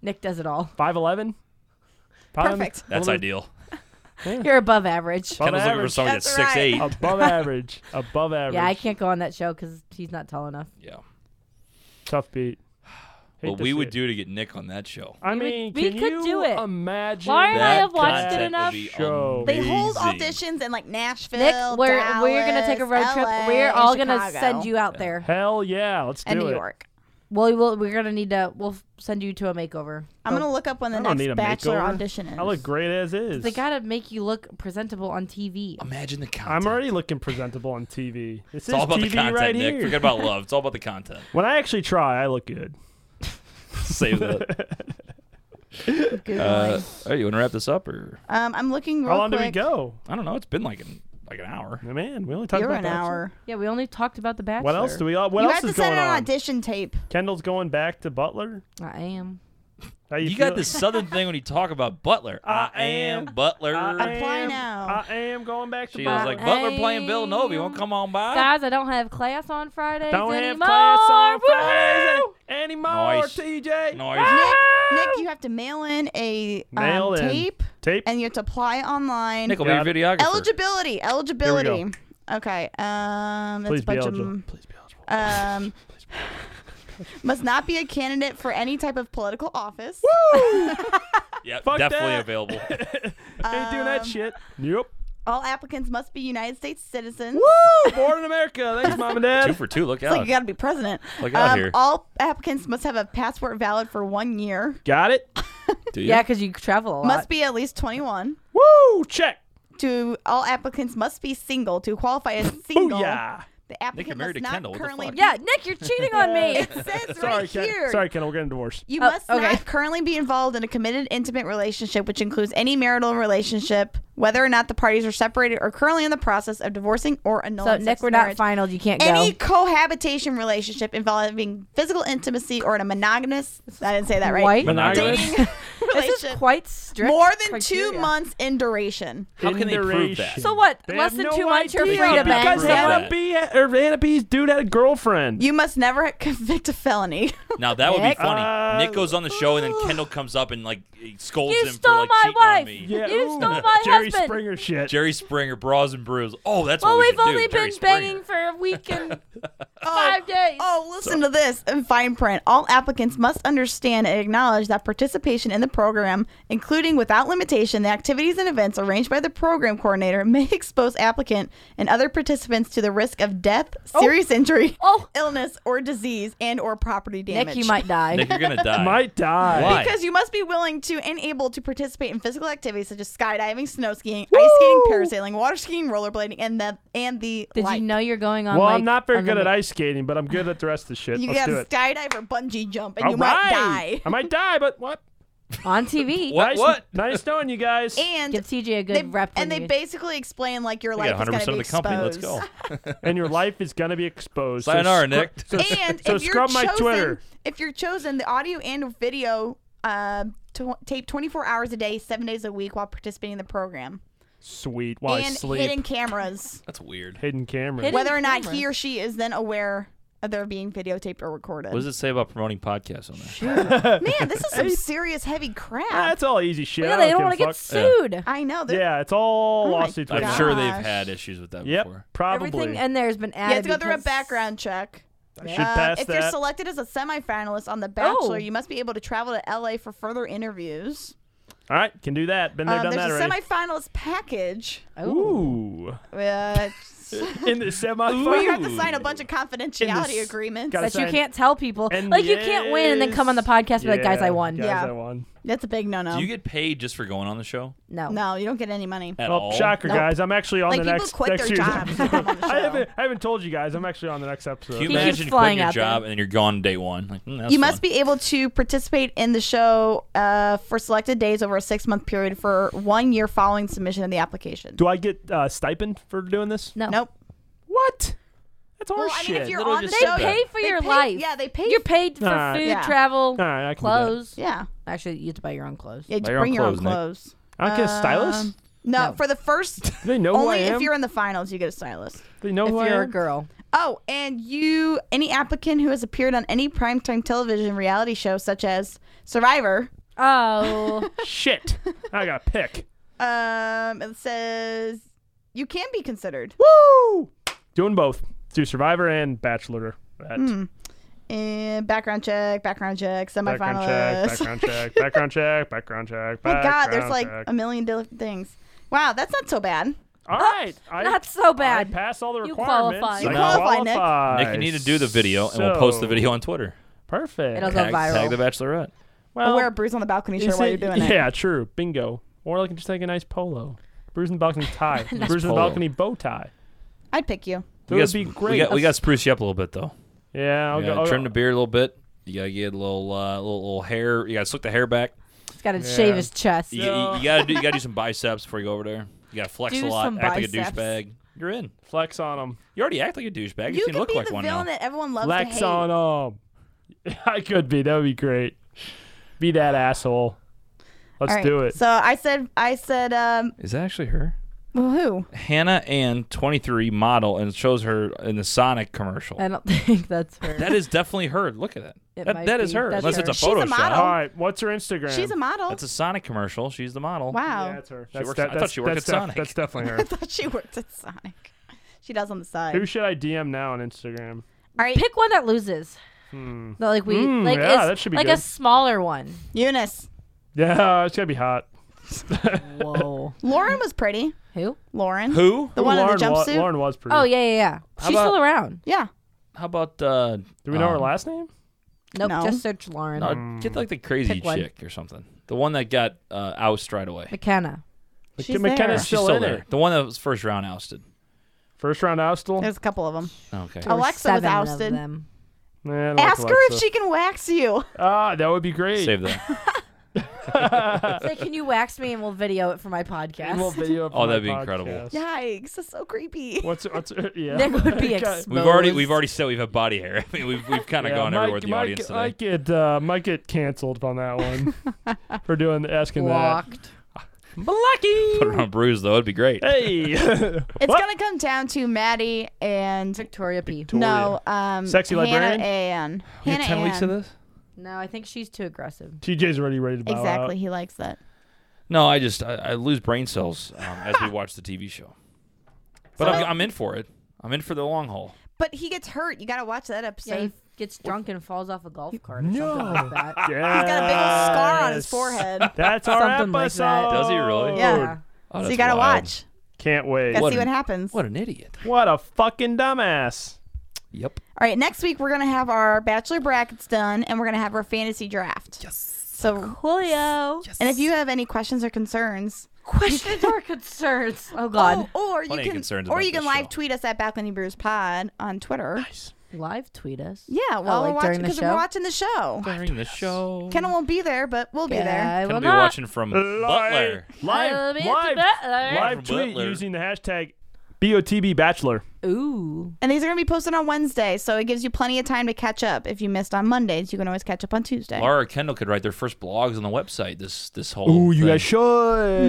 Speaker 4: Nick does it all.
Speaker 3: 5'11. Pound-
Speaker 1: perfect.
Speaker 2: That's
Speaker 3: Little-
Speaker 2: ideal.
Speaker 4: You're above average.
Speaker 3: Above
Speaker 2: Kendall's looking for
Speaker 3: average.
Speaker 2: somebody that's
Speaker 1: That's
Speaker 2: six eight.
Speaker 1: right.
Speaker 3: Above average. Above average.
Speaker 4: Yeah, I can't go on that show because he's not tall enough.
Speaker 2: Yeah.
Speaker 3: Tough beat. Hate
Speaker 2: What
Speaker 3: to
Speaker 2: we
Speaker 3: see
Speaker 2: would
Speaker 3: it.
Speaker 2: do to get Nick on that show.
Speaker 3: I
Speaker 4: We would-
Speaker 3: mean,
Speaker 4: we
Speaker 3: can
Speaker 4: could
Speaker 3: you
Speaker 4: do it.
Speaker 3: imagine?
Speaker 4: Lauren and I
Speaker 2: That
Speaker 4: have watched it
Speaker 2: content would
Speaker 4: enough.
Speaker 2: be
Speaker 3: Show.
Speaker 1: They hold
Speaker 2: amazing.
Speaker 1: auditions in like Nashville.
Speaker 4: Nick, we're we're gonna
Speaker 1: Dallas,
Speaker 4: take a road trip.
Speaker 1: LA,
Speaker 4: We're
Speaker 1: and
Speaker 4: all gonna
Speaker 1: Chicago
Speaker 4: send you out there.
Speaker 3: Hell yeah, let's do
Speaker 1: and New
Speaker 3: it.
Speaker 1: York.
Speaker 4: Well, we will, we're gonna need to. We'll f- send you to a makeover.
Speaker 1: I'm gonna look up when the
Speaker 3: Oh. I don't need a
Speaker 1: next Bachelor
Speaker 3: makeover.
Speaker 1: audition is.
Speaker 3: I look great as is.
Speaker 4: They gotta make you look presentable on TV.
Speaker 2: Imagine the content.
Speaker 3: I'm already looking presentable on TV. This
Speaker 2: It's
Speaker 3: is
Speaker 2: all about
Speaker 3: TV
Speaker 2: the content,
Speaker 3: right
Speaker 2: Nick.
Speaker 3: here.
Speaker 2: Forget about love. It's all about the content.
Speaker 3: When I actually try, I look good.
Speaker 2: Save that.
Speaker 4: Good
Speaker 2: Uh, all
Speaker 4: lord.
Speaker 2: right, you want to wrap this up or
Speaker 1: Um, I'm looking. Real
Speaker 3: How long
Speaker 1: quick.
Speaker 3: do we go?
Speaker 2: I don't know. It's been like an like an hour.
Speaker 3: Oh, Man, we only talked
Speaker 1: You're
Speaker 3: about
Speaker 1: an
Speaker 3: Bachelor.
Speaker 1: hour.
Speaker 4: yeah, we only talked about the Bachelor.
Speaker 3: What else do we? What
Speaker 1: you
Speaker 3: else
Speaker 1: have to
Speaker 3: is
Speaker 1: send
Speaker 3: going
Speaker 1: in an
Speaker 3: on?
Speaker 1: audition tape.
Speaker 3: Kendall's going back to Butler.
Speaker 4: I am.
Speaker 3: How
Speaker 2: You
Speaker 3: feel?
Speaker 2: got this southern thing when you talk about Butler. I,
Speaker 3: I
Speaker 2: am
Speaker 3: am-
Speaker 2: Butler.
Speaker 3: I am,
Speaker 1: Apply now.
Speaker 3: I am going back to
Speaker 2: she was
Speaker 3: Butler.
Speaker 2: like Butler playing
Speaker 4: I
Speaker 2: Villanova. You
Speaker 4: am-
Speaker 2: want to come on by?
Speaker 4: Guys, I don't have class on Fridays
Speaker 3: Ah. Don't
Speaker 4: anymore.
Speaker 3: have class on Fridays
Speaker 4: Woohoo!
Speaker 3: anymore, Ah!
Speaker 2: Nice.
Speaker 3: TJ.
Speaker 2: Noise.
Speaker 1: Nick, you have to mail in a um,
Speaker 3: Mail in.
Speaker 1: tape,
Speaker 3: Tape.
Speaker 1: and you have to apply online.
Speaker 2: Nick will be your
Speaker 3: Got it.
Speaker 2: videographer.
Speaker 1: eligibility, eligibility.
Speaker 3: Here we
Speaker 1: Okay. Um, that's
Speaker 3: Please
Speaker 1: a
Speaker 3: be
Speaker 1: bunch
Speaker 3: eligible.
Speaker 1: of.
Speaker 3: Please be eligible.
Speaker 4: Uh,
Speaker 1: Um, must not be a candidate for any type of political office.
Speaker 2: Yep,
Speaker 3: Fuck
Speaker 2: definitely
Speaker 3: that.
Speaker 2: available.
Speaker 3: Ain't doing that
Speaker 1: Um,
Speaker 3: shit. Yep.
Speaker 1: All applicants must be United States citizens.
Speaker 3: Woo! Born in America. Thanks, mom
Speaker 2: two
Speaker 3: and dad.
Speaker 2: for two. Look
Speaker 1: It's
Speaker 2: out.
Speaker 1: like you gotta be president. Um,
Speaker 2: Look out here.
Speaker 1: All applicants must have a passport valid for one year.
Speaker 3: Got it.
Speaker 2: Do you?
Speaker 4: Yeah, because you travel a lot.
Speaker 1: Must be at least 21.
Speaker 3: Woo! Check.
Speaker 1: To all applicants must be single to qualify
Speaker 3: Oh,
Speaker 1: as single.
Speaker 3: Booyah.
Speaker 1: The applicant must
Speaker 2: married to
Speaker 1: not
Speaker 2: Kendall, what the
Speaker 1: currently.
Speaker 2: fuck?
Speaker 1: be-
Speaker 4: yeah, Nick, you're cheating on me.
Speaker 1: it says
Speaker 3: Sorry,
Speaker 1: right
Speaker 3: Ken.
Speaker 1: here.
Speaker 3: Sorry, Kendall. We're getting divorced.
Speaker 1: You
Speaker 4: Oh,
Speaker 1: must
Speaker 4: okay.
Speaker 1: not currently be involved in a committed intimate relationship, which includes any marital relationship, whether or not the parties are separated or currently in the process of divorcing or
Speaker 4: so
Speaker 1: annulling.
Speaker 4: Nick,
Speaker 1: such
Speaker 4: we're
Speaker 1: marriage.
Speaker 4: not finaled. You can't
Speaker 1: Any
Speaker 4: go.
Speaker 1: cohabitation relationship involving physical intimacy or in a monogamous, I didn't say that right.
Speaker 4: White?
Speaker 2: Monogamous.
Speaker 1: Dating
Speaker 4: This is
Speaker 1: relationship.
Speaker 4: quite strict.
Speaker 1: More than two
Speaker 4: criteria.
Speaker 1: months in duration.
Speaker 2: How can they prove that?
Speaker 3: Iteration.
Speaker 4: So what?
Speaker 3: They
Speaker 4: Less
Speaker 3: have
Speaker 4: than
Speaker 3: no
Speaker 4: two months, you're
Speaker 3: idea
Speaker 4: free to bang
Speaker 3: Because
Speaker 2: Prove that.
Speaker 3: Hannah, B, or Hannah B's dude had a girlfriend.
Speaker 1: You must never convict a felony.
Speaker 2: Now that would be
Speaker 4: Nick?
Speaker 2: funny.
Speaker 3: Uh,
Speaker 2: Nick goes on the show and then Kendall comes up and like he scolds
Speaker 4: You
Speaker 2: him for
Speaker 4: stole
Speaker 2: like
Speaker 4: my
Speaker 2: cheating on
Speaker 4: wife.
Speaker 2: me.
Speaker 3: yeah,
Speaker 4: You
Speaker 3: ooh,
Speaker 4: stole my
Speaker 3: Jerry
Speaker 4: husband.
Speaker 3: Springer shit.
Speaker 2: Jerry Springer, bras and brews. Oh, that's
Speaker 4: Well,
Speaker 2: what we
Speaker 4: we've
Speaker 2: should
Speaker 4: only
Speaker 2: do. Jerry
Speaker 4: been
Speaker 2: Springer.
Speaker 4: banging for a week and
Speaker 1: Oh,
Speaker 4: five days.
Speaker 1: Oh, listen to this in fine print. All applicants must understand and acknowledge that participation in the program, including without limitation the activities and events arranged by the program coordinator, may expose applicant and other participants to the risk of death, serious injury,
Speaker 4: Oh.
Speaker 1: illness, or disease, and or property damage.
Speaker 4: Nick, you might die.
Speaker 2: Nick, you're gonna die.
Speaker 3: Might die.
Speaker 2: Why?
Speaker 1: because you must be willing to and able to participate in physical activities such as skydiving, snow skiing, ice skating, parasailing, water skiing, rollerblading, and the and the
Speaker 4: Did
Speaker 1: like.
Speaker 4: you know you're going on?
Speaker 3: Well,
Speaker 4: like,
Speaker 3: I'm not very
Speaker 4: on
Speaker 3: good
Speaker 4: the-
Speaker 3: at ice skating, but I'm good at the rest of the shit.
Speaker 1: You
Speaker 3: Let's
Speaker 1: have
Speaker 3: do it.
Speaker 1: skydive or bungee jump, and
Speaker 3: All
Speaker 1: you
Speaker 3: right.
Speaker 1: might die.
Speaker 3: I might die, but what?
Speaker 4: on TV.
Speaker 2: What?
Speaker 3: Nice, nice knowing you guys.
Speaker 1: And
Speaker 4: Give CJ a good
Speaker 1: they,
Speaker 4: rep. when
Speaker 1: and they
Speaker 4: you-
Speaker 1: basically explain like your
Speaker 2: We
Speaker 1: life
Speaker 2: got
Speaker 1: is
Speaker 2: 100
Speaker 1: going
Speaker 2: percent
Speaker 1: to be
Speaker 2: of the company. Let's go.
Speaker 1: exposed.
Speaker 3: and your life is gonna be exposed. So
Speaker 2: Sayonara,
Speaker 3: scr-
Speaker 2: Nick.
Speaker 3: so-
Speaker 1: And
Speaker 3: so
Speaker 1: if you're
Speaker 3: scrub my
Speaker 1: chosen,
Speaker 3: Twitter.
Speaker 1: if you're chosen, the audio and video uh, to tape 24 hours a day, seven days a week while participating in the program,
Speaker 3: Sweet. While I
Speaker 1: and
Speaker 3: sleep.
Speaker 1: hidden cameras,
Speaker 2: That's weird.
Speaker 3: Hidden cameras.
Speaker 4: Hidden-
Speaker 1: whether or not
Speaker 4: cameras?
Speaker 1: he or she is then aware of their being videotaped or recorded.
Speaker 2: What does it say about promoting podcasts on there?
Speaker 1: Man, this is some serious heavy crap.
Speaker 3: Ah, that's all easy shit.
Speaker 4: yeah,
Speaker 3: I
Speaker 4: they don't
Speaker 3: give
Speaker 4: want
Speaker 3: a
Speaker 4: to get
Speaker 2: Yeah.
Speaker 4: sued.
Speaker 1: I know.
Speaker 3: fuck.
Speaker 1: they're-
Speaker 3: Yeah, it's all
Speaker 1: Oh my
Speaker 3: lawsuits.
Speaker 2: I'm
Speaker 3: right now.
Speaker 1: Gosh.
Speaker 2: sure they've had issues with that
Speaker 3: Yep,
Speaker 2: before.
Speaker 3: probably.
Speaker 4: Everything in there has been added.
Speaker 1: You have to go through a
Speaker 4: because-
Speaker 1: background check.
Speaker 3: I should
Speaker 1: Uh,
Speaker 3: pass
Speaker 1: if
Speaker 3: that.
Speaker 1: you're selected as a semifinalist on The Bachelor,
Speaker 4: Oh.
Speaker 1: you must be able to travel to LA for further interviews.
Speaker 3: all right, can do that. Been there,
Speaker 1: Um,
Speaker 3: done that
Speaker 1: there's a
Speaker 3: already.
Speaker 1: semifinalist package.
Speaker 3: Ooh,
Speaker 1: Uh,
Speaker 3: in the semi.
Speaker 1: where you have to sign a
Speaker 2: Ooh.
Speaker 1: bunch of confidentiality agreements.
Speaker 3: Gotta
Speaker 4: that you
Speaker 3: sign
Speaker 4: can't tell people. Like you can't win and then come on the podcast and be like, guys, I won.
Speaker 3: Guys,
Speaker 1: Yeah.
Speaker 3: I won.
Speaker 1: That's a big no no.
Speaker 2: Do you get paid just for going on the show
Speaker 4: No.
Speaker 1: no, you don't get any money.
Speaker 2: at
Speaker 3: Well,
Speaker 2: all?
Speaker 3: shocker,
Speaker 1: Nope.
Speaker 3: guys. I'm actually on
Speaker 1: Like
Speaker 3: the
Speaker 1: people
Speaker 3: next
Speaker 1: quit
Speaker 3: next
Speaker 1: their
Speaker 3: year's
Speaker 1: jobs. to
Speaker 3: episode.
Speaker 1: come on the
Speaker 3: I
Speaker 1: show.
Speaker 3: haven't, I haven't told you guys. I'm actually on the next episode.
Speaker 2: Can you
Speaker 4: He keeps
Speaker 2: imagine quitting
Speaker 4: flying
Speaker 2: your
Speaker 4: out there.
Speaker 2: job and then you're gone day one? Like, mm, that's
Speaker 1: You
Speaker 2: fun.
Speaker 1: must be able to participate in the show uh, for selected days over a six month period for one year following submission of the application.
Speaker 3: Do I get uh, stipend for doing this?
Speaker 4: No.
Speaker 1: nope.
Speaker 3: What? That's
Speaker 1: Well,
Speaker 3: horseshit.
Speaker 1: I mean, if you're
Speaker 2: Literally
Speaker 1: on the
Speaker 2: just
Speaker 1: show,
Speaker 2: said
Speaker 1: they-
Speaker 2: that.
Speaker 4: Pay for
Speaker 1: They
Speaker 4: your
Speaker 1: pay-
Speaker 4: life.
Speaker 1: yeah, they pay
Speaker 4: You're
Speaker 1: f-
Speaker 4: paid for
Speaker 3: Alright.
Speaker 4: food,
Speaker 1: Yeah.
Speaker 4: travel,
Speaker 3: All right, I can do that.
Speaker 4: clothes.
Speaker 1: yeah,
Speaker 4: Actually, you have to buy your own clothes.
Speaker 1: yeah just
Speaker 2: your own
Speaker 1: bring your own
Speaker 2: clothes, Nick.
Speaker 1: clothes.
Speaker 3: I don't get a
Speaker 1: Um,
Speaker 3: stylist.
Speaker 1: no,
Speaker 4: No.
Speaker 1: for the first,
Speaker 3: Do they know who I
Speaker 1: only
Speaker 3: am.
Speaker 1: if you're in the finals, you get a stylist.
Speaker 3: they know
Speaker 4: If
Speaker 3: who I
Speaker 4: you're a
Speaker 3: am.
Speaker 4: girl,
Speaker 1: Oh, and you, any applicant who has appeared on any primetime television reality show, such as Survivor,
Speaker 4: oh,
Speaker 3: Shit. I got to pick.
Speaker 1: um, it says you can be considered.
Speaker 3: Woo! Doing both. Do Survivor and Bachelor. At
Speaker 1: Mm, And background check, background check, semifinalist. Oh
Speaker 3: Background check, background check, background check, background check,
Speaker 1: My
Speaker 3: background
Speaker 1: God, there's like
Speaker 3: check.
Speaker 1: a million different things. Wow, that's not so bad.
Speaker 3: All right. I,
Speaker 4: not so
Speaker 3: I
Speaker 4: bad.
Speaker 3: pass all the
Speaker 4: You
Speaker 3: requirements.
Speaker 4: qualify.
Speaker 1: You
Speaker 3: I
Speaker 1: qualify, Nick.
Speaker 2: Nick, you need to do the video, and we'll
Speaker 3: So-
Speaker 2: post the video on Twitter.
Speaker 3: Perfect.
Speaker 4: It'll go
Speaker 2: Tag, tag
Speaker 4: viral.
Speaker 2: the Bachelorette.
Speaker 1: I'll
Speaker 3: well,
Speaker 1: wear a bruise on the balcony
Speaker 3: Oh. is
Speaker 1: shirt while you're
Speaker 3: it-
Speaker 1: doing it.
Speaker 3: Yeah, true. Bingo. Or I can just take a nice polo. Bruise in the balcony tie. Bruise in the
Speaker 2: polo.
Speaker 3: balcony bow tie.
Speaker 1: I'd pick you.
Speaker 3: That
Speaker 2: we
Speaker 3: would
Speaker 2: got,
Speaker 3: be great.
Speaker 2: We got, we got to spruce you up a little bit though.
Speaker 3: yeah, I'll
Speaker 2: You
Speaker 3: go.
Speaker 2: gotta
Speaker 3: I'll go-
Speaker 2: trim the beard a little bit. You gotta get a little, uh, little, little hair. You gotta slick the hair back.
Speaker 4: He's got to shave his chest.
Speaker 2: You, you- you gotta do, you gotta do some biceps before you go over there. You gotta flex a
Speaker 4: Do
Speaker 2: lot.
Speaker 4: some
Speaker 2: act like a
Speaker 4: biceps.
Speaker 2: douchebag. You're in.
Speaker 3: flex on them.
Speaker 2: You already act like a douchebag. You,
Speaker 1: You
Speaker 2: seem to
Speaker 1: could
Speaker 2: look
Speaker 1: be
Speaker 2: like
Speaker 1: the
Speaker 2: one
Speaker 1: villain
Speaker 2: now.
Speaker 1: that everyone loves to
Speaker 3: Flex
Speaker 1: hate.
Speaker 3: on them. I could be. That would be great. Be that asshole. Let's
Speaker 1: All right,
Speaker 3: do it.
Speaker 1: So I said, I said, um,
Speaker 2: Is that actually her?
Speaker 1: well, who?
Speaker 2: Hannah Ann, 23, model, and it shows her in the Sonic commercial.
Speaker 4: I don't think that's her.
Speaker 2: that is definitely her. Look at that.
Speaker 4: It
Speaker 2: that
Speaker 4: might
Speaker 2: that is
Speaker 4: be.
Speaker 2: her.
Speaker 4: That's
Speaker 2: Unless
Speaker 4: her.
Speaker 2: it's a
Speaker 1: She's a
Speaker 2: Photoshop.
Speaker 3: All
Speaker 1: model.
Speaker 3: right. What's her Instagram?
Speaker 1: She's a Oh. model.
Speaker 2: That's a Sonic commercial. She's the model.
Speaker 1: wow.
Speaker 3: Yeah, that's her.
Speaker 2: She
Speaker 3: That's
Speaker 2: works
Speaker 3: de-
Speaker 2: at- I thought
Speaker 3: that's-
Speaker 2: she worked
Speaker 3: that's
Speaker 2: at
Speaker 3: def-
Speaker 2: Sonic.
Speaker 3: That's definitely her.
Speaker 1: thought she worked at Sonic. She does on the side.
Speaker 3: Who should I DM now on Instagram?
Speaker 1: All right,
Speaker 4: Pick one that loses. Hmm. Like we,
Speaker 3: Mm,
Speaker 4: like
Speaker 3: yeah,
Speaker 4: it's-
Speaker 3: that should be
Speaker 4: like a
Speaker 3: good.
Speaker 4: smaller one.
Speaker 1: Eunice.
Speaker 3: Yeah, it's gotta be hot.
Speaker 4: Whoa.
Speaker 1: Lauren was pretty.
Speaker 4: Who?
Speaker 1: Lauren.
Speaker 2: Who?
Speaker 1: The one in the
Speaker 3: Lauren wa-
Speaker 1: jumpsuit.
Speaker 3: Lauren was pretty.
Speaker 4: Oh yeah, yeah, yeah.
Speaker 2: How
Speaker 4: She's still
Speaker 2: about-
Speaker 4: around.
Speaker 1: Yeah.
Speaker 2: How about uh
Speaker 3: Do we know her
Speaker 2: um,
Speaker 3: last name?
Speaker 4: Nope.
Speaker 1: No.
Speaker 4: Just search Lauren
Speaker 2: No, get like the crazy
Speaker 4: Pick one.
Speaker 2: chick or something. The one that got uh, oust right away.
Speaker 4: McKenna.
Speaker 3: Mc-
Speaker 1: She's
Speaker 3: McKenna's
Speaker 1: there.
Speaker 2: She's
Speaker 3: still,
Speaker 2: still
Speaker 3: in
Speaker 2: there.
Speaker 3: there.
Speaker 2: The one that was first round ousted.
Speaker 3: First round oustal.
Speaker 1: There's a couple of them.
Speaker 2: Okay.
Speaker 4: There were
Speaker 1: Alexa was
Speaker 4: seven of
Speaker 1: ousted.
Speaker 4: them.
Speaker 3: Nah, I don't like
Speaker 1: Ask her if
Speaker 3: Alexa.
Speaker 1: she can wax you.
Speaker 3: Ah, that would be great.
Speaker 2: Save that.
Speaker 4: It's like, can you wax me and we'll video it for my podcast?
Speaker 3: And we'll video
Speaker 2: Oh,
Speaker 3: for
Speaker 2: that'd
Speaker 3: my
Speaker 2: be incredible.
Speaker 3: podcast.
Speaker 1: Yikes, that's so creepy.
Speaker 3: What's what's yeah?
Speaker 4: Nick would be
Speaker 3: Okay.
Speaker 4: exposed.
Speaker 2: We've already we've already said we've had body hair. I mean we've we've kind of
Speaker 3: Yeah,
Speaker 2: gone
Speaker 3: might,
Speaker 2: everywhere with the
Speaker 3: might,
Speaker 2: audience today.
Speaker 3: Might get uh, might get canceled on that one for doing asking
Speaker 4: blocked.
Speaker 3: that. Blocky.
Speaker 2: Put her on bruise though. It'd be great.
Speaker 3: Hey.
Speaker 1: It's
Speaker 3: What?
Speaker 1: gonna come down to Maddie and
Speaker 4: Victoria P.
Speaker 1: no, um,
Speaker 3: Sexy librarian?
Speaker 1: Hannah Ann.
Speaker 2: We had
Speaker 1: Hannah
Speaker 2: ten weeks
Speaker 1: Ann.
Speaker 2: of this.
Speaker 4: No, I think she's too aggressive.
Speaker 3: TJ's already ready to bow
Speaker 1: Exactly,
Speaker 3: out.
Speaker 1: he likes that.
Speaker 2: No, I just I, I lose brain cells um, as we watch the TV show. But I'm, I'm in for it. I'm in for the long haul.
Speaker 1: But he gets hurt. You gotta watch that episode.
Speaker 4: Yeah, he gets drunk and falls off a golf cart or
Speaker 3: No.
Speaker 4: something like that.
Speaker 3: Yeah.
Speaker 1: He's got a big old scar on his
Speaker 2: Oh,
Speaker 1: forehead.
Speaker 3: That's our
Speaker 4: Something like
Speaker 3: episode.
Speaker 4: that.
Speaker 2: Does he really?
Speaker 1: Yeah.
Speaker 2: Oh,
Speaker 1: so
Speaker 2: that's
Speaker 1: you gotta
Speaker 2: wild.
Speaker 1: watch.
Speaker 3: Can't wait.
Speaker 1: Gotta
Speaker 2: What
Speaker 1: see what
Speaker 2: an-
Speaker 1: happens.
Speaker 2: What an idiot.
Speaker 3: What a fucking dumbass.
Speaker 2: Yep.
Speaker 1: All right, next week we're gonna have our bachelor brackets done, and we're gonna have our fantasy draft. Yes. So,
Speaker 4: Julio.
Speaker 1: and if you have any questions or concerns,
Speaker 4: Questions or concerns? Oh God.
Speaker 1: Oh, or
Speaker 2: Plenty of
Speaker 1: you can,
Speaker 2: concerns
Speaker 1: or
Speaker 2: about
Speaker 1: you can
Speaker 2: this show.
Speaker 1: live tweet us at Balcony Brews Pod on Twitter.
Speaker 4: Oh. Live tweet us.
Speaker 1: Yeah, while
Speaker 4: like
Speaker 1: we're
Speaker 4: during
Speaker 1: watching
Speaker 4: the
Speaker 1: because
Speaker 4: show?
Speaker 1: we're watching the show.
Speaker 2: During the show.
Speaker 1: Kenna won't be there, but we'll be there.
Speaker 4: I
Speaker 2: Gonna
Speaker 4: will
Speaker 2: be
Speaker 4: not.
Speaker 2: watching from Butler.
Speaker 3: Live,
Speaker 4: Butler.
Speaker 3: live,
Speaker 2: Butler.
Speaker 3: live tweet using the hashtag BOTB Bachelor.
Speaker 4: Ooh.
Speaker 1: And these are going to be posted on Wednesday, so it gives you plenty of time to catch up. If you missed on Mondays, you can always catch up on Tuesday.
Speaker 2: Laura or Kendall could write their first blogs on the website. This this whole.
Speaker 3: Ooh, you
Speaker 2: thing.
Speaker 3: guys should.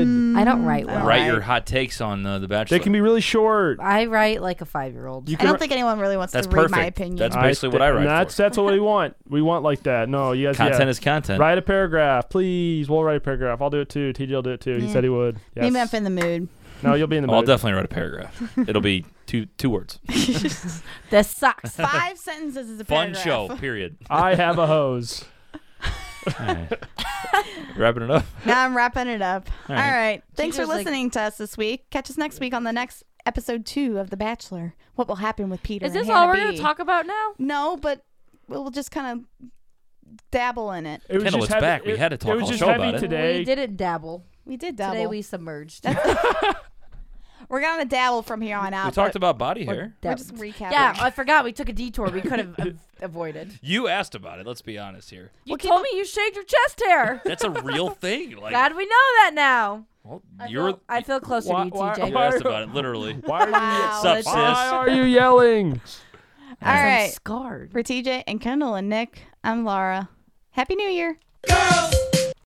Speaker 1: Mm.
Speaker 4: I don't write well.
Speaker 2: write your hot takes on uh, the Bachelor.
Speaker 3: They can be really short.
Speaker 4: I write like a five year old.
Speaker 3: You
Speaker 1: I
Speaker 3: can
Speaker 1: don't think anyone really wants
Speaker 2: That's
Speaker 1: to read my
Speaker 2: perfect.
Speaker 1: opinion.
Speaker 2: That's- basically what I write
Speaker 3: That's
Speaker 2: for.
Speaker 3: that's what we want. We want like that. No, you guys.
Speaker 2: content
Speaker 3: yeah.
Speaker 2: is content.
Speaker 3: Write a paragraph, please. We'll write a paragraph. I'll do it too. TJ will do it too. He
Speaker 1: Yeah.
Speaker 3: said he would. Yes.
Speaker 1: Maybe I'm in the mood.
Speaker 3: no, you'll be in the
Speaker 2: I'll
Speaker 3: mood.
Speaker 2: definitely write a paragraph. It'll be two two words.
Speaker 4: This sucks.
Speaker 1: Five sentences is a
Speaker 2: Fun
Speaker 1: paragraph.
Speaker 2: show. Period.
Speaker 3: I have a hose.
Speaker 2: Wrapping it up.
Speaker 1: Now I'm wrapping it up. All right.
Speaker 2: right.
Speaker 1: Thanks for
Speaker 4: just, like-
Speaker 1: listening to us this week. Catch us next week on the next episode two of The Bachelor. What will happen with Peter?
Speaker 4: Is
Speaker 1: and
Speaker 4: this all
Speaker 1: Hannah
Speaker 4: we're gonna
Speaker 1: B.
Speaker 4: talk about now?
Speaker 1: No, but we'll just kind of dabble in it.
Speaker 3: It was
Speaker 2: Kendall,
Speaker 3: just
Speaker 2: it's
Speaker 3: heavy,
Speaker 2: back. We
Speaker 3: it-
Speaker 2: had to talk
Speaker 3: It was
Speaker 2: all
Speaker 3: just
Speaker 2: show
Speaker 3: heavy
Speaker 2: about it.
Speaker 3: today.
Speaker 4: We didn't dabble.
Speaker 1: We did dabble.
Speaker 4: Today we submerged.
Speaker 1: We're gonna dabble from here on out.
Speaker 2: We talked
Speaker 1: but
Speaker 2: about body hair.
Speaker 1: We're just recapping.
Speaker 4: yeah, I forgot we took a detour we could have av- avoided.
Speaker 2: You asked about it. Let's be honest here.
Speaker 4: You told me you shaved your chest hair.
Speaker 2: That's a real thing. Like,
Speaker 4: Glad we know that now.
Speaker 2: well,
Speaker 4: I
Speaker 2: you're.
Speaker 4: feel, I feel closer
Speaker 3: Why-
Speaker 4: to you,
Speaker 3: why-
Speaker 4: TJ.
Speaker 2: you asked about it literally.
Speaker 3: Why are you,
Speaker 1: Wow.
Speaker 2: Sup,
Speaker 1: let's-
Speaker 2: sis?
Speaker 3: why are you yelling?
Speaker 1: All
Speaker 4: I'm
Speaker 1: right.
Speaker 4: scarred.
Speaker 1: For TJ and Kendall and Nick, I'm Laura. Happy New Year.
Speaker 5: Girls